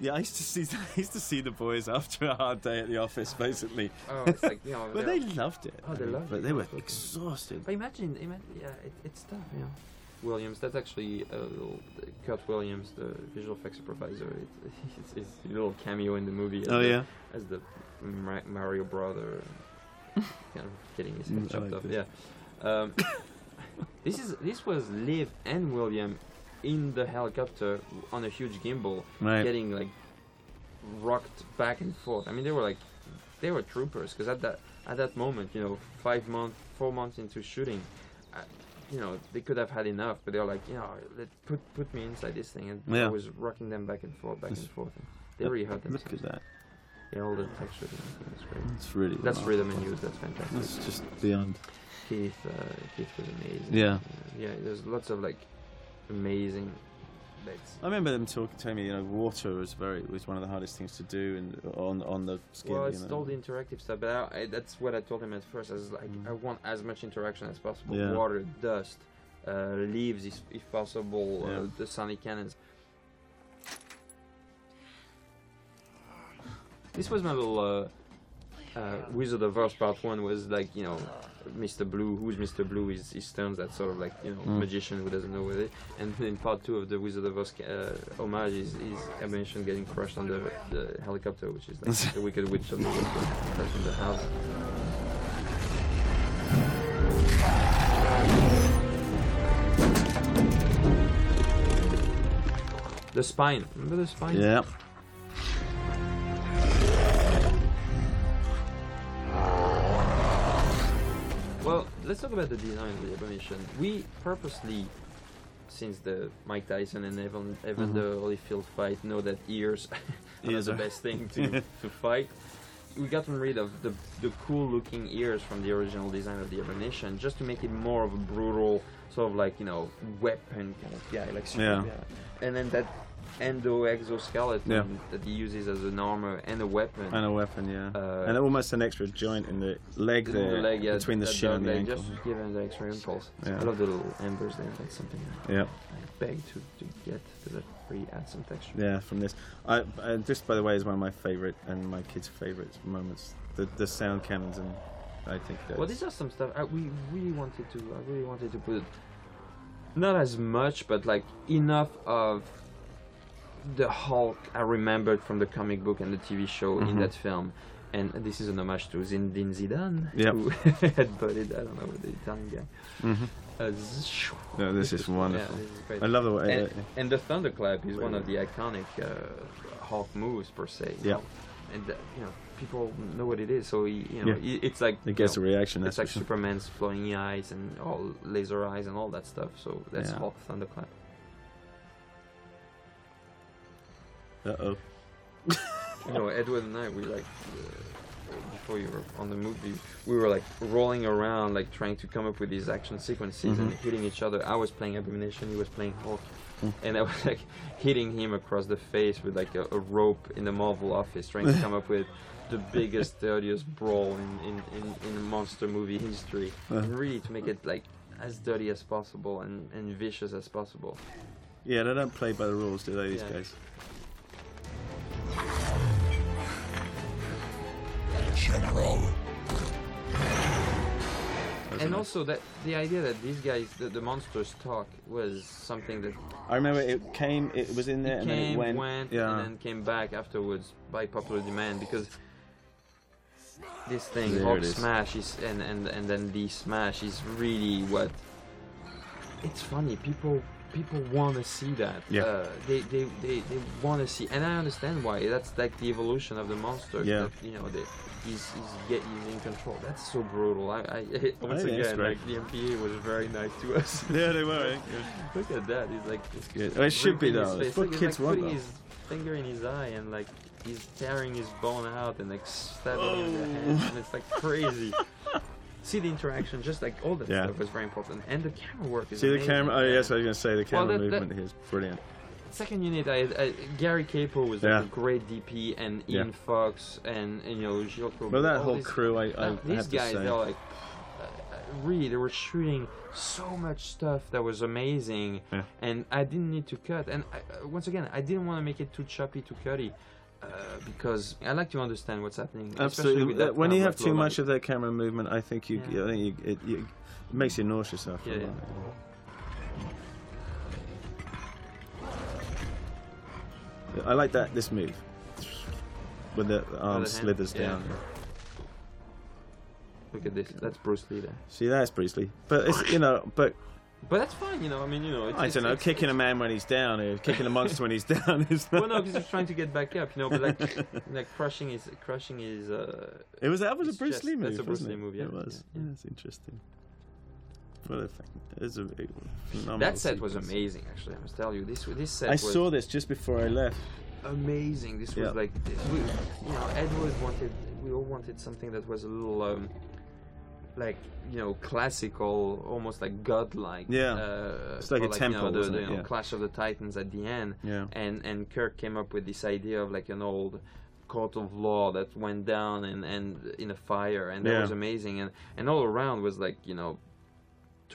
B: Yeah, I used to see I used to see the boys after a hard day at the office, basically.
A: oh, it's like you know,
B: But
A: they're-
B: they loved it.
A: Oh, they
B: I mean,
A: loved
B: but
A: it,
B: they were
A: absolutely.
B: exhausted.
A: But imagine, imagine yeah, it, it's tough, yeah. Williams, that's actually a little Kurt Williams, the visual effects supervisor. It, it's, it's a little cameo in the movie. as
B: Oh
A: the-
B: yeah.
A: as the Ma- Mario brother, kind of getting his head
B: Mm, I
A: chopped
B: like
A: off.
B: this.
A: Yeah. Um, this is this was Liv and William in the helicopter on a huge gimbal,
B: Right.
A: getting like rocked back and forth. I mean, they were like they were troopers because at that at that moment, you know, five months, four months into shooting. uh, You know they could have had enough, but they're like, you know, let put put me inside this thing, and I
B: Yeah.
A: was rocking them back and forth, back
B: That's-
A: and forth. They really hurt themselves.
B: Look at that.
A: Yeah, all the texture. That's great.
B: It's really.
A: That's
B: remarkable.
A: rhythm and use. That's fantastic.
B: That's just beyond.
A: Keith, uh, Keith was amazing.
B: Yeah.
A: yeah. There's lots of like amazing bits.
B: I remember them talking telling me, you know, water was very was one of the hardest things to do and on on the skin.
A: Well,
B: you
A: it's
B: know.
A: all the interactive stuff, but I, I, that's what I told him at first. I was like, I want as much interaction as possible.
B: Mm. Yeah.
A: Water, dust, uh, leaves, if, if possible, uh,
B: Yeah.
A: the sonic cannons. This was my little uh, uh, Wizard of Oz part one. Was like you know, Mr. Blue. Who's Mr. Blue? Is he turns that sort of like you know
B: Mm.
A: magician who doesn't know what it. And then part two of the Wizard of Oz uh, homage is, is Abomination getting crushed on the, the helicopter, which is like the Wicked Witch of the, crushed on the house. The spine. Remember the spine?
B: Yeah.
A: Well, let's talk about the design of the abomination. We purposely, since the Mike Tyson and Evan, Evander Holyfield fight, know that ears are not
B: Mm-hmm. Ears
A: the
B: are-
A: best thing to, to fight. We got rid of the, the cool looking ears from the original design of the abomination just to make it more of a brutal, sort of like, you know, weapon kind of guy. Like, super-
B: Yeah.
A: And then that endo exoskeleton
B: Yeah.
A: that he uses as an armor and a weapon.
B: And a weapon, yeah.
A: Uh,
B: and almost an extra joint in the leg
A: Didn't
B: there,
A: the leg, yeah,
B: between the
A: that
B: shin
A: dog
B: and the
A: leg,
B: ankle.
A: Just given the extra impulse.
B: Yeah.
A: I love the little embers there. That's something I
B: Yeah.
A: beg to, to get to that where you add some texture.
B: Yeah, from this. I, I this, by the way, is one of my favorite and my kids' favorite moments. The the sound cannons and I think that's
A: Well, these are some stuff I, we really wanted to. I really wanted to put not as much, but like enough of the Hulk I remembered from the comic book and the TV show in
B: Mhm.
A: that film. And this is an homage to Zinedine Zidane,
B: Yep.
A: who had butted, I don't know, with the Italian guy.
B: Mhm.
A: Uh, zzz-
B: No, this is wonderful.
A: Yeah, Eh. this is great.
B: I love the way.
A: and, and the thunderclap is one of the
B: Wait.
A: iconic uh, Hulk moves per se. you
B: Yeah.
A: know. and uh, you know people know what it is, so he, you know
B: Yeah.
A: i- it's like you
B: it gets a
A: know,
B: reaction.
A: it's
B: That's
A: like
B: for sure.
A: Superman's flowing eyes and all laser eyes and all that stuff. So that's
B: Yeah.
A: Hulk thunderclap.
B: Uh oh.
A: You know, Edward and I we like. Uh, before you were on the movie, we were like rolling around, like trying to come up with these action sequences and
B: Mhm.
A: hitting each other. I was playing Abomination, he was playing Hulk, and I was like hitting him across the face with like a, a rope in the Marvel office, trying to come up with the biggest, dirtiest brawl in in, in, in monster movie history, and really to make it like as dirty as possible and, and vicious as possible.
B: Yeah, they don't play by the rules, do they? These
A: Yeah.
B: guys.
F: General.
A: And also that the idea that these guys, the, the monsters talk, was something that
B: I remember it came. It was in there, and then
A: came,
B: it went.
A: went,
B: yeah.
A: and then came back afterwards by popular demand because this thing,
B: There
A: Hulk
B: it is.
A: Smash, is and, and and then the Smash is really what. It's funny, people people want to see that.
B: Yeah.
A: Uh, they they, they, they want to see, and I understand why. That's like the evolution of the monster.
B: Yeah.
A: That, you know, they, he's he's get he's in control. That's so brutal. I, I once
B: think that's
A: again
B: great.
A: like the MPA was very nice to us.
B: yeah, they were.
A: Look at that. He's like
B: Good. Well, it should be
A: ripping his
B: though. It's
A: face.
B: what
A: Look, he's,
B: kids
A: like,
B: want.
A: putting
B: though.
A: his finger in his eye and like he's tearing his bone out and like stabbing him in the hand,
B: Oh.
A: and it's like crazy. See the interaction, just like all that
B: Yeah.
A: stuff was very important, and the camera work is
B: See the
A: amazing.
B: camera. Oh
A: Yeah.
B: yes, I was gonna say the camera
A: that- that-
B: movement here is brilliant.
A: Second unit, I, I, Gary Capo was
B: Yeah.
A: like a great DP, and
B: Yeah.
A: Ian Fox, and, and you know Gilles Colbert,
B: Well, that
A: all
B: whole
A: these-
B: crew, I, I
A: uh, these
B: have to
A: guys,
B: say.
A: they're like, uh, uh, really, they were shooting so much stuff that was amazing,
B: Yeah.
A: and I didn't need to cut. And I, uh, once again, I didn't want to make it too choppy, too cutty, uh, because I like to understand what's happening. especially with
B: Absolutely. Uh,
A: that
B: When
A: kind of
B: you have
A: like
B: too
A: low
B: much
A: light.
B: of that camera movement, I think you,
A: Yeah.
B: I think you, it, you, it makes you nauseous after
A: Yeah,
B: a
A: yeah.
B: while. Yeah, I like that this move when the arm
A: hand?
B: um, slithers
A: Yeah.
B: down.
A: Look at this. That's Bruce Lee there.
B: See, that's Bruce Lee. But it's you know, but
A: But that's fine, you know. I mean, you know. It's,
B: I
A: it's-
B: don't know.
A: it's-
B: Kicking a man when he's down, or kicking a monster when he's down, is not.
A: Well, no, because he's trying to get back up, you know. But like, like crushing his, crushing his. Uh,
B: It was that was a
A: It's
B: Bruce
A: just-
B: Lee movie.
A: that's a Bruce
B: wasn't
A: Lee
B: it?
A: movie, yeah,
B: It was.
A: yeah.
B: Yeah, it's interesting. What a fucking! It's a big phenomenal
A: that set was
B: sequence.
A: amazing, actually. I must tell you, this this set
B: I
A: was
B: saw this just before I left.
A: amazing. This was
B: Yeah.
A: like, we, you know, Edward wanted, we all wanted something that was a little, um, like, you know, classical, almost like godlike.
B: Yeah.
A: Uh,
B: It's like
A: for
B: a temple,
A: You know, the,
B: wasn't
A: the
B: it?
A: you know,
B: Yeah.
A: Clash of the Titans at the end.
B: Yeah.
A: And and Kirk came up with this idea of like an old court of law that went down and and in a fire, and that
B: Yeah.
A: was amazing. And and all around was like you know.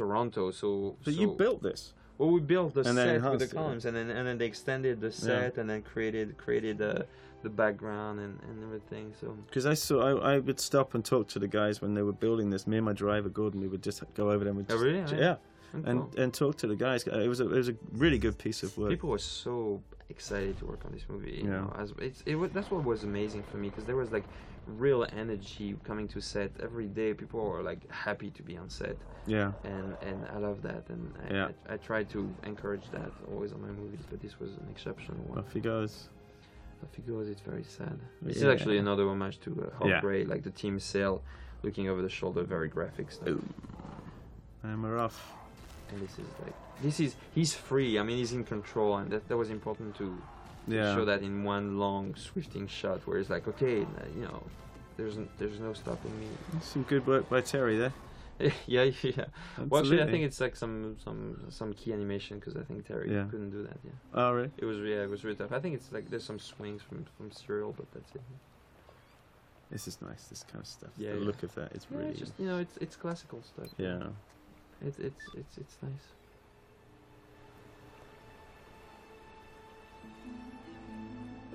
A: Toronto, so
B: But you
A: so-
B: built this.
A: well, we built the
B: And then
A: set with
B: enhanced
A: the
B: it, yeah.
A: columns, and then and then they extended the set, and then created created the the background and, and everything. So
B: Because I saw, I, I would stop and talk to the guys when they were building this. Me and my driver Gordon, we would just go over them. And
A: Oh,
B: just,
A: really?
B: Yeah,
A: and
B: and
A: cool.
B: and talk to the guys. Uh, It was a, it was a really good piece of work.
A: people were so excited to work on this movie. You
B: Yeah.
A: know, as it's it was that's what was amazing for me because there was like real energy coming to set every day. People were like happy to be on set,
B: Yeah,
A: and and I love that. And I,
B: Yeah.
A: I, I try to encourage that always on my movies, but this was an exceptional one.
B: off he goes.
A: But if he goes, it's very sad. This
B: Yeah.
A: is actually another homage to uh, Hulk
B: Yeah.
A: Ray, like the team sail, looking over the shoulder, very graphic stuff.
B: And we're off.
A: And this is like, this is he's free. I mean, he's in control, and that, that was important to
B: Yeah.
A: show that in one long swifting shot, where it's like, okay, n- you know, there's n- there's no stopping me.
B: Some good work by Terry there.
A: yeah, yeah. Well, actually, I
B: Absolutely.
A: think it's like some some some key animation because I think Terry
B: Yeah.
A: couldn't do that. Yeah,
B: Oh, really?
A: it was yeah, it was really tough. I think it's like there's some swings from from Serial, but that's it.
B: This is nice. This kind of stuff.
A: Yeah,
B: the
A: yeah.
B: look of that is
A: Yeah,
B: really.
A: it's just you know, it's it's classical stuff.
B: yeah.
A: It's it's it's it's nice.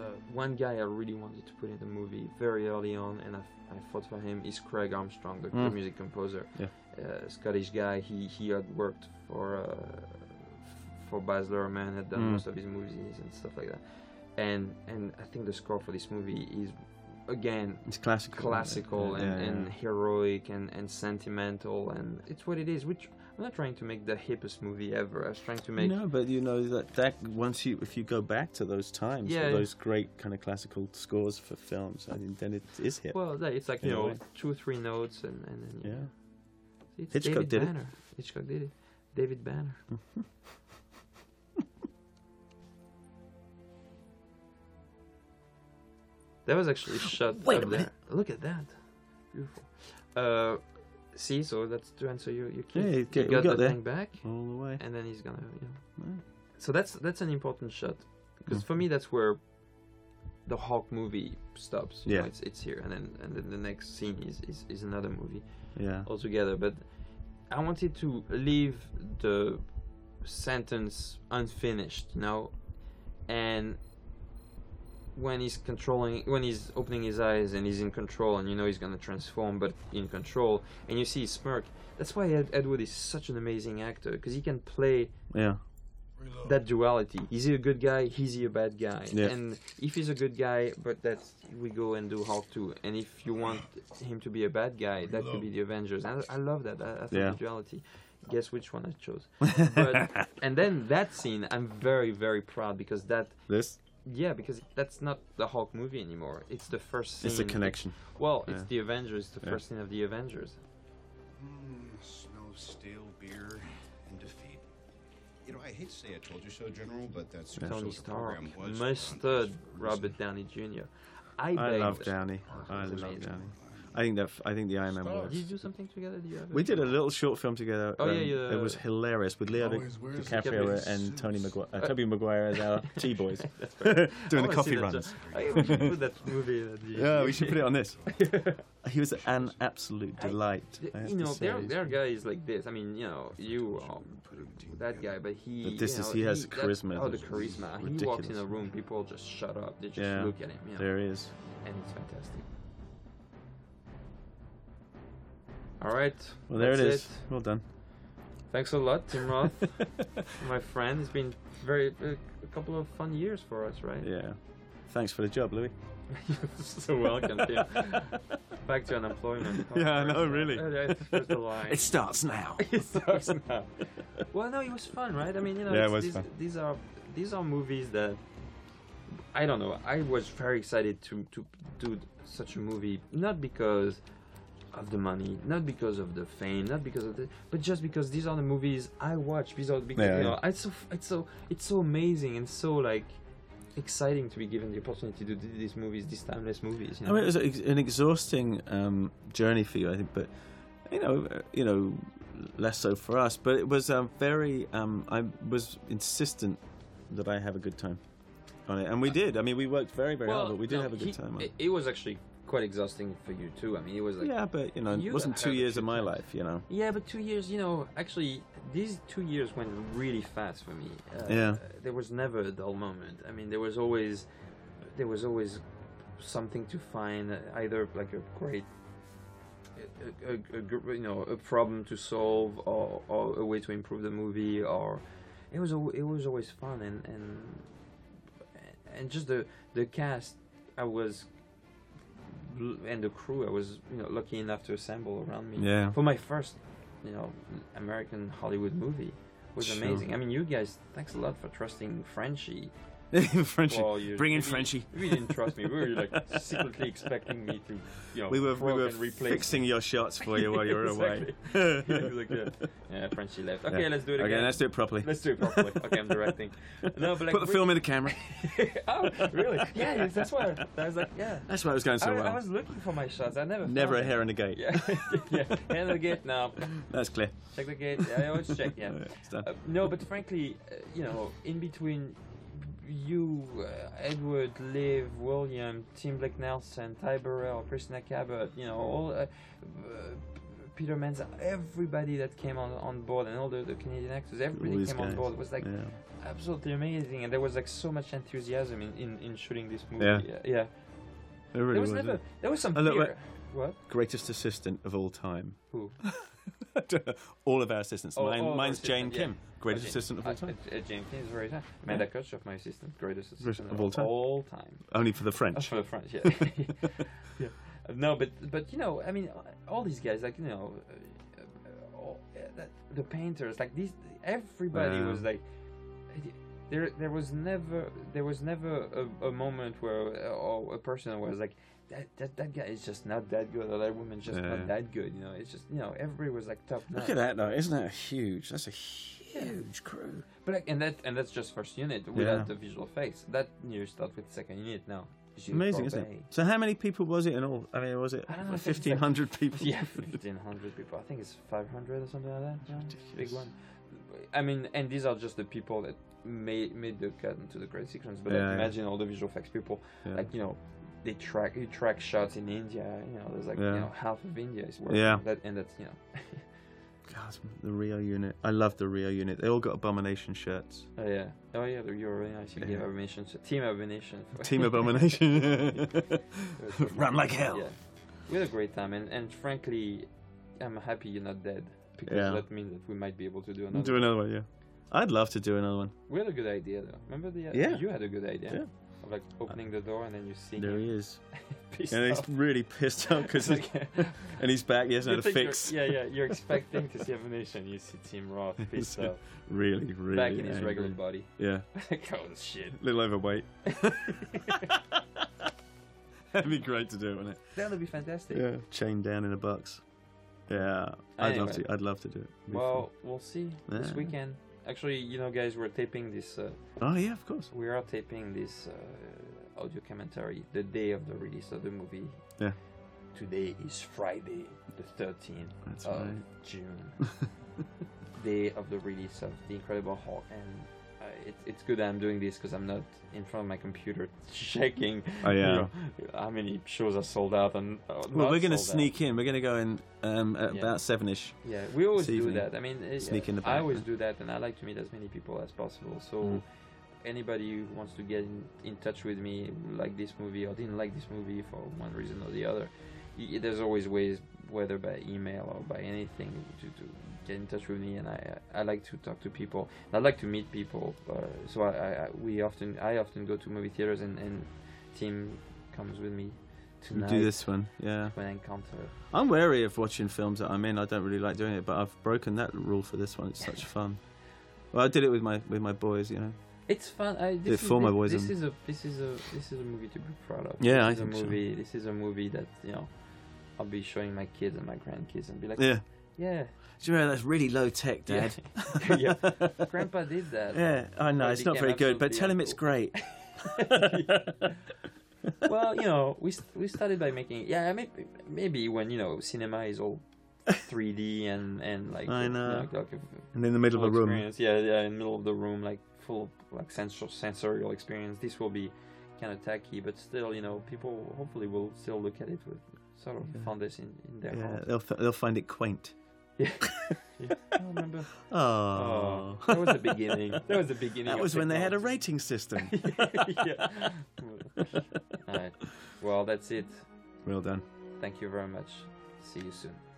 A: Uh, one guy I really wanted to put in the movie very early on, and I, I fought for him, is Craig Armstrong, the, the
B: Mm.
A: music composer.
B: Yeah.
A: Uh, Scottish guy. He he had worked for uh, f- for Baz Luhrmann, had done
B: Mm.
A: most of his movies and stuff like that. And and I think the score for this movie is again
B: It's classical. isn't it?
A: classical
B: Yeah,
A: and,
B: yeah,
A: and
B: yeah.
A: heroic and, and sentimental and it's what it is which i'm not trying to make the hippest movie ever i was trying to make
B: no, but you know that that once you if you go back to those times,
A: Yeah,
B: or
A: yeah.
B: those great kind of classical scores for films, I mean, then it is hip.
A: well that- it's like
B: In
A: you
B: a
A: know
B: way.
A: two three notes and and, and
B: yeah.
A: it's
B: Hitchcock
A: david
B: did it.
A: banner hitchcock did it david banner that was actually shot
B: Wait
A: up
B: a
A: there.
B: minute.
A: look at that beautiful uh see so that's to answer your your key
B: Yeah,
A: you
B: okay, we
A: got,
B: got
A: that
B: there.
A: thing back
B: All the way.
A: and then he's gonna you know
B: Right.
A: so that's that's an important shot because for me that's where the Hulk movie stops. you know,
B: Yeah.
A: it's it's here, and then and then the next scene is is, is another movie
B: Yeah.
A: altogether. But I wanted to leave the sentence unfinished, you know, and when he's controlling when he's opening his eyes and he's in control and you know he's gonna transform but in control and you see his smirk that's why Ed- edward is such an amazing actor because he can play
B: Yeah.
A: that duality. Is he a good guy? Is he a bad guy?
B: Yeah.
A: And if he's a good guy, but that's we go and do Hulk too. And if you want him to be a bad guy, that could be the Avengers. And I, I love that. I, I thought
B: Yeah.
A: the duality. Guess which one I chose. But, and then that scene, I'm very very proud because that
B: This.
A: yeah because that's not the Hulk movie anymore. It's the first scene.
B: It's the connection.
A: Well, it's
B: Yeah.
A: the Avengers. The
B: Yeah.
A: first scene of the Avengers.
J: Snow, steel, beer, and defeat. You know, I hate to say I told you so, General, but that Super
A: Tony
J: Soldier
A: Stark,
J: program was
A: Mr.
J: done for a
A: Robert
J: reason.
A: Downey Jr. I,
B: I
A: begged-
B: love Downey. I
A: Amazing.
B: love Downey. I think that I think the Iron Man
A: Did you
B: works.
A: do something together? Do you have
B: We
A: a-
B: did a little short film together. Um,
A: Oh, yeah, yeah.
B: It was hilarious with Leo Di-
E: Always wears the
B: DiCaprio
E: captain's
B: and
E: suit.
B: Tony Maguire, uh, Toby Maguire as our T boys
A: I
B: doing the
A: wanna
B: coffee
A: see that
B: runs.
A: ju- I we should put that movie. That the,
B: Yeah, we should put it on this. he was an absolute
A: I-
B: delight.
A: the-
B: I have
A: you
B: to
A: know, there,
B: say.
A: there are guys like this. I mean, you know, you are that guy, but he.
B: But this
A: you
B: is-
A: know,
B: he has
A: that-
B: charisma
A: oh, the
B: that's
A: charisma! He walks in
B: ridiculous.
A: a room, people just shut up. They just
B: Yeah.
A: look at him, you know,
B: There he is.
A: and it's fantastic. All right.
B: Well, there it
A: that's
B: is. Well done.
A: Thanks a lot, Tim Roth, my friend. It's been very a a couple of fun years for us, right?
B: Yeah. Thanks for the job, Louis.
A: You're so welcome, Tim. Back to unemployment.
B: Yeah, I know, really.
A: Uh, that's the line.
B: starts now.
A: It sucks now. Well, no, it was fun, right? I mean, you know,
B: Yeah, it
A: it's-
B: was
A: these,
B: fun.
A: these are these are movies that I don't know. I was very excited to to do such a movie, not because of the money, not because of the fame, not because of the, but just because these are the movies I watch. These are because
B: Yeah,
A: you know,
B: yeah.
A: it's so it's so it's so amazing and so like exciting to be given the opportunity to do these movies, these timeless movies. You
B: I
A: know?
B: mean, it was ex- an exhausting um, journey for you, I think, but you know, uh, you know, less so for us. But it was um, very. Um, I was insistent that I have a good time on it, and we did. I mean, we worked very, very hard, but we did
A: no,
B: have a good
A: he-
B: time on
A: It,
B: it.
A: it was actually quite exhausting for you too. I mean, it was like
B: Yeah, but you know,
A: You
B: it wasn't
A: have
B: two
A: had a
B: years
A: few
B: of my
A: times.
B: life, you know.
A: Yeah, but two years, you know, actually, these two years went really fast for me. Uh,
B: Yeah.
A: There was never a dull moment. I mean, there was always, there was always something to find, uh, either like a great, a, a, a, a gr- you know, a problem to solve, or, or a way to improve the movie, or it was al- it was always fun, and and and just the the cast, I was. And the crew, I was you know lucky enough to assemble around me
B: Yeah.
A: for my first, you know, American Hollywood movie It was
B: Sure.
A: amazing. I mean, you guys, thanks a lot for trusting Frenchie.
B: Frenchie,
A: Well, you-
B: bring in
A: maybe-
B: Frenchie.
A: We didn't trust me. We were like secretly expecting me to, you know,
B: We were we
A: croak
B: were
A: and replace.
B: fixing your shots for you while you were away.
A: Exactly. Exactly. Yeah, Frenchie left. Okay,
B: Yeah.
A: let's do it again.
B: Okay, let's do it properly.
A: Let's do it properly. Okay, I'm directing. No, but like
B: Put the
A: we-
B: film in the camera.
A: oh, really? Yeah, yes, that's why I, I was like, yeah.
B: That's why it was going so
A: I,
B: well.
A: I was looking for my shots. I never.
B: Never a
A: found
B: hair
A: them.
B: in the gate.
A: Yeah, yeah. Hand the gate now.
B: That's clear.
A: Check the gate. I always check. Yeah.
B: It's done.
A: Uh, no, but frankly, uh, you know, in between you, uh, Edward, Liv, William, Tim Blake Nelson, Ty Burrell, Christina Cabot, you know, all uh, uh, Peter Menza, everybody that came on, on board, and all the, the Canadian actors, everybody
B: these
A: came on
B: guys.
A: board was like
B: Yeah.
A: absolutely amazing, and there was like so much enthusiasm in, in, in shooting this movie.
B: Yeah.
A: yeah. yeah.
B: It really
A: There was
B: was,
A: never, there was some
B: A little
A: fear. What?
B: greatest assistant of all time.
A: Who?
B: all of our assistants.
A: Oh,
B: Mine,
A: all of our
B: mine's Jane
A: assistants, yeah.
B: Kim, greatest
A: Okay.
B: assistant of all time.
A: Uh, uh, Jane King is very time. Amanda Kutch of my assistant, greatest assistant
B: of all time.
A: All time.
B: Only for the
A: That's
B: French.
A: for the French, yeah. yeah. No, but but you know, I mean, all these guys, like you know, uh, uh, all, uh, that- the painters, like these, everybody
B: Yeah.
A: was like, there, there was never, there was never a, a moment where uh, or a person was like, that, that that guy is just not that good, or that woman's just
B: Yeah.
A: not that good. You know, it's just you know, everybody was like top notch.
B: Look at that, though. Isn't that huge? That's a huge crew.
A: But like, and that and that's just first unit without the visual effects. That you start with second unit now. Gilles
B: Amazing, isn't it?
A: Courbet.
B: So, how many people was it in all? I mean, was it
A: I don't know if it's like-
B: 1,500 people?
A: Yeah, fifteen hundred people. I think it's five hundred or something like that. Yeah, big one. I mean, and these are just the people that made made the cut into the great sequence. But
B: Yeah,
A: like,
B: yeah.
A: imagine all the visual effects people,
B: Yeah.
A: like you know, they track you track shots in India. You know, there's like
B: Yeah.
A: you know half of India is working.
B: Yeah.
A: on that and that's you know,
B: God, the Rio unit. I love the Rio unit. They all got abomination shirts.
A: oh yeah, oh yeah, you're really nice. You
B: Yeah.
A: gave abomination, so team abomination, for-
B: Team abomination. Run like hell.
A: Yeah, we had a great time, and and frankly, I'm happy you're not dead because
B: Yeah.
A: that means that we might be able to do another.
B: Do another one, yeah. I'd love to do another one.
A: We had a good idea though. Remember the uh,
B: Yeah.
A: you had a good idea
B: Yeah.
A: of like opening the door and then you see
B: There
A: him
B: he is.
A: pissed
B: And he's
A: off.
B: really pissed off because
A: It's like-
B: and he's back. He
A: you
B: hasn't had a
A: think you're-
B: fix.
A: Yeah, yeah. You're expecting to see Abomination, you see Tim Roth pissed
B: It's
A: off,
B: Really, really.
A: back in his
B: angry.
A: regular body.
B: Yeah,
A: like, oh shit.
B: a little overweight. That'd be great to do, wouldn't
A: That would be fantastic.
B: it? Yeah, chained down in a box. Yeah, I'd love
A: Anyway.
B: to. I'd love to do it. It'd be
A: Well, we'll see this
B: Yeah.
A: weekend. Actually, you know, guys, we're taping this. Uh,
B: fun. oh yeah, of course.
A: we are taping this uh, audio commentary the day of the release of the movie.
B: Yeah.
A: Today is Friday, the thirteenth
B: That's
A: of
B: right.
A: June, day of the release of The Incredible Hulk, and uh, it, it's good I'm doing this because I'm not in front of my computer checking.
B: Oh,
A: you
B: yeah.
A: know, how many shows are sold out and uh,
B: Well,
A: not
B: we're gonna
A: sold out.
B: sneak in. We're gonna go in um, at
A: Yeah.
B: about seven-ish.
A: Yeah, we always
B: this
A: do
B: evening.
A: that. I mean, it-
B: Sneak in the
A: I
B: back,
A: always
B: huh?
A: do that, and I like to meet as many people as possible. So,
B: Mm.
A: anybody who wants to get in, in touch with me, who liked this movie or didn't like this movie for one reason or the other, y- there's always ways, whether by email or by anything, to, to get in touch with me. And I, I like to talk to people. I like to meet people. Uh, so I, I, I, we often, I often go to movie theaters, and, and Tim comes with me
B: We
A: tonight
B: do this one. Yeah.
A: when I encounter.
B: I'm wary of watching films that I'm in. I don't really like doing it, but I've broken that rule for this one. It's such fun. Well, I did it with my with my boys, you know.
A: It's fun. I, this
B: for
A: is,
B: my
A: this-
B: boys
A: This
B: and-
A: is a this is a this is a movie to be proud of.
B: Yeah, I
A: this is
B: think
A: a
B: so.
A: movie. This is a movie that you know I'll be showing my kids and my grandkids and be like,
B: Yeah.
A: yeah,
B: Do you know that's really low tech,
A: yeah,
B: Dad?
A: yeah. Grandpa did that.
B: Yeah, I know
A: It
B: it's not
A: became
B: very good, but
A: absolutely
B: tell him it's
A: uncool.
B: great.
A: Well, you know, we s- we started by making yeah, I mean, maybe when you know cinema is all 3D and and like
B: I
A: you
B: know.
A: like a
B: And in the middle
A: full
B: of a room,
A: experience. Yeah, yeah, in the middle of the room, like full like sensor sensorial experience. This will be kind of tacky, but still, you know, people hopefully will still look at it with sort of fondness in, in their
B: yeah,
A: heart.
B: they'll f- they'll find it quaint.
A: Yeah. I don't remember.
B: Oh,
A: Oh, that was the beginning. That was the beginning.
B: that
A: of
B: was when they had a
A: technology.
B: rating system.
A: yeah. All right. Well, that's it.
B: well done.
A: Thank you very much. See you soon.